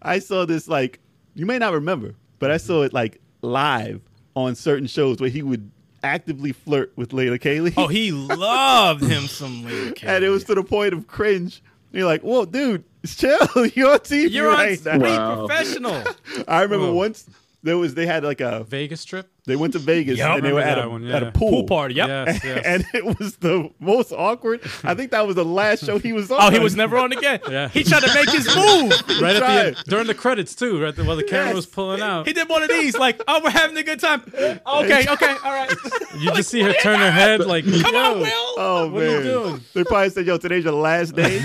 D: i saw this like you may not remember but i saw it like live on certain shows where he would actively flirt with layla Kaylee.
C: oh, he loved him some Lady Kay.
D: and it was to the point of cringe you're like whoa dude chill you're on tv
C: You're on
D: right now.
C: street
E: Wow.
C: professional.
D: I remember
B: Whoa.
D: once there was they had like a
B: Vegas trip.
D: they went to Vegas
C: Yeah, I
D: and they were
B: remember
D: at
B: that
D: a,
B: one,
D: at
B: yeah.
D: a pool,
C: Pool party. Yep.
B: Yes, yes.
D: and it was the most awkward. I think that was the last show he was on.
C: Oh, he was never on again.
B: Yeah.
C: He tried to make his move.
B: right at
D: tried.
B: the end, during the credits too. Right, while the camera was pulling out,
C: He did one of these, like, oh, we're having a good time. Okay, okay, all right.
B: you just see her turn her head like,
C: Come on,
B: "Yo,
C: Will.
D: Oh
B: What are
D: man,
B: you doing?
D: they probably said, "Yo, today's your last day."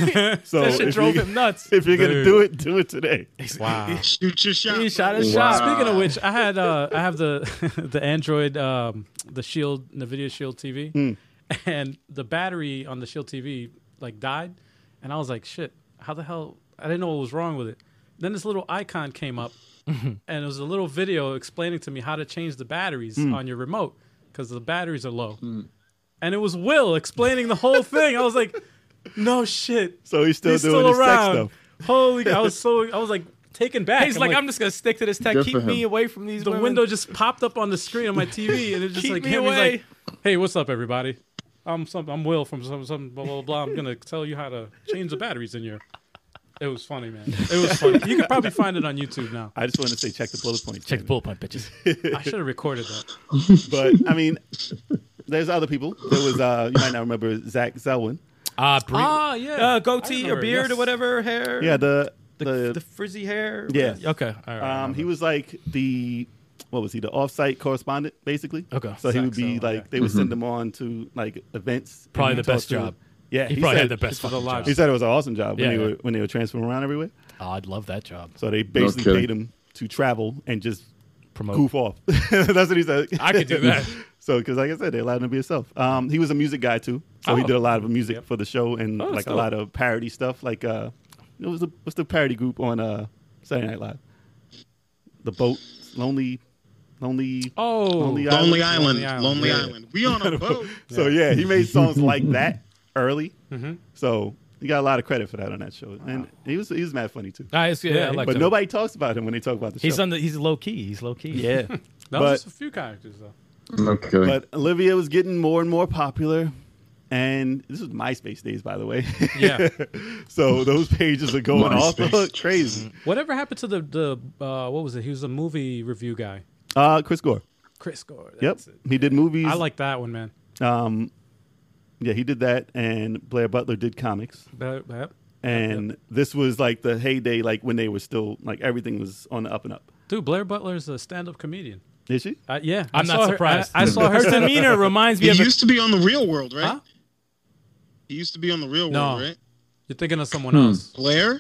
D: So
C: that shit
D: if,
C: drove
D: you,
C: him nuts.
D: if you're gonna
B: Dude.
D: do it, do it today.
B: wow."
A: Shoot your shot.
C: He shot his
E: Wow.
C: shot.
B: Speaking of which, I had uh, I have the the Android um, the Shield Nvidia Shield TV,
D: Hmm.
B: and the battery on the Shield TV like died, and I was like, shit, how the hell? I didn't know what was wrong with it. Then this little icon came up, and it was a little video explaining to me how to change the batteries
D: Hmm.
B: on your remote because the batteries are low,
C: Hmm.
B: and it was Will explaining the whole thing. I was like, no shit,
D: So he's still
B: he's
D: doing
B: still
D: his
B: around.
D: sex stuff.
B: Holy, I was so I was like taken back.
C: He's like, I'm just gonna stick to this tech.
E: Good
C: Keep
E: for
C: me
E: him.
C: away from these.
B: the
C: women.
B: window just popped up on the screen on my TV, and it just
C: Keep
B: like
C: me
B: him. He's
C: away.
B: like, "Hey, what's up, everybody? I'm some, I'm Will from some some blah blah blah. I'm gonna tell you how to change the batteries in your." It was funny, man. It was funny. You can probably find it on YouTube now.
D: I just wanted to say, check the bullet points.
C: Check the bullet point, bitches.
B: I should have recorded that.
D: But I mean, there's other people. There was uh, you might not remember Zach Zelwin.
C: Ah, bre-
B: Ah, yeah.
C: uh,
B: I
C: goatee
B: remember,
C: or beard
B: yes.
C: or whatever hair.
D: Yeah, the
C: the,
D: the,
C: the frizzy hair.
D: Yeah.
C: Okay. All right.
D: Um, he was like the what was he the off-site correspondent basically.
C: Okay.
D: So he would be
C: Saxo, okay.
D: like they would send him on to like events. and
C: Probably
D: he'd
C: the best
D: talk to-
C: job.
D: Yeah,
C: he, probably
D: said,
C: had the best
B: for the
C: fucking
B: live
C: job.
D: He said it was an awesome job when
C: Yeah,
D: they
C: yeah.
D: were when they were transferring around everywhere.
C: Oh, I'd love that job.
D: So they basically
E: kidding.
D: paid him to travel and just
C: Promote.
D: goof off. That's what he said.
C: I could do that.
D: so because like I said, they allowed him to be himself. Um, he was a music guy too, so he
C: Oh.
D: did a lot of music for the show and
C: Oh,
D: like
C: so-
D: a lot of parody stuff. Like uh, it was the, what's the parody group on uh Saturday Night Live? The boat, lonely, lonely.
B: Oh,
D: Lonely Island.
A: Lonely Island.
B: Lonely
A: Lonely
B: Island,
A: Island.
B: yeah.
A: We on a boat.
D: So yeah, he made songs like that early.
C: Mm-hmm.
D: So he got a lot of credit for that on that show, and he was he was mad funny too.
C: Ah, it's- yeah,
B: Yeah,
C: I like
D: But nobody talks about him when they talk about the
C: He's
D: show.
C: on the. He's low key. He's low key.
D: yeah.
B: that
D: but-
B: was just a few characters though.
E: No kidding.
D: But Olivia was getting more and more popular. And this was MySpace days, by the way.
B: Yeah.
D: so those pages are going off the
A: MySpace.
D: hook crazy.
B: Whatever happened to the the uh, what was it? He was a movie review guy,
D: Uh, Chris Gore.
B: Chris Gore.
D: Yep.
B: that's it.
D: He did movies.
B: I like that one, man.
D: um, yeah, he did that. And Blair Butler did comics.
B: That- that-
D: And this was like the heyday, like when they were still, like everything was on the up and up.
B: Dude, Blair Butler's a stand-up comedian.
D: Is she?
B: Uh, yeah, I
C: I'm
B: saw
C: not
B: her-
C: surprised.
B: I, I saw her
C: Her
B: stand-up
C: demeanor reminds me
A: He
C: of a
A: used to be on the Real World, right?
B: Huh?
A: He used to be on the Real
B: No.
A: World, right?
B: You're thinking of someone else.
A: Blair.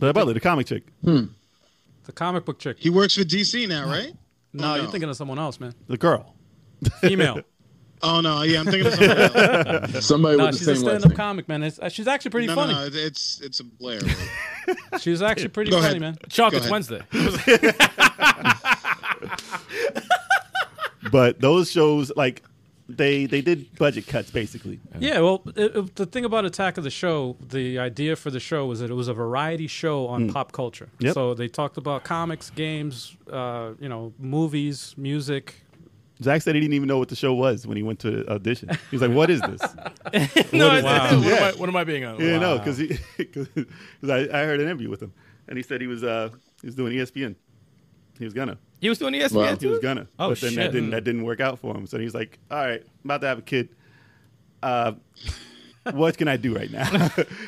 D: Blair Butler, the comic chick.
B: The comic book chick.
A: He works for DC now, right?
B: No,
A: Oh,
B: you're
A: no.
B: thinking of someone else, man.
D: The girl.
B: Female.
A: Oh no, yeah, I'm thinking of someone else.
E: Somebody
B: no,
E: with
B: she's
E: the
B: a
E: same last
B: stand-up
E: name.
B: comic, man. It's, uh, she's actually pretty
A: no,
B: funny.
A: no, no, it's it's a Blair.
B: She's actually pretty
A: Go
B: funny,
A: ahead.
B: man.
C: Chalk.
A: Go
C: It's
A: ahead.
C: Wednesday.
D: But those shows, like, they they did budget cuts basically.
B: Yeah, well, it, it- the thing about Attack of the Show, the idea for the show was that it was a variety show on pop culture.
D: Mm. Yep.
B: So they talked about comics, games, uh, you know, movies, music.
D: Zach said he didn't even know what the show was when he went to audition. He was like, "What is this?"
C: no, I-
B: Wow.
C: what, am I, what am I being on?
D: He didn't know
B: Wow.
D: because I, I heard an interview with him, and he said he was uh, he was doing ESPN. He was gonna,
C: He was doing ESPN
E: Wow.
D: he
C: too.
D: was gonna.
C: Oh,
D: but then
C: shit.
D: that didn't that didn't work out for him. So he's like, "All right, I'm about to have a kid. Uh, what can I do right now?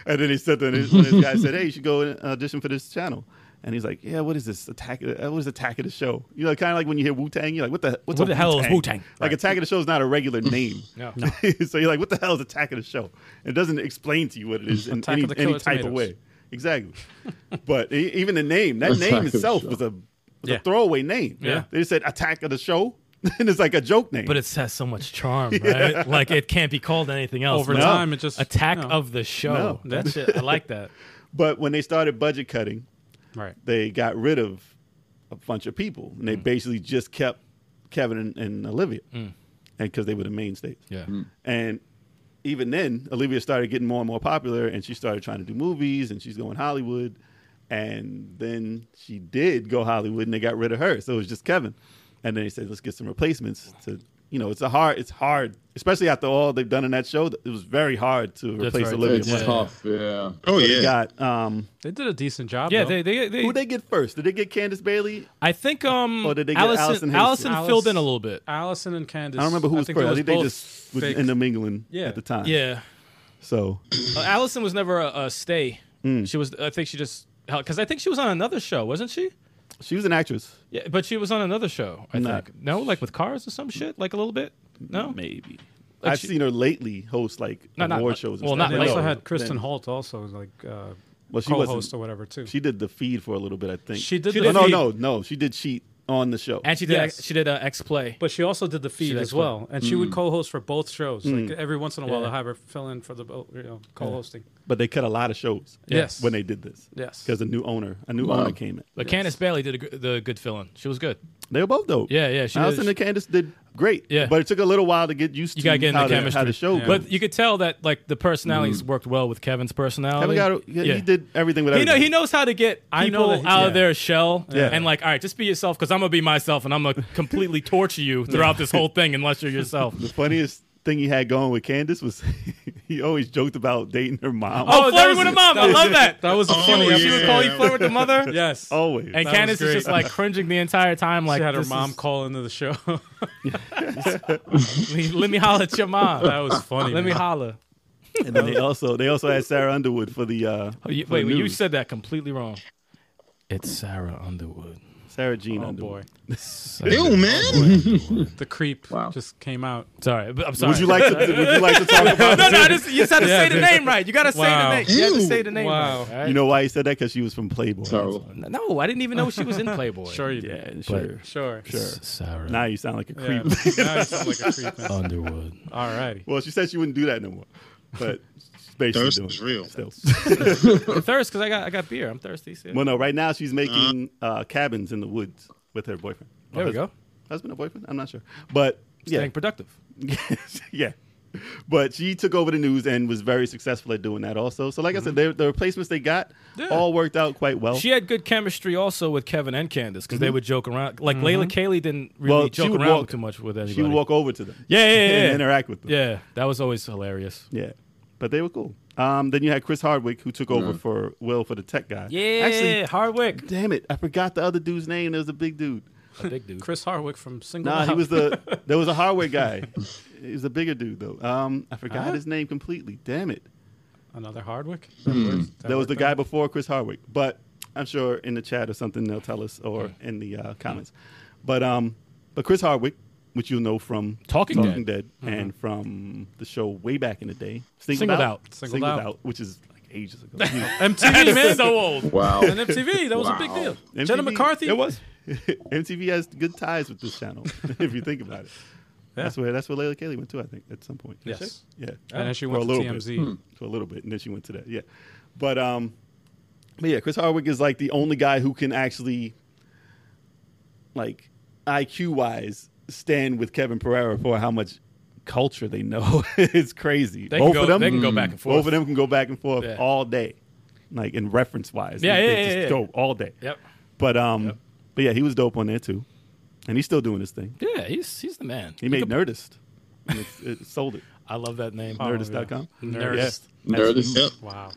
D: and then he said to this, this guy said, hey, you should go and audition for this channel. And he's like, yeah, what is this attack? uh, What is attack of the show? You know, kind of like when you hear Wu Tang, you're like, what the what's
C: What
D: a
C: the hell is Wu-Tang?
D: Like attack of the show is not a regular name.
B: No.
D: so you're like, what the hell is attack of the show? It doesn't explain to you what it is in
B: Attack
D: any,
B: of the
D: any
B: Killer
D: type of
B: Tomatoes.
D: way. Exactly. but e- even the name, that
E: Attack of
D: name
E: the
D: itself
E: Show.
D: was a, was
B: Yeah.
D: a throwaway name.
C: Yeah.
D: They just said attack of the show, and it's like a joke name.
C: But it has so much charm, right? Like it can't be called anything else.
B: Over
C: No.
B: time, it just
C: Attack
B: no.
C: of the show.
D: No.
C: That shit, I like that.
D: But when they started budget cutting,
B: right.
D: they got rid of a bunch of people, and they basically just kept Kevin and, and Olivia, and because they were the mainstays.
B: Yeah.
D: And even then, Olivia started getting more and more popular, and she started trying to do movies, and she's going Hollywood. And then she did go Hollywood, and they got rid of her, so it was just Kevin. And then they said, "Let's get some replacements." To you know, it's a hard, it's hard, especially after all they've done in that show. It was very hard to replace
C: right.
D: Olivia.
E: It's
D: Munn.
E: tough. Yeah.
A: Oh
D: So they
A: yeah.
D: got um,
B: They did a decent job.
C: Yeah,
B: though.
C: they, they, they,
D: who they get first? Did they get Candace Bailey?
C: I think um
D: Or did they get
C: Allison
D: Allison
C: Allison,
D: Hansen?
C: filled
B: Alice-
C: in a little bit.
B: Allison and Candace.
D: I don't remember who was
B: think
D: first.
B: it
D: I think they
B: both
D: just was
B: fake.
D: in them England
B: Yeah.
D: at the time.
C: Yeah.
D: So
C: Uh, Allison was never a, a stay.
D: Hmm.
C: She was I think she just because I think she was on another show, wasn't she?
D: she was an actress.
C: Yeah, but she was on another show, I
D: No.
C: think. No, like with cars or some shit, like a little bit? No?
D: Maybe.
C: Like
D: I've
C: she-
D: seen her lately host like
C: No, not-
D: award shows. And
C: well,
D: stuff.
B: They
C: not
B: also
C: No,
B: had Kristen
D: then-
B: Holt also like uh,
D: Well, she
B: co-host
D: wasn't.
B: or whatever too.
D: She did the feed for a little bit, I think.
B: She did
C: She
B: the
D: Oh, no,
B: feed,
D: no, no. She did cheat on the show.
C: And she did
B: Yes.
C: she did uh, X Play.
B: but she also did the feed
C: did
B: as
C: X-Men.
B: well, and she
D: Mm.
B: would co-host for both shows. Like every once in a while,
C: Yeah.
B: they'll have her fill in for the bo- you know, co-hosting.
D: but they cut a lot of shows.
B: Yes.
D: When they did this.
B: Yes.
D: Because a new owner, a new owner came in.
C: But Candace Bailey did a, g- the good fill-in. She was good.
D: They were both dope.
C: Yeah, yeah, she did-
D: Allison and Candace did great.
C: Yeah.
D: But it took a little while to get used
C: You
D: to
C: gotta get in
D: how,
C: the
D: the,
C: chemistry.
D: how the show.
B: Yeah.
D: goes. Mm-hmm.
C: But you could tell that like the personalities worked well with Kevin's personality.
D: Kevin got- he-
C: Yeah.
D: he did everything with
C: He, know,
D: everybody.
C: he knows how to get
B: I know
C: people
B: that he-
C: out
B: yeah.
C: of their shell
D: Yeah.
C: and like, all right, just be yourself because I'm gonna be myself and I'm gonna completely torture you throughout this whole thing unless you're yourself. Oh,
D: The funniest thing he had going with Candace was he always joked about dating her mom.
C: Oh,
B: that
C: flirting
B: was-
C: with a mom!
B: that
C: I
B: was-
C: love that.
B: That was a
A: Oh,
B: funny.
A: yeah.
C: She would call you flirt with the mother.
B: Yes.
D: Always.
C: And
B: That
C: Candace
B: was
C: is just
B: great.
C: like cringing the entire time. Like
B: she had her
C: this
B: mom
C: is-
B: call into the show.
C: Let, me holler at your mom.
B: that was funny.
C: Let me
B: man.
C: holler.
D: And then they also they also had Sarah Underwood for the uh
C: Oh, you,
D: for
C: wait,
D: the
C: wait, you
D: news.
C: said that completely wrong. It's Sarah Underwood.
D: Sarah Jean
B: Oh
D: Underwood.
B: boy,
A: Ew, man.
B: the creep
E: Wow.
B: just came out.
C: Sorry, but I'm sorry.
D: Would you like to would you like to talk about
C: No, no, I just, you just had to
B: Yeah,
C: say the
B: dude.
C: name right. You gotta
B: Wow.
C: say the name. You had to
A: Ew.
C: say the name.
B: Wow.
C: Right.
D: You know why he said that? Because she was from Playboy.
E: Terrible.
C: No, I didn't even know she was in Playboy.
B: Sure you did.
D: Yeah, sure.
B: Sure.
D: Sure.
C: Sarah
D: Now you sound like a
B: Yeah.
D: creep.
B: now you sound like a creep. man.
C: Underwood.
B: All righty.
D: Well, she said she wouldn't do that no more. But she's basically
A: Thirst
D: doing
A: is
D: it
A: real.
D: Still.
C: I'm thirst because I got I got beer. I'm thirsty. See?
D: well, no, right now she's making
A: Uh-huh.
D: uh, cabins in the woods with her boyfriend.
C: There
D: Or
C: we
D: husband.
C: go.
D: Husband or boyfriend? I'm not sure. But yeah,
C: Staying productive.
D: yeah. But she took over the news and was very successful at doing that also. So like I said, the, the replacements they got all worked out quite well.
C: Mm-hmm. She had good chemistry also with Kevin and Candace because they would joke around. Like Layla Kaylee didn't really
D: Mm-hmm. Well, she
C: joke
D: would
C: around
D: walk-
C: too much with anybody.
D: she would walk over to them.
C: Yeah, yeah, yeah.
D: And
C: yeah.
D: interact with them.
C: Yeah, that was always hilarious.
D: Yeah. But they were cool. Um, then you had Chris Hardwick who took
C: Mm-hmm.
D: over for Will for the tech guy. Actually,
C: Hardwick,
D: damn it, I forgot the other dude's name. There was a big dude.
C: a big dude.
B: Chris Harwick from Single.
D: Nah, he
B: Out.
D: was the there was a Hardwick guy. He was a bigger dude though. Um, I forgot
C: Uh-huh.
D: his name completely. Damn it.
B: another Hardwick.
D: Hmm. That was the guy before Chris Hardwick, but I'm sure in the chat or something they'll tell us, or in the uh, comments. But um, but Chris Hardwick, which you'll know from
C: Talking
D: Dead, and from the show way back in the day,
C: Singled Out.
B: Singled
D: Singled,
B: Out.
D: out. which is like ages ago. You know,
B: MTV man.
C: so old.
E: Wow.
B: And MTV, that was a big
E: Wow.
B: deal.
D: MTV
B: Jenna McCarthy.
D: It was. MTV has good ties with this channel, if you think about it. That's where that's where Layla Kaylee went to, I think, at some point.
B: Yes.
D: Yeah.
B: And then she
D: For
B: went
D: a
B: to
D: little
B: TMZ.
C: Hmm.
D: Bit. For a little bit, and then she went to that. Yeah. But um, but yeah, Chris Hardwick is like the only guy who can actually, like, IQ wise, stand with Kevin Pereira for how much culture they know. it's crazy.
C: They can
D: both
C: go-
D: of them
C: they can go back and forth.
D: Both of them can go back and forth
C: Yeah.
D: all day, like in reference wise.
C: Yeah,
D: they,
C: yeah,
D: they
C: yeah,
D: just
C: yeah.
D: go all day.
C: Yep.
D: But um, but yeah, he was dope on there too, and he's still doing his thing.
C: Yeah, he's he's the man.
D: He made Nerdist. And it's- it sold it.
C: I love that name.
B: Oh,
D: Nerdist.com.
C: Nerdist.
D: Yeah.
E: Nerdist.
A: Yep.
B: Wow.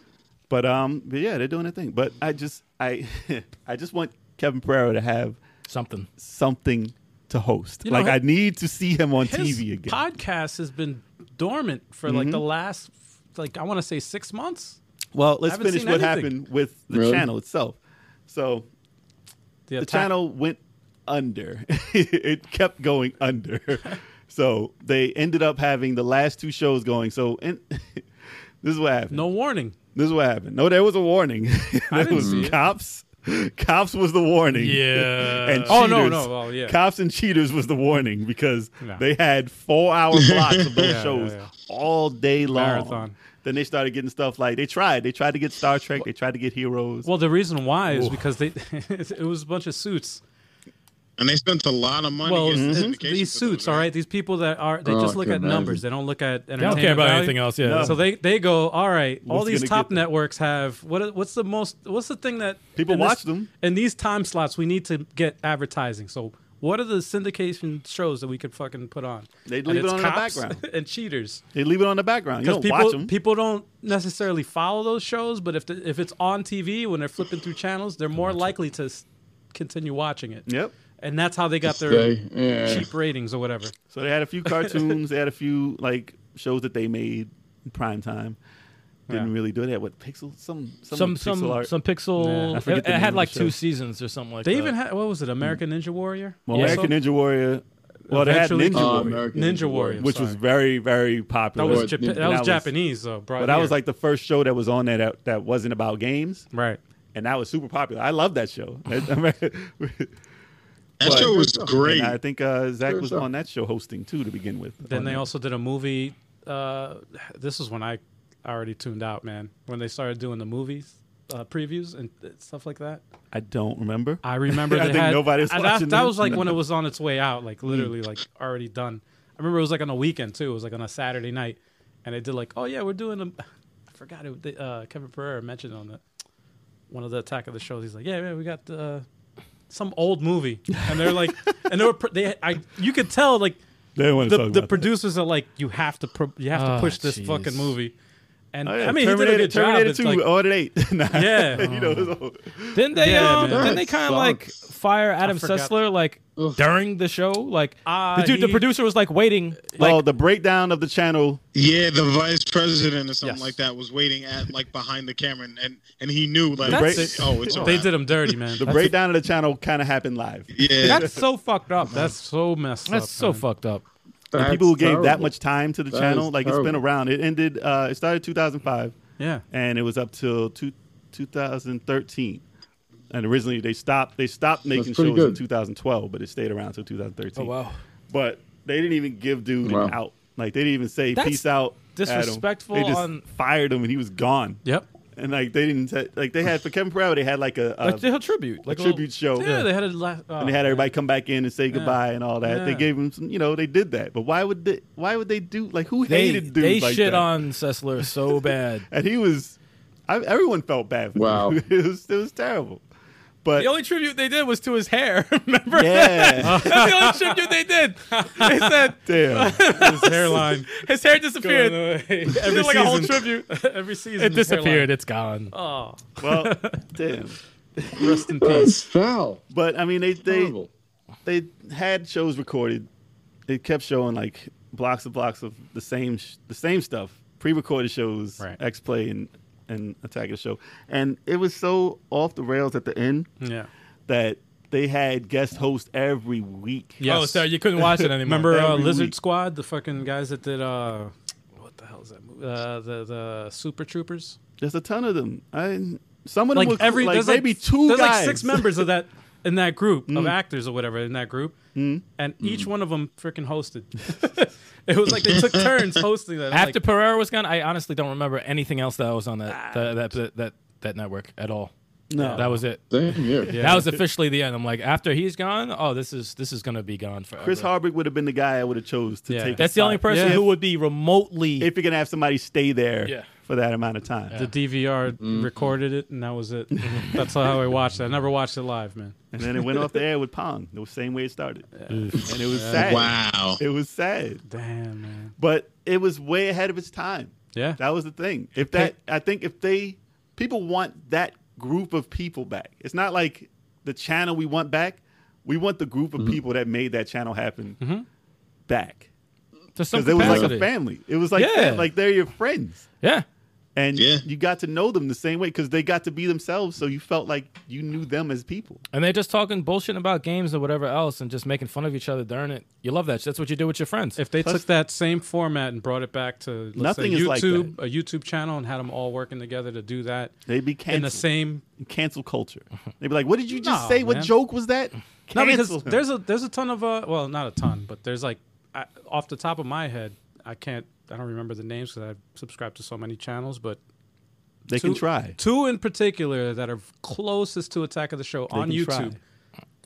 D: But um, but yeah, they're doing their thing. But I just I I just want Kevin Pereira to have
C: Something.
D: something to host.
B: You know,
D: like
B: hi-
D: I need to see him on
B: His
D: TV again. Mm-hmm.
B: podcast has been dormant for like the last like I want to say six months.
D: Well, let's
B: Haven't
D: finish
B: seen
D: what
B: anything.
D: happened with the
E: Really?
D: channel itself. So
B: The,
D: the
B: attack-
D: channel went under. it kept going under. so they ended up having the last two shows going. So and this is what happened.
B: No warning.
D: This is what happened. No, there was a warning. there
B: didn't
D: was
B: see it.
D: cops. Cops was the warning.
C: Yeah.
D: and
B: Oh, no,
D: cheaters.
B: no, well, yeah.
D: Cops and cheaters was the warning because
B: No.
D: they had four hour blocks of those
B: Yeah,
D: shows
B: yeah, yeah.
D: all day long.
B: Marathon.
D: Then they started getting stuff like they tried. They tried to get Star Trek. They tried to get Heroes.
B: Well, the reason why is because they it was a bunch of suits.
A: And they spent a lot of money.
B: Well,
A: getting
B: it's- it's
A: syndication
B: these
A: for those,
B: suits,
A: right?
B: all right. These people that are they
E: Oh,
B: just
E: I
B: look
E: can
B: at
E: imagine.
B: numbers. They don't look at entertainment.
C: I don't care about
B: value.
C: anything else. Yeah.
D: No.
B: So they they go, all right. all
D: Um, What's
B: these
D: gonna
B: top
D: get them?
B: networks have what? What's the most? What's the thing that
D: People
B: in this-
D: watch them.
B: in these time slots? We need to get advertising. So what are the syndication shows that we could fucking put on?
D: They
B: And
D: leave it
B: it's
D: on in the
B: cops
D: background.
B: and cheaters
D: They leave it on the background. You
B: because
D: don't watch
B: people
D: them.
B: people don't necessarily follow those shows, but if the, if it's on TV when they're flipping through channels, they're more likely to s- continue watching it.
D: Yep.
B: and that's how they got their
E: Stay. Yeah.
B: cheap ratings or whatever.
D: So they had a few cartoons. they had a few like shows that they made in prime time. Didn't
B: Yeah.
D: really do it. They had what pixel some some,
C: some
D: pixel
C: some
D: art.
C: some pixel.
B: Yeah.
D: I forget
C: It, it
D: the name of
C: had
D: the
C: like
D: show.
C: two seasons or something like
B: They
C: that.
B: even had what was it, American Ninja Warrior?
D: Uh, hmm. well,
B: Also?
D: American Ninja Warrior. Well, they had
B: Eventually-
D: Ninja
E: Uh,
D: Warrior,
E: American
B: Ninja Warrior.
D: which was
B: sorry.
D: very very
B: that
D: popular.
B: was
E: Or-
B: Jap-
E: yeah.
B: that was
D: That was-
B: Japanese though, bro.
D: but that
B: here.
D: was like the first show that was on there that, that wasn't about games,
B: right.
D: and that was super popular. I love that show. that
A: That show was great.
D: I think uh, Zach
E: Sure
D: was
E: show.
D: on that show hosting too to begin with.
B: Then
D: on
B: they
D: there.
B: also did a movie. Uh, this is when I already tuned out, man. When they started doing the movies uh, previews and stuff like that.
D: I don't remember.
B: I remember.
D: I
B: they
D: think
B: had-
D: nobody was
B: and
D: watching
B: that, that
D: this. Hmm.
B: was like when it was on its way out, like literally, like already done. I remember it was like on a weekend too. It was like on a Saturday night, and they did like, oh yeah, we're doing a. I forgot it. They, uh, Kevin Pereira mentioned on the one of the Attack of the Shows. He's like, yeah, man, we got uh, some old movie, and they're like, and they were pr- they I you could tell like
D: They didn't want to
B: the,
D: talk
B: the
D: about that.
B: producers are like, you have to pro- you have to
C: Oh,
B: push this
C: jeez.
B: fucking movie, and
D: Oh, yeah,
B: I mean he did a
D: Terminator,
B: good
D: Terminator
B: job. It's
D: Two,
B: like,
D: on at eight. Nah.
B: Yeah.
D: you know, it's all-
C: Didn't they?
B: Yeah,
C: um,
B: man.
C: didn't they
E: That
C: kind of like fire Adam
B: forgot.
C: Sessler like
E: Ugh.
C: during the show? Like
B: Ah,
C: the dude, the
B: he-
C: producer was like waiting. Like
D: well, the breakdown of the channel.
A: Yeah, the vice president or something
B: Yes.
A: like that was waiting at like behind the camera, and and, and he knew like,
D: That's-
A: oh, it's all
B: they
A: right.
B: did him dirty, man.
D: The breakdown of the channel kind of happened live.
A: Yeah,
C: that's so fucked up. man.
B: That's so messed up.
C: that's so
B: man.
C: fucked up.
D: The
E: That's
D: people who gave that
E: terrible.
D: much time to the
E: That
D: channel,
E: is
D: like it's been
E: terrible.
D: around. It ended. Uh, it started 2005,
B: Yeah.
D: and it was up till two, 2013. And originally they stopped. They stopped making
E: pretty
D: shows in
E: good. Oh,
D: 2012, but it stayed around till
B: Oh,
D: 2013.
C: wow.
D: But they didn't even give dude
E: Wow.
D: an out. Like they didn't even say
C: That's
D: peace out. Adam."
C: disrespectful
D: They just
C: on-
D: fired him, and he was gone.
B: Yep.
D: And like they didn't t- like they had for Kevin Pereira, they had like a, a,
C: Like they had tribute, like
D: a
C: a uh, little-
D: tribute show.
B: Yeah, they had a la- oh,
D: and they had everybody come back in and say goodbye and all that. They
B: Yeah.
D: gave him some, you know, they did that. But why would they? Why would they do like who
C: They
D: hated dudes
C: they
D: like
C: shit
D: that?
C: on Sessler so bad.
D: And he was, I, everyone felt bad. for
E: Wow.
D: him. it was it was terrible. But
C: The only tribute they did was to his hair. Remember?
D: yeah,
C: That's the only tribute they did. They said
D: damn.
B: his hairline
C: his hair disappeared. They
B: every
C: did like a whole
B: season.
C: tribute.
B: Every season,
C: It
B: his hairline.
C: disappeared. It's gone.
B: Oh,
D: Well, damn.
B: rest in peace.
E: That's foul.
D: But I mean, they they
E: Horrible.
D: they had shows recorded. They kept showing like blocks and blocks of the same sh- the same stuff, pre-recorded shows,
B: Right.
D: X Play and and Attack of the Show, and it was so off the rails at the end
B: Yeah.
D: that they had guest hosts every week.
B: Yes.
C: Oh, so you couldn't watch it anymore.
B: Remember uh,
D: Every
B: Lizard
D: week.
B: Squad, the fucking guys that did uh, what the hell is that? Movie? Uh, the the Super Troopers.
D: There's a ton of them. I some of them
B: Like
D: were
B: every
D: like
B: there's
D: maybe
B: like,
D: two
B: There's
D: guys.
B: like six members of that in that group
C: Mm.
B: of actors or whatever in that group, and each one of them freaking hosted. it was like they took turns hosting that. I'm
C: After
B: like,
C: Pereira was gone, I honestly don't remember anything else that was on that that that that, that network at all.
D: No.
C: that was it.
E: Same here.
C: That was officially the end. I'm like, after he's gone, oh, this is this is gonna be gone forever.
D: Chris Harbrick would have been the guy I would have chose to
B: Yeah.
D: take.
C: That's the only
D: spot
C: person
B: Yeah.
C: who would be remotely.
D: if you're gonna have somebody stay there
C: Yeah.
D: for that amount of time.
B: the DVR
C: Mm.
B: recorded it, and that was it. That's how I watched it. I never watched it live, man.
D: And then it went off the air with Pong, the same way it started, and it was sad.
A: wow.
D: It was sad,
B: Damn, man.
D: but it was way ahead of its time.
B: Yeah.
D: That was the thing. If that, I think if they, people want that group of people back. It's not like the channel we
B: Mm-hmm.
D: want back. We want the group of people that made that channel happen back.
B: to Mm-hmm. some
D: because it was like
B: capacity.
D: a family. It was like
B: Yeah.
D: like they're your friends,
B: yeah,
D: and
A: Yeah.
D: you got to know them the same way because they got to be themselves. So you felt like you knew them as people.
C: And they're just talking bullshit about games and whatever else and just making fun of each other during it. You love that. shit. That's what you do with your friends.
B: if they took that same format and brought it back to let's
D: Nothing
B: say
D: is like
B: YouTube, a YouTube channel, and had them all working together to do that
D: They be
B: in the
D: canceled.
B: same
D: cancel culture. They'd be like, "What did you
B: No,
D: just say? What
B: man.
D: joke was that?"
B: No,
D: Cancel.
B: because
D: him.
B: there's a there's a ton of uh, well, not a ton, but there's like I, off the top of my head, I can't I don't remember the names because I subscribe to so many channels, but
D: they
B: two,
D: can try.
B: two in particular that are closest to Attack of the Show on
D: can
B: YouTube,
D: try.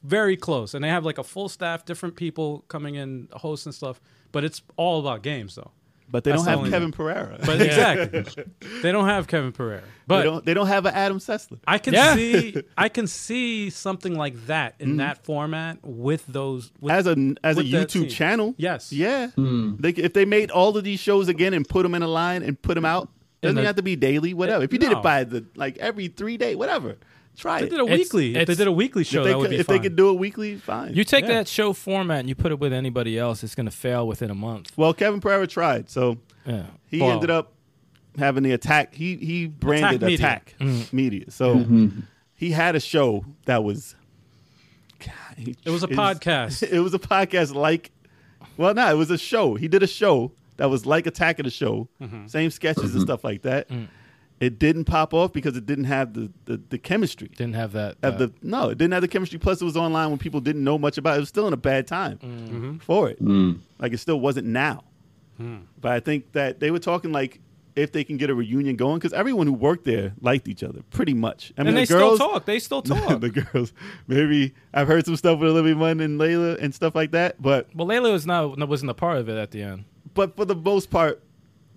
B: very close, and they have like a full staff, different people coming in, hosts and stuff, but it's all about games though.
D: But they
B: That's
D: don't
B: the
D: have
B: only
D: Kevin Pereira.
B: But exactly, they don't have Kevin Pereira,
D: they
B: but
D: don't. They don't have an Adam Sessler.
B: I can
C: Yeah.
B: see I can see something like that in that format with those with
D: Mm-hmm. as a as a
B: with that team.
D: YouTube channel.
B: Yes.
D: Yeah. They, c- if they made all of these shows again and put them in a line and put them out, doesn't
B: the-
D: have to be daily. Whatever. if you did
B: no.
D: it by the like every three day, whatever. Try
B: They
D: it.
B: did a
C: It's-
B: weekly. If they
C: it's-
B: did a weekly show,
D: if they,
B: that would
D: could,
B: be
D: if
B: fine.
D: they could do it weekly, fine.
C: you take
B: Yeah.
C: that show format and you put it with anybody else, it's going to fail within a month.
D: well, Kevin Pereira tried, so
C: Yeah.
D: he
C: Well,
D: ended up having the attack. He he branded
B: Media. Mm-hmm.
D: attack media. So he had a show that was. God, he-
B: It was a podcast.
D: It was a podcast like, well, no, it was a show. He did a show that was like Attack of the Show,
B: Mm-hmm.
D: same sketches and stuff like that.
B: Mm.
D: It didn't pop off because it didn't have the the, the chemistry.
C: Didn't have that.
D: Have
C: uh,
D: the no, it didn't have the chemistry. Plus, it was online when people didn't know much about it. It was still in a bad time
C: Mm-hmm.
D: for it. Like it still wasn't now.
C: Mm.
D: But I think that they were talking like if they can get a reunion going because everyone who worked there liked each other pretty much. I mean,
C: and
D: the
C: they
D: girls,
C: still talk. They still talk.
D: the girls, maybe I've heard some stuff with Olivia Munn and Layla and stuff like that. But
C: well, Layla was not wasn't a part of it at the end.
D: but for the most part,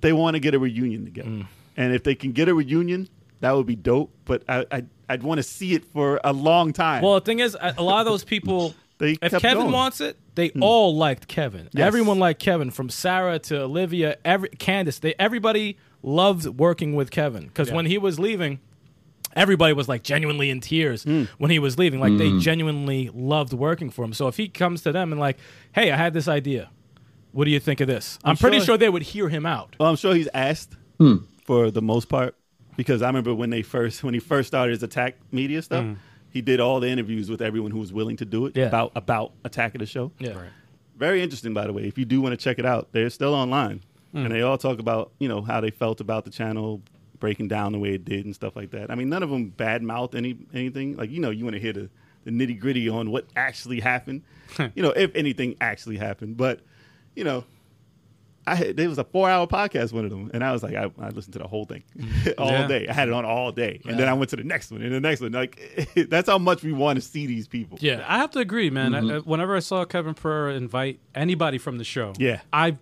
D: they want to get a reunion together.
C: Mm.
D: And if they can get a reunion, that would be dope. But I, I I'd want to see it for a long time.
C: Well, the thing is, a a lot of those people,
D: They
C: if
D: kept
C: Kevin
D: going.
C: wants it, they all liked Kevin.
D: Yes.
C: Everyone liked Kevin, from Sarah to Olivia, every Candace. They everybody loved working with Kevin because when he was leaving, everybody was like genuinely in tears when he was leaving. Like they genuinely loved working for him. So if he comes to them and like, hey, I had this idea. What do you think of this? I'm, pretty
D: sure-
C: sure they would hear him out.
D: Well, I'm sure he's asked for the most part because I remember when they first when he first started his attack media stuff, he did all the interviews with everyone who was willing to do it
C: Yeah.
D: about about attacking the show.
C: Yeah.
D: Very interesting, by the way. If you do want to check it out, they're still online,
B: Hmm.
D: and they all talk about you know how they felt about the channel breaking down the way it did and stuff like that. I mean, none of them badmouth any anything. Like you know, you want to hear the, the nitty gritty on what actually happened. you know, if anything actually happened, but you know. I had, it was a four hour podcast, one of them, and I was like, I, I listened to the whole thing all
B: Yeah.
D: day. I had it on all day, and then I went to the next one and the next one. Like, that's how much we want to see these people.
C: Yeah.
B: I have to agree, man.
D: Mm-hmm.
B: I, I- whenever I saw Kevin Pereira invite anybody from the show,
D: Yeah.
B: I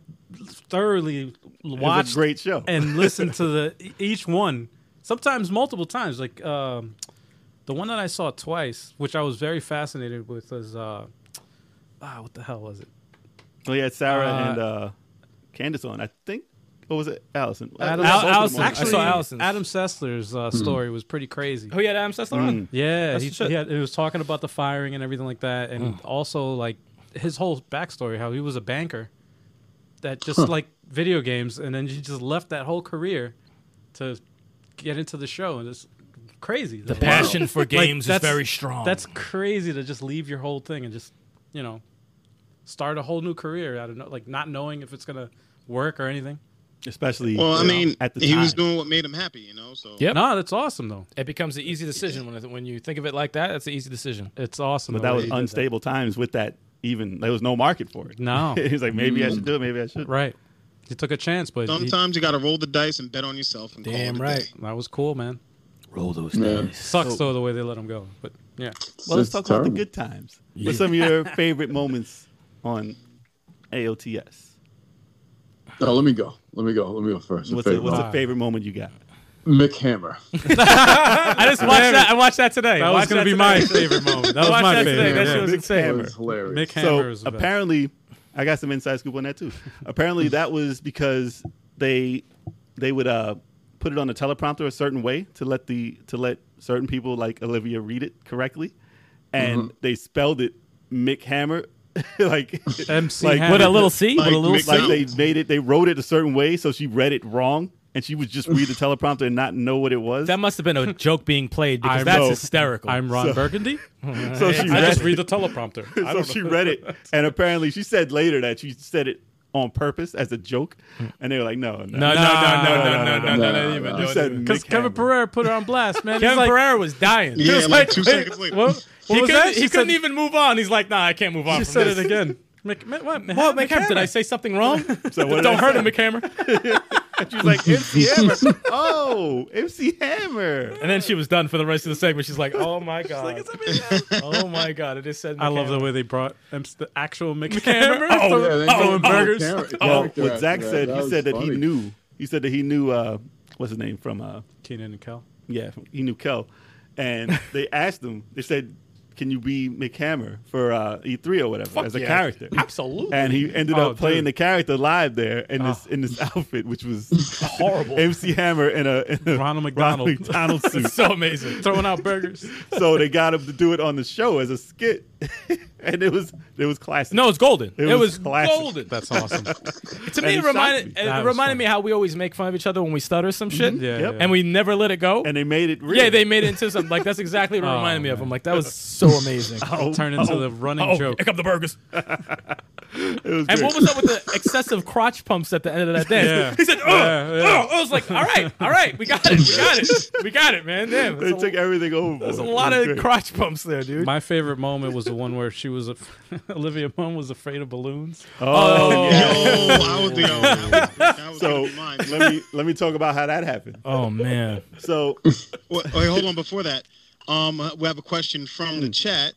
B: thoroughly watched
D: great show.
B: and listened to the each one, sometimes multiple times. Like um, the one that I saw twice, which I was very fascinated with, was uh, ah, what the hell was it?
D: Well, he had Oh, Sarah
B: Uh,
D: and uh, Candace on. I think, or was it Allison?
B: Adam-
D: Both of them
C: Allison.
D: on.
C: I saw Allison's.
B: Adam Sessler's uh, story was pretty crazy.
C: Hmm.
B: Mm.
C: Oh yeah, Adam Sessler. on?
B: Yeah, he,
C: the shit. Hmm.
B: he, had, he was talking about the firing and everything like that, and also like his whole backstory, how he was a banker that just like video games, and then he just left that whole career to get into the show, and it's crazy. The
C: Passion for games is
B: that's-
C: very strong.
B: That's crazy to just leave your whole thing and just you know start a whole new career out of no, like not knowing if it's gonna work or anything.
D: especially.
A: Well, I
D: you know,
A: mean,
D: at the
A: he was
D: time.
A: doing what made him happy, you know. So
C: Yep.
B: No, that's awesome though.
C: it becomes an easy decision when, it- when you think of it like that. That's an easy decision.
B: It's awesome.
D: but
B: the
D: that
B: way
D: was
B: he did
D: unstable times with that. Even there was no market for it.
B: No.
D: he's like, maybe I should do it. Maybe I should.
B: Right. He took a chance, but he-
A: sometimes you got to roll the dice and bet on yourself. And call it a day.
B: that was cool, man.
C: Roll those
E: Yeah.
B: Sucks though the way they let him go. But yeah,
D: Well, let's
E: It's
D: talk about
E: terrible.
D: the good times. What's some of your favorite moments on AOTS?
E: No, Oh, let me go. Let me go. Let me go first.
D: What's,
E: Favorite
D: a, what's
E: moment.
D: a favorite moment you got?
E: Mick Hammer.
C: I just watched that. I watched that today.
B: that was
C: Watched
B: gonna be
C: today.
B: my favorite moment. That
C: I
B: was
C: watched
B: my
C: that today.
B: favorite.
C: That shit was
B: yeah.
C: insane.
E: It was hilarious.
B: Mick Hammer
D: so
B: was the best.
D: apparently, I got some inside scoop on that too. apparently, that was because they they would uh, put it on the teleprompter a certain way to let the to let
C: Mm-hmm.
D: certain people like Olivia read it correctly, and they spelled it Mick Hammer like
B: MC
D: Like,
B: Hammer.
D: what
C: With a little C, with
A: Like
C: a little
A: mix
C: C.
D: like they made it they wrote it a certain way so she read it wrong and she would just read the teleprompter and not know what it was
C: That must have been a joke being played because
B: I
C: that's
D: know.
C: hysterical.
B: I'm Ron Burgundy. I
D: so she read
B: just
D: it.
B: read the teleprompter. I
D: so
B: don't
D: she
B: know.
D: read it and apparently she said later that she said it on purpose as a joke and they were like no no,
C: no, no, no, no, no, no, no, no,
E: no,
C: no, even.
E: no.
D: you
C: no,
D: said
C: no.
B: Because
D: Mick
B: Kevin
D: Hammer.
B: Pereira put her on blast, man. He's
C: Kevin
B: like,
C: Pereira was dying.
B: he
A: Yeah,
B: was
A: like, two
B: wait,
A: seconds later.
B: What, what
C: he
B: was
C: couldn't,
B: that?
C: he
B: She
C: couldn't
B: said-
C: even move on. He's like, nah, I can't move on.
B: She
C: from
B: said
C: this.
B: it again. Mc, Mc- what, Mc-
C: Well,
B: Mc-
C: McHammer, did I say something wrong?
D: So what did
C: Don't
D: I
C: hurt
D: say?
C: him, McHammer.
D: she was like MC Hammer oh MC Hammer
C: And then she was done for the rest of the segment. She's like, oh my God. Oh my God. It just said
B: I love the
C: McHammer.
B: way they brought um, the actual Mick Hammer.
C: Hammer? Oh,
E: Yeah, they
C: oh,
E: made
C: oh,
E: him play
B: burgers.
E: char-
D: well
E: character
D: what
E: after
D: Zach
E: that.
D: said
E: That
D: he
E: was
D: said that he
E: funny.
D: knew he said that he knew uh what's his name from uh
B: Keenan and Kel.
D: Yeah, from- he knew Kel. And they asked him, they said, Can you be Mick Hammer for uh, E3 or whatever as a
C: yeah.
D: character?
C: Absolutely.
D: And he ended
B: Oh,
D: up playing
B: dude.
D: the character live there in this in this outfit, which was
C: Oh. Horrible.
D: MC Hammer in a, in a
B: Ronald McDonald.
D: McDonald suit.
C: so amazing.
B: Throwing out burgers.
D: so they got him to do it on the show as a skit, and it was it was classic.
C: No, it's golden. It,
D: It
C: was,
D: was classic.
C: golden.
B: That's awesome.
C: to me,
D: and
B: That
C: it reminded it
D: it shocked
B: was
C: reminded
B: funny. Mm-hmm.
C: me how we always make fun of each other when we stutter some shit,
B: Yeah,
D: Yep.
B: yeah.
C: and we never let it go.
D: and they made it real.
C: yeah, they made it into something like that's exactly what it
B: Oh,
C: reminded me of.
B: man.
C: I'm like, that was so amazing.
D: oh,
B: turned into
D: oh,
B: the running
C: Oh,
B: joke.
C: pick up the burgers.
D: It
C: And
D: was great.
C: what was up with the excessive crotch pumps at the end of that dance?
B: Yeah.
C: He said, "Oh,
B: Yeah, yeah.
C: oh!" I was like, "All right, all right, we got it, we got it, we got it, man." Damn,
D: They
C: that's a,
D: took everything over.
C: that's a lot of crotch pumps there, dude.
B: My favorite moment was the one where she was, af- Olivia Munn was afraid of balloons.
D: Oh,
A: Yo, I was the yo, that was, that was
D: so
A: gonna be mine.
D: let me let me talk about how that happened.
C: oh man,
D: So
A: Wait, wait, hold on. Before that, um, we have a question from the chat.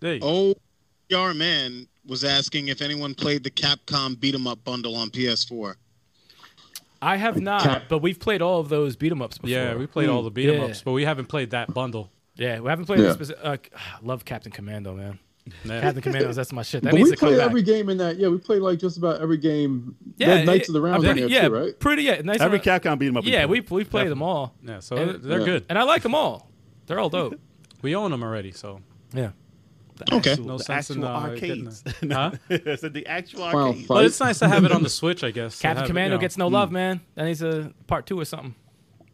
B: Hey,
A: Oh, our man was asking if anyone played the Capcom Beat 'Em Up bundle on PS4.
C: I have not, but we've played all of those beat 'em ups before.
B: yeah, we played all the beat 'em
C: Yeah.
B: ups, but we haven't played that bundle.
C: yeah, we haven't played.
E: Yeah.
C: the Specific, uh, love Captain Commando, man.
B: Yeah.
C: Captain Commandos, that's my shit. That
E: But
C: needs
E: we
C: to come
E: played
C: back.
E: every game in that. Yeah, we played like just about every game.
C: yeah,
E: Yeah, Knights
C: it-
E: of the Round
C: I'm
E: in
C: pretty-
E: there
C: yeah,
E: too, right?
C: Pretty yeah, Knights
D: every
C: of the,
D: Capcom beat 'em up.
C: Yeah, we we played them all,
B: Yeah, so they're- they're
E: Yeah.
B: good.
C: and I like them all. They're all dope.
B: We own them already, so
C: Yeah.
A: Okay.
B: no
D: the
B: sense in
D: actual
B: uh, getting
D: arcades.
B: them.
D: No.
B: Huh?
D: I said the actual
E: Final
D: arcades.
E: Fight.
B: But it's nice to have it on the Switch, I guess. to
C: Captain
B: have it,
C: Commando
B: you know.
C: gets no love, man. That needs a part two or something.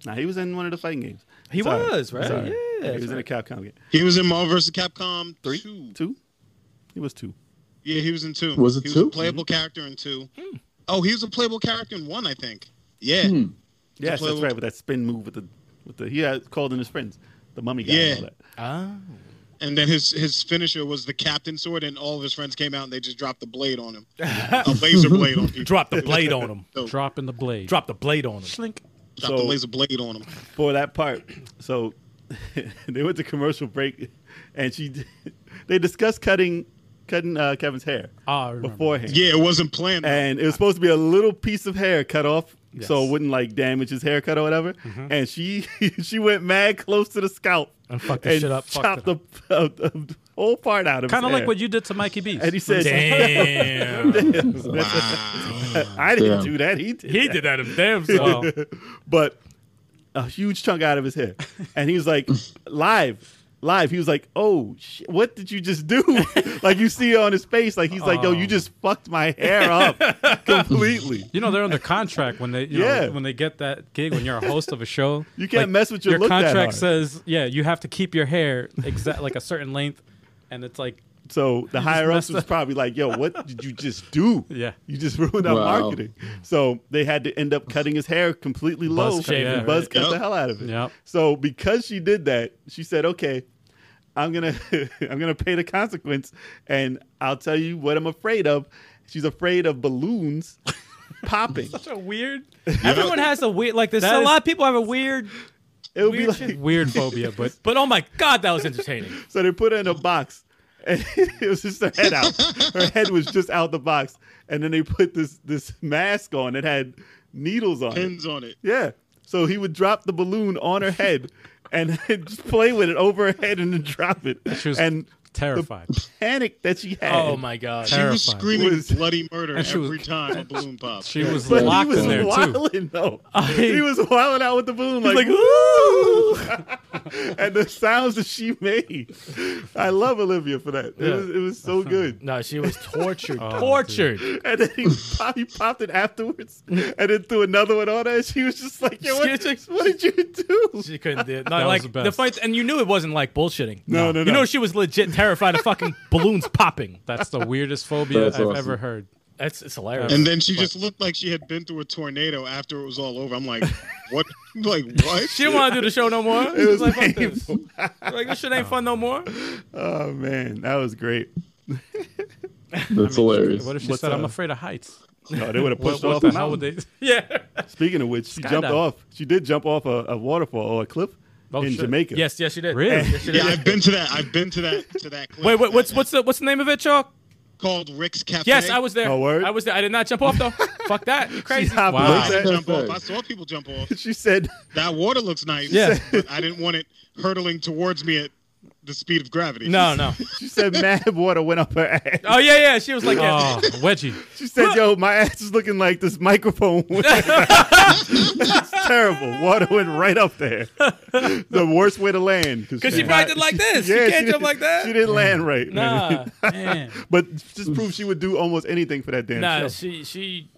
D: Nah, he was in one of the fighting games.
C: He
D: Sorry.
C: was, right?
D: Sorry.
C: Yeah,
D: he
C: that's
D: was in a Capcom game.
A: He was in Marvel vs. Capcom
D: Three,
A: two.
D: two. He was two.
A: Yeah, he was in two.
E: Was it
A: he
E: two?
A: Was a playable character in two. Oh, he was a playable character in one, I think. Yeah.
E: Hmm.
D: Yes,
A: play
D: that's
A: with-
D: right. With that spin move with the with the he had called in his friends, the mummy guy.
A: Yeah.
D: And all that.
C: Ah.
A: And then his his finisher was the captain sword, and all of his friends came out and they just dropped the blade on him, a laser blade on people.
C: Drop the blade on him.
A: So, drop
B: dropping the blade.
C: Drop the blade on him.
B: Schlink.
A: the
D: So-
A: laser blade on him.
D: for that part. So they went to commercial break, and she they discussed cutting cutting uh, Kevin's hair
B: Ah, I remember.
D: beforehand.
A: Yeah, it wasn't planned.
D: and it was supposed to be a little piece of hair cut off so
C: Yes. Mm-hmm.
D: it wouldn't like damage his haircut or whatever. And she she went mad close to the scalp
C: And fucked the shit up, fucked
D: chopped the, uh, the whole part out of
B: Kind of
D: his
B: like
D: hair.
B: what you did to Mikey Beast.
D: And he said,
C: Damn.
A: wow.
D: "I didn't
E: Yeah.
D: do that. He did.
C: he
D: that."
C: did that him damn
B: Well,
C: self.
D: but a huge chunk out of his hair. And he was like, live, live. He was like, oh, sh- what did you just do? like, you see it on his face. Like, he's like, yo, you just fucked my hair up completely.
B: you know they're under contract when they, you
D: Yeah.
B: know, when they get that gig when you're a host of a show.
D: You can't mess with your
B: your
D: look that
B: contract
D: hard.
B: says, yeah, you have to keep your hair exact like a certain length, and it's like
D: So the higher ups
B: messed
D: was probably like, yo, what did you just do?
B: Yeah.
D: You just ruined our
E: Wow.
D: marketing. So they had to end up cutting his hair completely
C: Buzz
D: low.
C: shave
D: and
C: it.
D: Buzz cut the
A: Yep.
D: hell out of it.
B: Yep.
D: So because she did that, she said, okay, I'm gonna I'm gonna pay the consequence and I'll tell you what I'm afraid of. She's afraid of balloons popping.
B: so weird,
C: Everyone has a weird like there's
B: That
C: a
B: is-
C: lot of people have a weird
D: It would be
C: weird
D: like
C: shit.
B: weird phobia. But
C: but oh my god, that was entertaining.
D: So they put her in a box, and it was just her head out. Her head was just out the box, and then they put this this mask on that had needles on it.
A: Pins on it.
D: Yeah. So he would drop the balloon on her head and just play with it over her head and then drop it.
B: She was
D: and
B: Terrified.
D: panic that she had.
C: Oh my god.
B: Ter-
A: She was
B: Terrifying.
A: screaming
D: Was-
A: bloody murder
B: And she was-
A: every time a balloon popped.
B: She was
D: But
B: locked
D: he was
B: in there too.
D: wilding though. he was wilding out with the boom,
C: He's
D: like,
C: like, ooh.
D: and the sounds that she made. I love Olivia for that. It
B: Yeah.
D: was it was so good.
C: No, she was tortured.
B: Oh,
C: tortured.
D: And then he, pop, he popped it afterwards, and then threw another one on her. And she was just like, "Yo, what,
C: Excuse me?
D: what did you do?"
C: She couldn't do it. No,
B: That was
C: like
B: the
C: the,
B: best.
C: fight, and you knew it wasn't like bullshitting.
D: No, no,
C: you
D: no.
C: know she was legit terrified of fucking balloons popping.
B: That's the weirdest phobia
E: That's
B: I've
E: awesome.
B: ever heard.
C: That's it's hilarious.
A: and then she just looked like she had been through a tornado after it was all over. I'm like, what? like what?
C: she didn't want to do the show no more. It was
D: was
C: like, fuck this. like this shit ain't fun no more.
D: Oh man, that was great.
E: That's hilarious.
B: What if she
D: What's,
B: said, "I'm
D: uh,
B: afraid of heights"?
D: No, Oh, they would have
B: What,
D: pushed
B: what
D: off.
B: the
D: the
B: hell would
D: mountain.
B: they?
C: Yeah.
D: Speaking of which, she jumped
B: Skydive.
D: off. She did jump off a, a waterfall or a cliff
B: Oh,
D: in
B: shit.
D: Jamaica.
C: Yes, yes, she did.
B: Really?
C: Yes, she did.
A: yeah, I've been to that. I've been to that. To that. Clip.
C: Wait, wait, what's what's the what's the name of it, Chalk?
A: called Rick's Cafe?
C: Yes, I was there.
D: Oh, word?
C: I was there. I did not jump off though. Fuck that. You
D: She
C: crazy.
D: hopped
B: Wow.
A: I
D: wow.
A: didn't jump
E: Cafe.
A: off. I saw people jump off.
D: She said,
A: That water looks nice.
B: Yeah.
A: but I didn't want it hurtling towards me at the speed of gravity.
C: No, no.
D: she said mad water went up her ass.
C: Oh yeah, yeah. She was like, yeah.
B: Oh, wedgie.
D: She said, "Yo, my ass is looking like this microphone." it's terrible. Water went right up there. the worst way to land
C: Because she probably did like this.
D: Yeah,
C: you
D: she
C: can't jump
D: didn't-
C: like that.
D: She didn't land right.
C: Nah,
B: Man.
D: But just proved she would do almost anything for that damn
C: nah.
D: show.
C: She she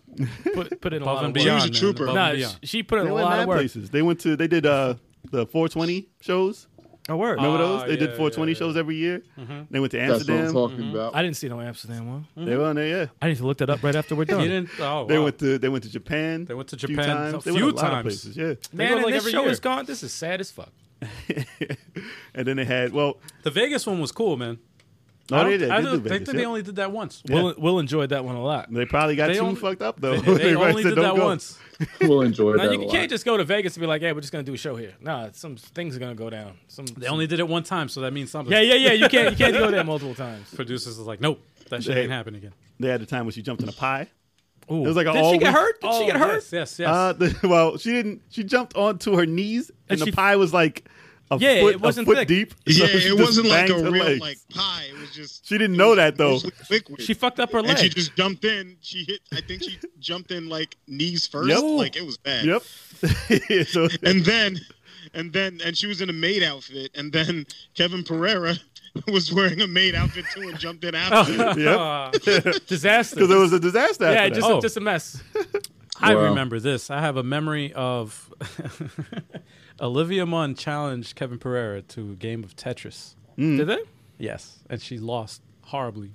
C: put put in a
B: Above
C: lot of
B: and
C: work.
B: beyond.
A: She was a
B: man.
A: trooper.
B: Above
C: Nah,
B: and
C: she,
B: beyond.
C: she put in
D: they
C: a
D: went
C: lot
D: mad
C: of work.
D: places. They went to. They did uh, the 420 shows.
C: A word.
B: Ah,
D: Remember those? They did 420 shows every year.
B: Mm-hmm.
D: They went to
E: That's what I'm
D: Amsterdam.
E: talking about.
C: I didn't see no Amsterdam one.
D: They were on there. Yeah.
C: I need to look that up right after we're done.
B: You didn't. Oh,
D: They
B: wow.
D: went to. They went to Japan.
B: They went to
D: a few
B: Japan a
D: times. They
B: few
D: went a lot
B: times.
D: Of places. Yeah.
B: They go,
C: Man,
B: like,
C: and this
B: every
C: show
B: year.
C: is gone. This is sad as fuck.
D: and then they had. Well,
B: The Vegas one was cool, man.
D: no,
B: I
D: they
B: don't-
D: did.
B: I
D: They did
B: don't-
D: Vegas,
B: they think
D: yeah.
B: they only did that once.
C: Will Will enjoyed that one a lot.
D: They probably got
B: They
D: too
B: only-
D: fucked up though.
B: They, they
D: probably
B: only
D: said,
B: did
D: "Don't
B: that
D: go."
B: once.
D: Mm-hmm.
E: We'll enjoy
C: Now
E: that.
C: you
E: a
C: can't
E: lot.
C: just go to Vegas and be like, "Hey, we're just gonna do a show here." Nah, some things are gonna go down. Some
B: They only did it one time, so that means something.
C: yeah, yeah, yeah. You can't you can't go there multiple times.
B: Producers is like, nope, that shit
D: They-
B: ain't happen again.
D: They had the time when she jumped in a pie.
C: Ooh.
D: It was like an
C: did
D: all
C: she get
D: week-
C: hurt? Did she
B: Oh,
C: get hurt?
B: Yes, yes, yes.
D: Uh, the, well, she didn't. She jumped onto her knees, and,
C: And
D: the
C: she-
D: pie was like a
C: Yeah,
D: foot,
C: it wasn't
D: a foot
C: thick.
D: deep.
A: Yeah,
D: so she
A: it
D: just
A: wasn't like a
D: banged her
A: real
D: legs.
A: like pie. It was just.
D: She didn't know that though.
A: mostly liquid.
C: She fucked up her
A: and
C: leg.
A: she just jumped in. She hit. I think she jumped in like knees first.
D: Yep.
A: Like it was bad.
D: Yep. so
A: And then, and then, and she was in a maid outfit. And then Kevin Pereira was wearing a maid outfit too and jumped in
D: Oh,
A: after.
D: yep.
C: disaster.
D: Because it was a disaster.
C: yeah,
D: after
C: just
D: that.
B: Oh.
C: just a mess.
B: I
E: Wow.
B: remember this. I have a memory of Olivia Munn challenged Kevin Pereira to a game of Tetris.
D: Mm.
C: Did they?
B: Yes, and she lost horribly,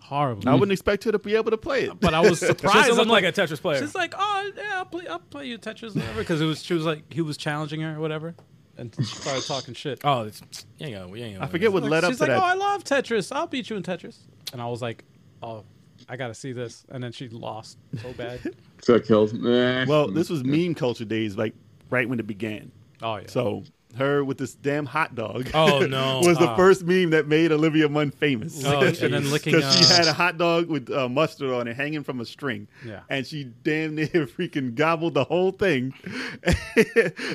B: horribly.
D: Oh, I wouldn't expect her to be able to play it.
B: but I was surprised.
C: Doesn't
B: I'm
C: look
B: like,
C: like a Tetris player.
B: she's like, oh yeah, I'll play, I'll play you Tetris, or whatever. Because it was, she was like, he was challenging her, or whatever, and she started talking shit.
C: oh, it's, you ain't gonna, you ain't gonna
D: I forget what
B: Like,
D: led up
B: she's
D: to
B: like,
D: that.
B: oh, I love Tetris. I'll beat you in Tetris. And I was like, oh, I gotta see this. And then she lost so bad.
E: That kills. Nah.
D: well,
A: Mm,
D: this was meme culture days, like right when it began.
B: oh yeah.
D: So her with this damn hot dog.
C: Oh, no.
D: was the
B: Ah.
D: first meme that made Olivia Munn famous.
B: Oh, and then licking.
D: Because she
B: uh,
D: had a hot dog with uh, mustard on it hanging from a string.
B: Yeah.
D: And she damn near freaking gobbled the whole thing.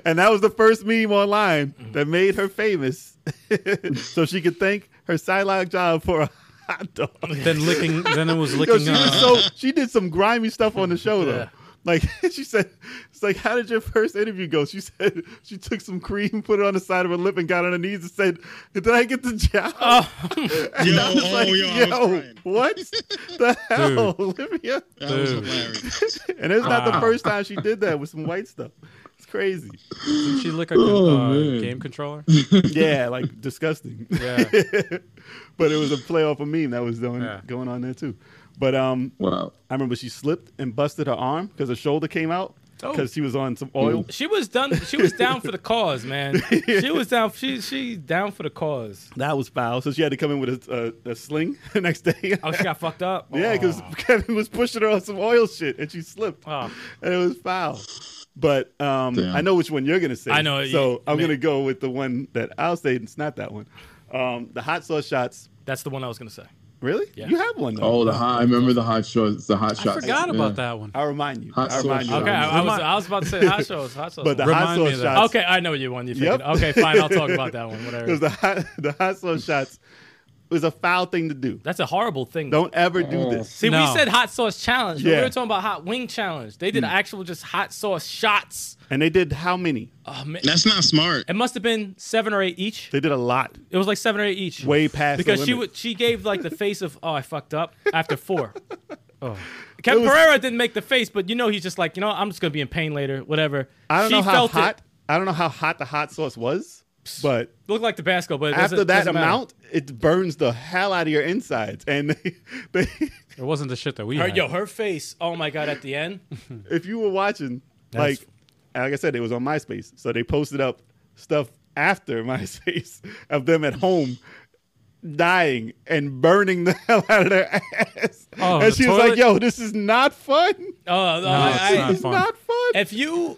D: and that was the first meme online
B: Mm-hmm.
D: that made her famous. so she could thank her sideline job for a hot dog.
B: then licking. Then it was
D: Yo,
B: licking.
D: she,
B: uh,
D: was so, she did some grimy stuff on the show, though.
C: Yeah.
D: Like she said, it's like, how did your first interview go? She said she took some cream, put it on the side of her lip, and got on her knees and said, "Did I get the job?"
A: Yo,
D: I was
A: oh,
D: like,
A: yo, I was crying.
D: what the hell, Olivia?
A: That was
B: Dude.
A: hilarious.
D: And it's not the
B: Wow.
A: Ah.
D: first time she did that with some white stuff. It's crazy.
B: Did she lick a con-
E: Oh,
B: uh,
E: man.
B: game controller?
D: Yeah, like disgusting.
B: Yeah.
D: but it was a play off a meme that was doing,
B: Yeah.
D: going on there too. But um,
E: Wow.
D: I remember she slipped and busted her arm because her shoulder came out
C: Oh.
D: because she was on some oil.
E: Mm.
C: She was done. She was down for the cause, man. She was down. She she down for the cause.
D: That was foul. So she had to come in with a, a, a sling the next day.
C: Oh, she got fucked up.
D: Yeah, because Kevin was pushing her on some oil shit and she slipped.
B: Oh.
D: And it was foul. But um,
E: Damn.
D: I know which one you're going to say.
C: I know it.
D: So
C: You-
D: I'm
C: man.
D: going to go with the one that I'll say. It's not that one. Um, the hot sauce shots.
C: that's the one I was gonna say.
D: Really?
C: Yeah.
D: You have one, though.
E: Oh, the hot. I remember the hot shots. The hot
B: I
E: shots.
B: forgot
E: Yeah.
B: about that one.
D: I'll remind you.
E: Hot
D: I'll
E: sauce
D: remind you.
E: shots.
C: Okay, I, I was
B: Remi-
C: I was about to say hot sauce. Hot sauce.
D: But the
B: Remind
D: hot
B: me
D: sauce
B: of that.
D: shots.
C: okay, I know what you want. You're
D: Yep.
C: thinking. Okay, fine. I'll talk about that one. Whatever.
D: Because the hot, the hot sauce shots was a foul thing to do.
C: That's a horrible thing.
D: Don't ever do
E: Oh.
D: this.
C: See,
B: No. Hmm.
C: we said hot sauce challenge. but
D: Yeah.
C: We were talking about hot wing challenge. They did actual just hot sauce shots.
D: And they did how many?
C: Oh, man.
A: That's not smart.
C: It must have been seven or eight each.
D: They did a lot.
C: It was like seven or eight each.
D: Way past the
C: because she
D: limit.
C: would she gave like the face of oh I fucked up after four. Oh. Ken
D: was-
C: Pereira didn't make the face, but you know he's just like you know I'm just gonna be in pain later, whatever.
D: I don't
C: she
D: know how
C: felt
D: hot. I don't know how hot the hot sauce was, but
C: It looked like Tabasco, but it doesn't-
D: after that
C: doesn't matter.
D: amount, it burns the hell out of your insides. And they, they,
B: It wasn't the shit that we
C: her,
B: had.
C: yo her face. Oh my god! At the end,
D: if you were watching,
B: That's-
D: like, like I said, it was on MySpace, so they posted up stuff after MySpace of them at home. Dying and burning the hell out of their ass,
B: Oh,
D: and
B: the
D: she was
B: toilet?
D: like, "Yo, this is not fun.
C: oh, oh,
B: it's
C: I-
B: not
D: This is
B: fun.
D: not fun."
C: if you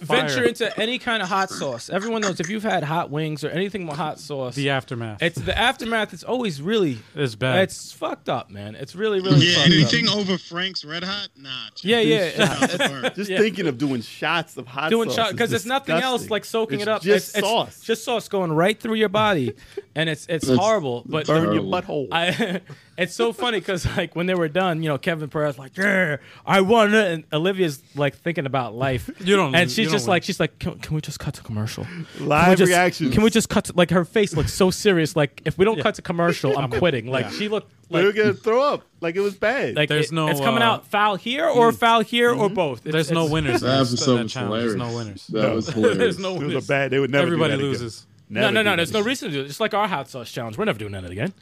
C: venture into any kind of hot sauce, everyone knows if you've had hot wings or anything with hot sauce,
B: the aftermath.
C: it's the aftermath. It's always really
B: it's bad.
C: it's fucked up, man. It's really really
A: Yeah,
C: fucked
A: anything
C: up.
A: over Frank's Red Hot? Nah. chill.
C: Yeah, yeah.
A: Not smart.
D: Just
C: Yeah.
D: thinking of doing shots of hot
C: doing
D: sauce
C: shot
D: is
C: because it's nothing else
D: disgusting.
C: like soaking
D: It's
C: it up.
D: Just
C: it's, it's
D: sauce.
C: just sauce going right through your body, and it's it's
E: It's-
C: horrible. But
D: burn your
E: Terrible.
D: butthole.
C: I, it's so funny because like when they were done, you know, Kevin Pereira's like, "Yeah, I won," it," and Olivia's like thinking about life.
B: You don't-
C: and
B: you
C: she's
B: don't
C: just
B: win.
C: like, she's like, can, "Can we just cut to commercial? Can we
D: Live
C: just-
D: reaction.
C: Can we just cut? To, like her face looks so serious. Like if we don't cut to commercial, I'm quitting." Like she looked
D: we were
C: like.
D: gonna throw up. Like it was bad.
C: Like
B: There's
C: it-
B: no,
C: it's coming
B: uh,
C: out foul here or foul here or
B: Mm-hmm.
C: both. It's-
B: There's no
C: it's-
B: winners. in
E: That
B: this- in
E: episode
B: that
E: was
B: challenge.
E: hilarious.
B: There's no winners.
E: That was hilarious.
B: There's no
D: it
B: winners.
D: was a bad. They would never. do
B: Everybody
D: that again.
B: loses.
D: Never
C: no,
D: do
C: no, no.
D: that
C: There's no
D: again.
C: reason to do it. It's like our hot sauce challenge. We're never doing that again.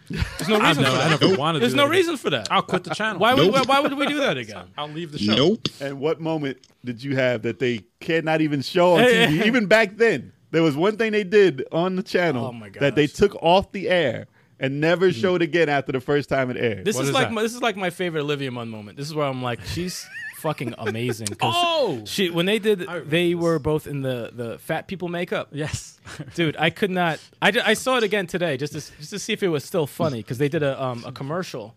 C: There's no
B: I
C: reason
B: never,
C: for
B: I
C: that.
B: never want to.
C: There's
B: do
C: no
B: that again.
C: reason for that.
B: I'll quit the channel.
C: Why would why, why would we do that again?
B: I'll leave the show.
A: Nope.
D: And what moment did you have that they cannot even show on
C: Hey,
D: TV?
C: hey.
D: Even back then, there was one thing they did on the channel
C: Oh my
D: that they
C: gosh. Mm.
D: took off the air and never showed again after the first time it aired.
C: This
B: What
C: is,
B: is
C: like
B: that?
C: my, this is like my favorite Olivia Munn moment. This is where I'm like, she's fucking amazing. 'cause
B: Oh!
C: she when they did,
B: remember
C: they
B: this.
C: were both in the the fat people makeup.
B: Yes.
C: Dude, I could not. I, ju- I saw it again today just to, s- just to see if it was still funny because they did a um, a commercial,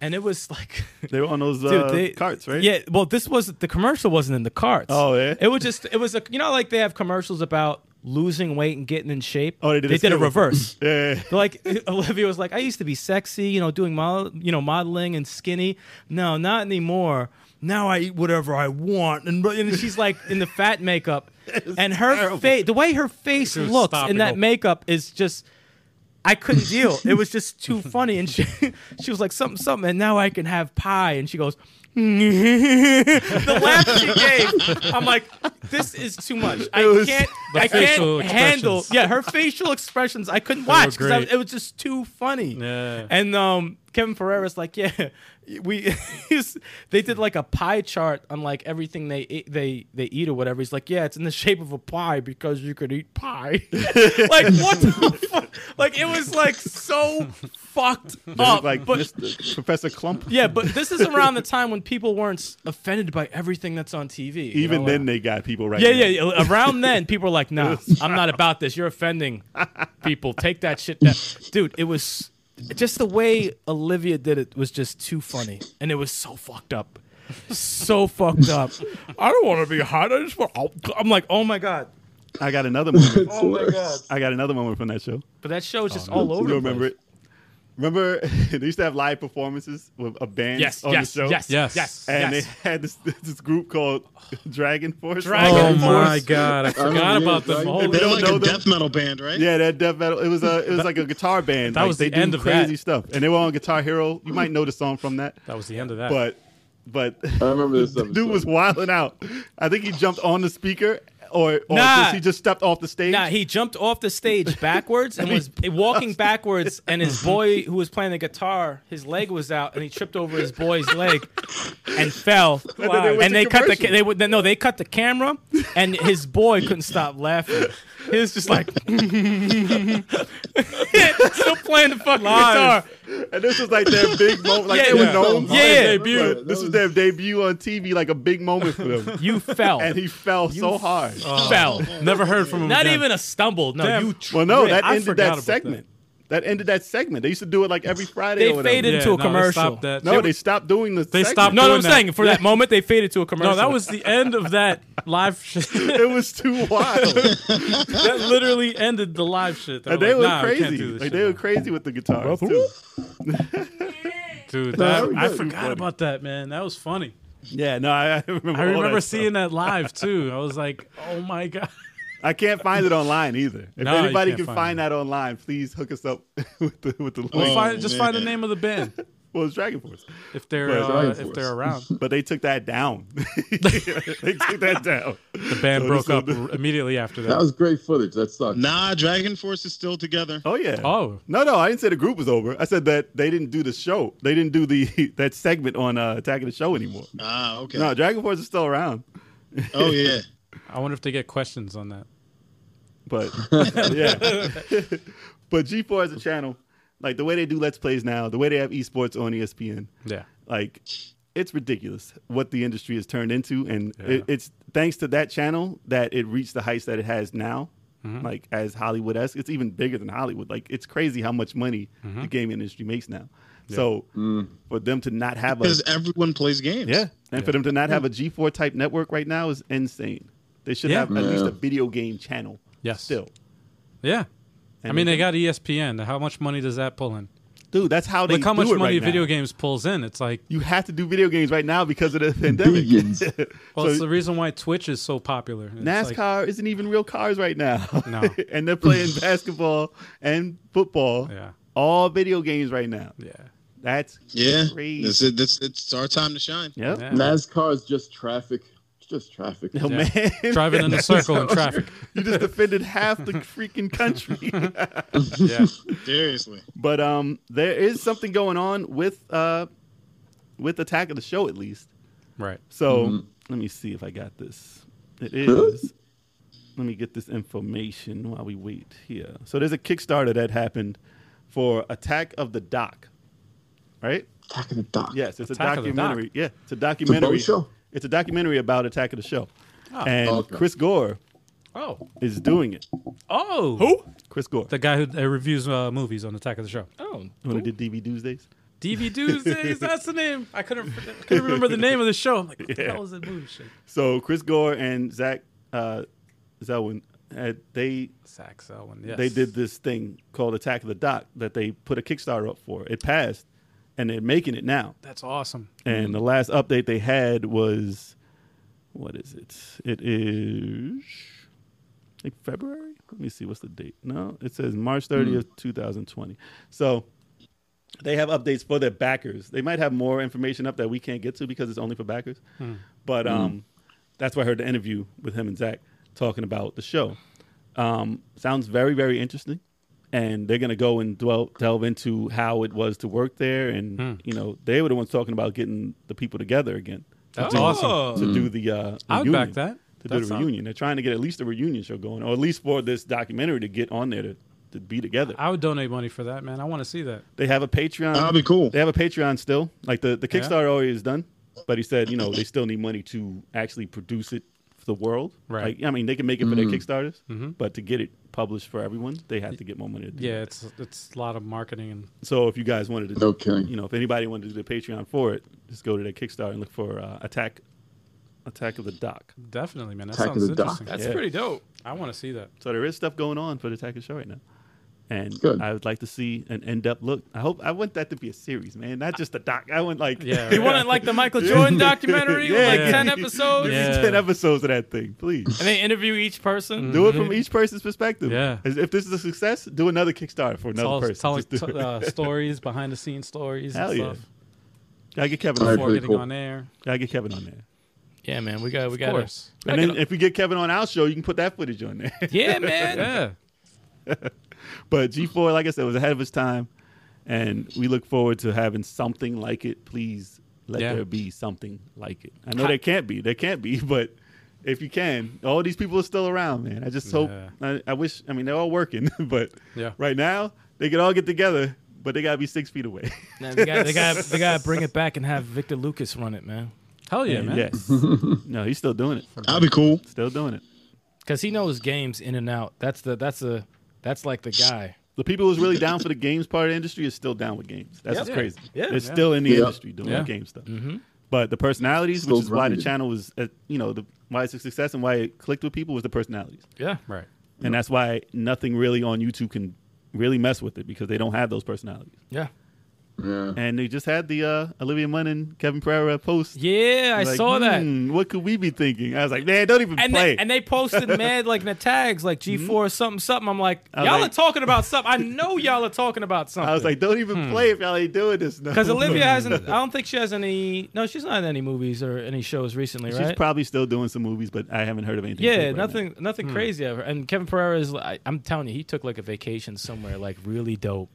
C: and it was like.
D: they were on those
C: Dude,
D: uh,
C: they,
D: carts, right?
C: Yeah. Well, this was the commercial wasn't in the carts.
D: Oh, yeah?
C: It was just it was a you know like they have commercials about losing weight and getting in shape.
D: Oh, they did
C: They
D: a
C: did a
D: scale.
C: reverse.
D: Yeah.
C: They're like Olivia was like, I used to be sexy, you know, doing model, you know, modeling and skinny. No, not anymore. Now I eat whatever I want, and, and she's like in the fat makeup, and her face, the way her face
B: was
C: looks
B: stopping
C: in that
B: up.
C: makeup is just. I couldn't deal. It was just too funny, and she, she was like something something, and now I can have pie, and she goes. the laugh she gave, I'm like, this is too much. I
D: was-
C: can't,
B: The
C: I
B: facial
C: can't
B: expressions.
C: handle. Yeah, her facial expressions, I couldn't watch because
B: great.
C: it was just too funny.
B: Yeah.
C: And um, Kevin Pereira's like, yeah, we he's- they did like a pie chart on like everything they eat, they they eat or whatever. He's like, yeah, it's in the shape of a pie because you could eat pie. like what the fuck? Like it was like so fucked
D: They
C: up.
D: looked like
C: Oh, but
D: Mr. Professor Clump.
C: yeah, but this is around the time when people weren't s- offended by everything that's on TV. you
D: Even
C: know?
D: then, they got people right.
C: Yeah,
D: now.
C: yeah, yeah. Around then, people were like, "Nah, I'm not about this. You're offending people. Take that shit down, dude." It was just the way Olivia did it was just too funny, and it was so fucked up, so fucked up. I don't want to be hot. I just want. I'm like, oh my god.
D: I got another moment.
E: Oh my god.
D: I got another moment from that show.
C: But that show is just all over.
D: You
C: the
D: don't remember
C: place.
D: it? Remember they used to have live performances with a band
C: Yes,
D: on
C: yes,
D: the show.
C: yes,
B: Yes.
C: yes, yes.
D: And they had this, this group called Dragon Force. Um,
C: Dragon
B: Oh
C: Force.
B: my god! I forgot
E: remember
B: about
E: you,
B: them.
E: right?
B: Holy
A: They're
D: don't
B: shit.
A: like
D: know
A: a
D: them?
A: death metal band, right?
D: Yeah, that death metal. It was a it was like a guitar band.
B: That
D: Like,
B: was
D: they
B: the
D: do
B: end of
D: crazy
B: that.
D: stuff. And they were on Guitar Hero. You might know the song from that.
B: that was the end of that.
D: But but
E: I remember this episode.
D: dude was wilding out. I think he jumped on the speaker or, or
C: Nah.
D: just- he just stepped off the stage.
C: Nah, he jumped off the stage backwards and was walking backwards, and his boy who was playing the guitar, his leg was out, and he tripped over his boy's leg and fell.
D: then they went
C: And
D: to
C: they cut the
D: commercial.
C: ca- they would no they cut the camera, and his boy couldn't stop laughing. He was just like still playing the fucking guitar.
D: and this was like their big moment. Like
C: Yeah,
D: they were
C: yeah.
D: known. for
C: Yeah.
D: their
C: Debut.
D: But This was their debut on TV, like a big moment for them.
C: You fell. Oh.
D: and he fell so hard.
B: uh,
C: fell.
B: Never heard from him.
C: Not
B: again.
C: even a stumble. No,
B: Damn.
C: you.
D: well, no, that
B: I
D: ended
B: forgot
D: that
B: about
D: segment. That ended that segment. They used to do it like every Friday.
C: They
D: or whatever.
C: faded- Into
B: no,
C: a
B: they
C: commercial.
B: stopped that.
D: No, they stopped doing the.
B: They
D: segment.
B: stopped
C: No, no,
B: doing
C: I'm
B: that.
C: saying for that moment they faded to a commercial.
B: No, that was the end of that live shit.
D: It was too wild.
B: that literally ended the live shit.
D: And they
B: like,
D: were
B: nah, we can't
D: crazy.
B: do this
D: Like,
B: shit
D: they were
B: now."
D: crazy with the guitars too.
B: Dude,
D: that
B: that-
D: was
B: I
D: good.
B: forgot
D: Funny.
B: about that, man. That was funny.
D: Yeah, no, I, I remember.
B: I
D: all
B: remember
D: that
B: seeing
D: stuff.
B: that live too. I was like, oh my god.
D: I can't find it online either. If
B: No, you
D: anybody
B: can't
D: can
B: find
D: find,
B: it.
D: that online, please hook us up with the with the link.
A: Oh,
B: find, just find the
A: man.
B: name of the band
D: Well, it's Dragon Force,
B: if they're
D: Yeah,
B: uh,
E: Dragon
B: if
E: Force.
B: they're around.
D: but they took that down. they took that down.
B: The band
D: So
B: broke
D: this
B: up
D: is-
B: r- immediately after that.
E: That was great footage. That sucked.
A: Nah, Dragon Force is still together.
D: Oh yeah.
B: Oh.
D: no, no, I didn't say the group was over. I said that they didn't do the show. They didn't do the that segment on uh, Attack of the Show anymore.
A: Ah, okay.
D: No, Dragon Force is still around,
A: Oh yeah.
B: I wonder if they get questions on that.
D: but yeah. but G Four as a channel, like the way they do Let's Plays now, the way they have esports on E ESPN,
B: Yeah.
D: like it's ridiculous what the industry has turned into and it, it's thanks to that channel that it reached the heights that it has now
B: Mm-hmm.
D: like as hollywood-esque it's even bigger than hollywood like it's crazy how much money
B: Mm-hmm.
D: the gaming industry makes now so for them to not have a
A: Because everyone plays games.
D: yeah and for them to not have a g4 type network right now is insane they should
B: Yeah.
D: have at
E: Yeah.
D: least a video game channel
B: Yes.
D: still
B: Yeah. I
D: And
B: mean,
D: they-
B: they got E ESPN. How much money does that pull in?
D: dude that's how they
B: Look how
D: do
B: much
D: it
B: money
D: right now.
B: video games pulls in. It's like,
D: you have to do video games right now because of the pandemic
E: Billions.
B: well,
D: So-
B: it's the reason why Twitch is so popular. It's like-
D: NASCAR isn't even real cars right now.
B: No.
D: and they're playing basketball and football.
B: Yeah.
D: All video games right now.
B: yeah.
D: That's
A: Yeah.
D: Crazy.
A: It's, it's, it's our time to shine.
D: yep.
B: Yeah.
E: NASCAR is just traffic. It's just traffic.
D: Oh,
B: Yeah.
D: man.
B: Driving in a circle in traffic.
D: you just defended half the freaking country.
B: Yeah.
A: Seriously.
D: but um there is something going on with uh with attack of the show at least.
B: Right.
D: So
E: Mm-hmm.
D: let me see if I got this. It is. let me get this information while we wait here. So there's a Kickstarter that happened for Attack of the Doc, right?
E: Attack of the dock.
D: Yes, it's
B: Attack
D: a
B: of the Doc.
D: documentary. Yeah, it's a documentary.
E: show?
D: It's a documentary about Attack of the Show, and
E: Okay.
D: Chris Gore
B: Ah. Oh.
D: is doing it.
B: Oh. Who?
D: Chris Gore,
B: The guy who uh, reviews uh, movies on Attack of the Show.
C: Oh,
D: when he did DV Tuesdays.
B: DV Tuesdays. that's the name. I couldn't, couldn't remember the name of the show. I'm like, what the hell is that movie shit?
D: So Chris Gore and Zach uh, Zelwyn, uh, they
B: Zach Selwyn. Yes.
D: they did this thing called Attack of the Doc that they put a Kickstarter up for. It passed, and they're making it now.
B: That's awesome.
D: And the last update they had was, what is it? It is like February. Let me see what's the date. No, it says
B: Hmm.
D: March 30th, 2020. So they have updates for their backers. They might have more information up that we can't get to because it's only for backers.
B: Hmm.
D: But um, that's why I heard the interview with him and Zach talking about the show. Um, sounds very, very interesting. And they're going to go and dwell, delve into how it was to work there. And,
B: Hmm.
D: you know, they were the ones talking about getting the people together again. to
B: That's
D: do-
B: awesome. Hmm.
D: To do the, uh,
B: I would
D: reunion,
B: back that.
D: To
B: That
D: do the
B: sounds-
D: reunion. They're trying to get at least a reunion show going, or at least for this documentary to get on there to, to be together.
B: I would donate money for that, man. I want to see that.
D: They have a Patreon.
A: That'll be cool.
D: They have a Patreon still. Like the, the
B: Yeah.
D: Kickstarter already is done, but he said, you know, they still need money to actually produce it for the world.
B: Right. Mm-hmm.
D: Like, I mean, they can make it for their Kickstarters, but to get it published for everyone, they have to get more money. To do
B: Yeah,
D: that.
B: it's it's a lot of marketing and
D: So if you guys wanted to,
E: No kidding.
D: you know, if anybody wanted to do the Patreon for it, just go to their Kickstarter and look for uh, Attack Attack of the Dock.
B: definitely, man. That
E: Attack of
B: sounds
E: the Dock.
B: interesting.
C: that's
D: Yeah.
C: pretty dope.
B: I want to see that.
D: So there is stuff going on for the Attack of the Show right now. And
E: Good.
D: I would like to see an end-up look. I hope I want that to be a series, man, not just a doc. I want like
B: Yeah.
C: You wanted like the Michael Jordan documentary with like
D: Yeah.
C: ten episodes,
B: Yeah.
D: Give me 10 episodes of that thing, please.
C: and they interview each person.
D: Do it from each person's perspective.
B: Mm-hmm. Yeah.
D: As- If this is a success, do another Kickstarter for another
B: Tell,
D: person.
B: tell
D: Just do
B: t-
D: it.
B: uh, stories, behind the scenes stories,
D: Hell
B: and
D: yeah.
B: stuff
D: Gotta get Kevin
E: All
D: on
B: before
E: right,
D: board.
E: really
B: getting
E: cool.
B: on air.
D: Gotta get Kevin on there.
C: Yeah, man, we got we
B: Of
C: got it.
B: course.
D: And then if we get Kevin on our show, you can put that footage on there.
C: Yeah, man.
B: Yeah.
D: But G4, like I said, was ahead of its time. And we look forward to having something like it. Please let
B: Yeah.
D: there be something like it. I know there can't be. There can't be, but if you can, all these people are still around, man. I just hope.
B: Yeah.
D: I, I wish. I mean, they're all working, but
B: Yeah.
D: right now they can all get together, but they gotta be six feet away.
C: Nah, they got they got they got to bring it back and have Victor Lucas run it, man,
B: Hell yeah,
D: And
B: man.
D: Yes. no, he's still doing it.
A: That'll be cool.
D: Still doing it.
C: because he knows games in and out. That's the that's a that's like the guy.
D: The people who's really down for the games part of the industry is still down with games. That's
B: Yeah.
D: what's crazy.
B: Yeah.
D: They're
B: Yeah.
D: still in the
E: Yeah.
D: industry doing
B: Yeah.
D: game stuff.
C: Mm-hmm.
D: But the personalities,
E: Still
D: which is why the
E: grinding.
D: channel was, uh, you know, the, why it's a success and why it clicked with people was the personalities.
C: Yeah.
B: Right.
D: And that's why nothing really on YouTube can really mess with it because they don't have those personalities.
C: Yeah.
E: Yeah.
D: And they just had the uh, Olivia Munn and Kevin Pereira post.
C: Yeah, I
D: Like,
C: saw that.
D: "Hmm, What could we be thinking? I was like, man, don't even
C: And
D: play.
C: they, and they posted mad like in the tags like G4 or something something. I'm Mm-hmm. like,
D: I was
C: y'all
D: like-
C: are talking about something. I know y'all are talking about something.
D: I was like, don't even play if y'all ain't doing this.
C: because Hmm. Olivia hasn't. I don't think she has any. No, she's not in any movies or any shows recently,
D: She's
C: right?
D: probably still doing some movies, but I haven't heard of anything.
C: yeah,
D: big right Hmm.
C: nothing, nothing crazy ever. And Kevin Pereira is. I, I'm telling you, he took like a vacation somewhere like really dope.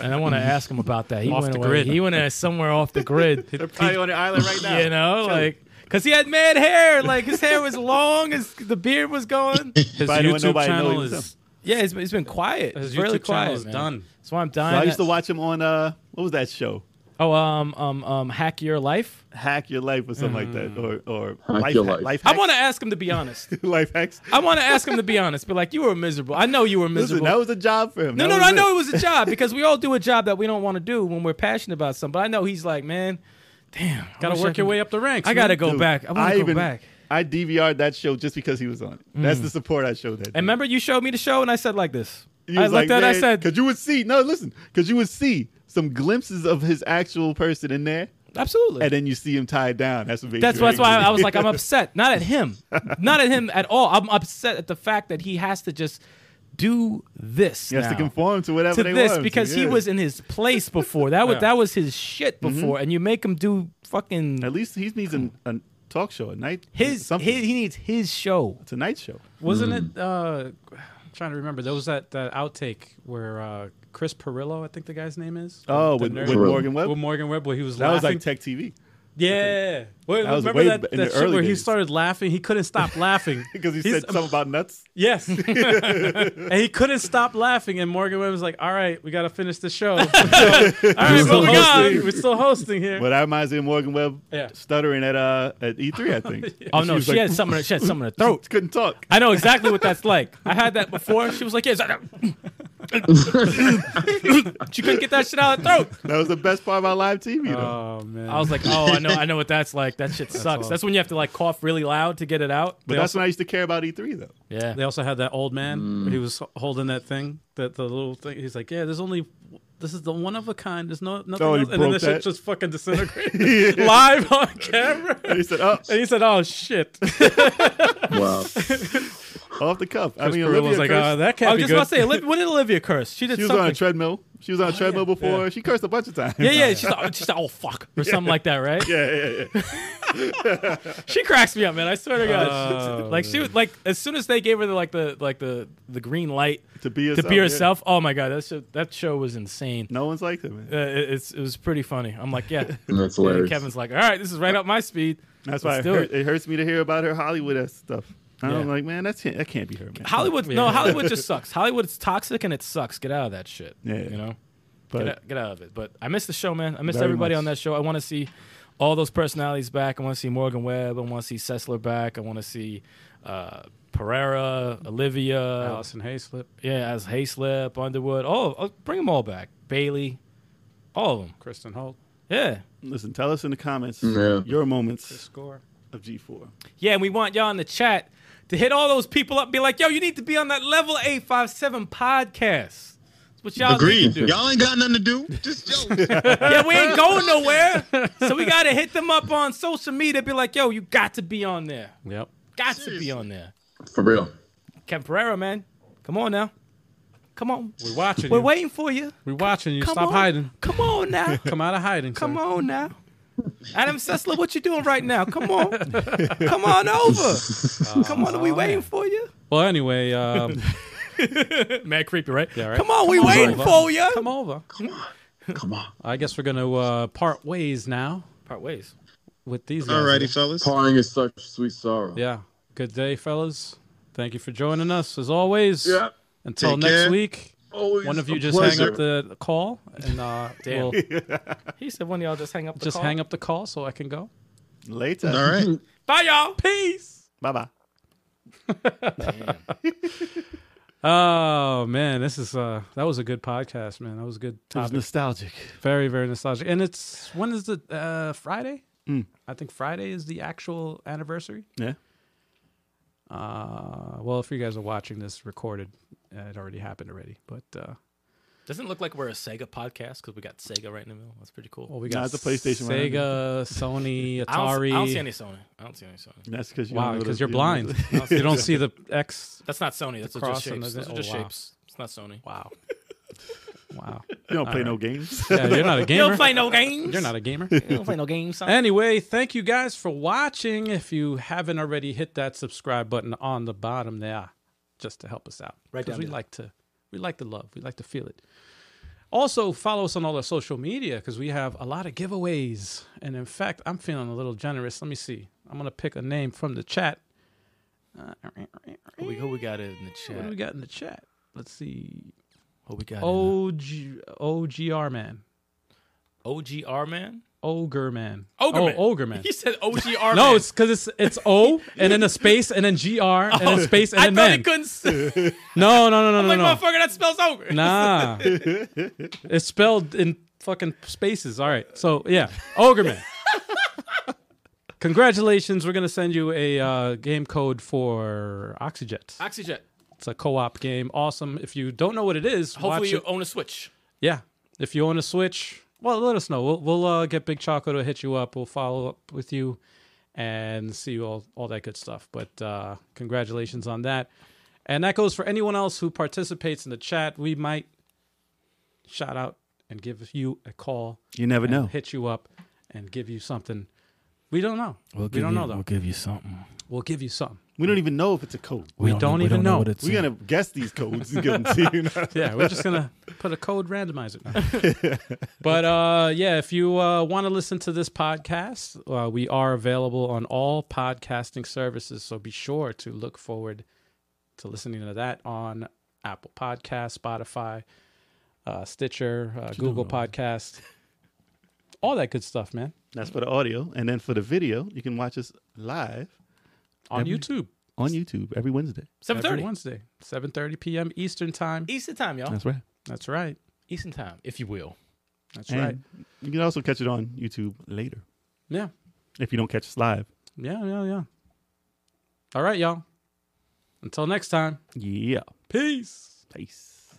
C: and I want to ask him about that. He
B: Off
C: went
B: the
C: away.
B: grid.
C: He went uh, somewhere off the grid.
D: now. They're probably on the island right now.
C: you know, like. Cause he had mad hair, like his hair was long, his the beard was going.
B: His
D: By the way,
B: YouTube
D: nobody
B: channel
D: knows
B: is
C: Yeah, it's, it's been quiet.
B: his
C: It's
B: YouTube
C: really
B: channel
C: quiet.
B: is
C: man.
B: done.
C: That's why I'm
D: So
C: dying.
D: I used to
C: at-
D: watch him on uh, what was that show?
C: Oh, um, um, um, Hack Your Life.
D: Hack Your Life or something like that, or or
E: Hack
D: life,
E: Your
D: ha-
E: Life.
D: life.
C: Mm. I want to ask him to be honest.
D: to life hacks.
C: I want to ask him to be honest. Be like, you were miserable. I know you were
D: Listen,
C: miserable.
D: that was a job for him.
C: no,
D: That
C: no, no.
D: was
C: I know it was a job because we all do a job that we don't want to do when we're passionate about something. But I know he's like, man, damn,
B: Got to work your way up the ranks.
C: I gotta
B: man.
C: go
D: Dude,
C: back. I want to go
D: even-
C: back. Mm.
D: I DVR'd that show just because he was on it. That's the support I showed that. dude.
C: And remember, you showed me the show, and I said like this.
D: He
C: I
D: was
C: looked at, it, I
D: "Man,"
C: said,
D: because you would see. No, listen, because you would see some glimpses of his actual person in there,
C: absolutely.
D: and then you see him tied down. That's what. made
C: That's
D: you
C: that's why
D: angry.
C: I was like, I'm upset. Not at him. Not at him at all. I'm upset at the fact that he has to just do this.
D: He has to
C: now.
D: conform to whatever
C: to
D: they
C: this
D: want him to,
C: because he
D: yeah. Mm-hmm.
C: was in his place before. That was
B: Yeah.
C: that was his shit before, and you make him do fucking
D: At least he needs an, a talk show, a night.
C: his, his.
D: something.
C: He needs his show.
D: it's a night show.
B: Wasn't
D: Mm-hmm.
B: it? Uh, I'm trying to remember. There was that, that outtake where uh, Chris Perillo, I think the guy's name is.
D: Oh,
B: The
D: with,
B: nerd-
D: with Morgan Webb.
B: with Morgan Webb, where he was
D: that was
B: laughing.
D: like Tech TV
B: yeah. Wait,
D: That was
B: remember
D: way
B: that,
D: back in
B: that
D: the
B: shit
D: early
B: where he
D: days.
B: started laughing? He couldn't stop laughing
D: because he
B: He's-
D: said something about nuts.
B: Yes. and he couldn't stop laughing. And Morgan Webb was like, all right, we got to finish the show. So, all right,
E: still
B: we're hosting.
E: hosting.
B: We're still hosting here.
D: But that reminds me of Morgan Webb
B: Yeah.
D: stuttering at uh at E3, I think.
C: Oh no,
D: was
C: she
D: like-
C: had something. She had something in her throat.
D: Couldn't talk.
C: I know exactly what that's like. I had that before. She was like, yeah. it's like- she couldn't get that shit out of her throat.
D: That was the best part about live TV. Though.
B: Oh, man.
C: I was like, oh, I know, I know what that's like. That shit sucks. That's, when you have to like cough really loud to get it out.
D: but that's Mm. when I used to care about E3 though.
C: yeah.
B: they also had that old man. where He was holding that thing, that the little thing. He's like, yeah, there's only. This is the one of a kind. There's no nothing
D: Oh, he
B: else. And then
D: broke
B: the shit
D: that.
B: just fucking disintegrated live on camera.
D: And he said, "Oh,
B: And he said, "Oh shit!"
E: Wow.
D: off the cuff." I mean,
B: Perillo
D: Olivia
B: was like,
D: cursed-
B: "Oh, that
C: I
B: can't
C: was
B: be
C: just
B: good."
C: about to say, Olivia- what did Olivia curse? She did
D: she was
C: something.
D: on a treadmill. She was on a treadmill before. She cursed a bunch of times.
C: yeah, yeah. She's like, she's like, oh fuck, or something like that, right?
D: yeah, yeah, yeah.
C: She cracks me up, man. I swear to God.
B: Oh,
C: like she was like, as soon as they gave her the like the like the the green light
D: To be
C: to
D: yourself.
C: be
D: yeah.
C: herself, oh my God, that show, that show was insane.
D: No one's like that, man.
C: Uh, it, it's it was pretty funny. I'm like, yeah.
E: That's
C: And
E: hilarious.
C: Kevin's like, all right, this is right up my speed.
D: That's why
C: Let's
D: it,
C: do
D: hurt,
C: it.
D: it hurts me to hear about her Hollywood ass stuff. And I'm
C: Yeah.
D: like, man, that's that can't be her, man.
C: Hollywood, no, Hollywood just sucks. Hollywood's toxic and it sucks. Get out of that shit.
D: Yeah,
C: you know.
D: But
C: get, out, get out of it. But I missed the show, man. I missed
D: Very
C: everybody
D: much.
C: on that show. I want to see all those personalities back. I want to see Morgan Webb. I want to see Sessler back. I want to see uh, Pereira, Olivia,
B: Allison Hayslip,
C: yeah, as Hayslip, Underwood. Oh, oh, bring them all back. Bailey, all of them.
B: Kristen Holt,
C: Yeah,
D: listen, tell us in the comments
E: Yeah.
D: your moments
B: score.
D: of G4.
C: yeah. And we want y'all in the chat to hit all those people up. And be like, yo, you need to be on that level eight five seven podcast. That's what y'all need
A: Agreed.
C: to do.
A: Y'all ain't got nothing to do. Just yo.
C: yeah, we ain't going nowhere. So we gotta hit them up on social media. Be like, yo, you got to be on there.
B: Yep.
C: Got to
A: Seriously.
C: be on there.
E: For real.
C: Ken Pereira, man, come on now. Come on,
B: We're watching.
C: we're
B: you.
C: waiting for you.
B: We're watching you.
C: Come
B: Stop
C: on.
B: hiding.
C: Come on now.
B: Come out of hiding.
C: Come
B: sir.
C: on now. Adam Sessler, what you doing right now? Come on, come on over. Come on, we waiting for you.
B: Well, anyway, um,
C: Mad creepy, right?
B: yeah, right?
C: Come on, we
B: Come
C: waiting
B: over.
C: for you.
B: Come over.
E: Come on.
B: I guess we're gonna uh, part ways now
C: Part ways.
B: with these. guys.
A: Alrighty, fellas.
E: Parting is such sweet sorrow.
B: Yeah. Good day, fellas. Thank you for joining us as always.
E: Yeah.
B: Until
A: Take
B: next
A: care.
B: week,
E: Always
B: one of
E: a
B: you just
E: pleasure.
B: hang up the call, and uh,
C: Damn.
B: we'll
C: He said one of y'all just hang up. The
B: just
C: call.
B: hang up the call so I can go.
D: Later.
A: All right.
C: Bye, y'all. Peace.
D: Bye bye.
B: Oh man, this is uh that was a good podcast, man. That was a good
D: It was
B: topic.
D: nostalgic.
B: very very nostalgic. And it's when is it? Uh, Friday. I think Friday is the actual anniversary.
D: Yeah.
B: Uh, well, if you guys are watching this recorded, uh, it already happened already. But uh,
C: Doesn't look like we're a Sega podcast because we got Sega right in the middle. That's pretty cool.
B: well, Oh, we
D: Nah,
B: got
D: it's a PlayStation right
B: Sega, Sony,
C: I, don't,
B: Atari.
C: I don't see any Sony. I don't see any Sony.
D: That's because you don't
B: wow,
D: know
B: because
D: the-
B: you're
D: you don't know
B: blind.
D: the-
B: you don't see the X.
C: That's not Sony. That's just
B: cross and
C: shapes.
B: the-
C: Those are
B: oh,
C: just
B: wow.
C: shapes. It's not Sony.
B: Wow. Wow.
D: You don't play no games.
B: Yeah, you're not a
C: You
B: gamer.
C: don't play no games.
B: You're not Eh? a gamer.
C: You don't play no games. son.
B: Anyway, thank you guys for watching. If you haven't already, hit that subscribe button on the bottom there, just to help us out.
C: Right
B: 'Cause
C: down
B: we
C: there.
B: like to, we like the love, we like to feel it. Also, follow us on all our social media because we have a lot of giveaways. And in fact, I'm feeling a little generous. Let me see. I'm gonna pick a name from the chat. Uh,
C: Who we, who we got in the
B: what do we Oh.
C: chat?
B: got in the chat? Let's see.
C: Who we got? in
B: OG, OGR man,
C: the- OGR man.
B: ogre man,
C: Ogre
B: oh,
C: man.
B: ogre man.
C: He said OGR.
B: No,
C: man.
B: it's because it's it's O and then a space and then G R and then space and
C: Oh. I
B: then
C: thought
B: man.
C: he couldn't. s-
B: No, no, no, no,
C: I'm like
B: no, no.
C: motherfucker. That spells ogre.
B: Nah, it's spelled in fucking spaces. All right, so yeah, Ogreman. Congratulations, we're gonna send you a uh, game code for Oxyjet.
C: Oxyjet.
B: It's a co-op game. Awesome. If you don't know what it is, watch
C: Hopefully you
B: it.
C: own a Switch.
B: Yeah, if you own a Switch, well, let us know. We'll we'll uh, get Big Choco to hit you up. We'll follow up with you and see you all all that good stuff. But uh, congratulations on that, and that goes for anyone else who participates in the chat. We might shout out and give you a call,
D: You never
B: and
D: know.
B: hit you up, and give you something. We don't know. we don't know though.
C: give you something.
B: We'll give you something.
D: We don't even know if it's a code.
B: We, don't, even know.
D: We're gonna guess these codes and give them to you. Now.
B: yeah, we're just gonna put a code randomizer. but uh, yeah, if you uh, want to listen to this podcast, uh, we are available on all podcasting services. So be sure to look forward to listening to that on Apple Podcasts, Spotify, uh, Stitcher, uh, Google Podcast, all that good stuff, man.
D: That's for the audio, and then for the video, you can watch us live
B: On
D: Every-
B: YouTube
D: on YouTube every Wednesday.
C: Seven
B: every
C: thirty.
B: Wednesday, seven thirty p.m. Eastern time.
C: Eastern time, y'all.
D: That's right.
B: That's right.
C: Eastern time, if you will.
B: That's
D: And
B: right.
D: You can also catch it on YouTube later
B: Yeah.
D: if you don't catch us live.
B: Yeah, yeah, yeah. All right, y'all. Until next time,
D: Yeah.
B: peace.
D: Peace.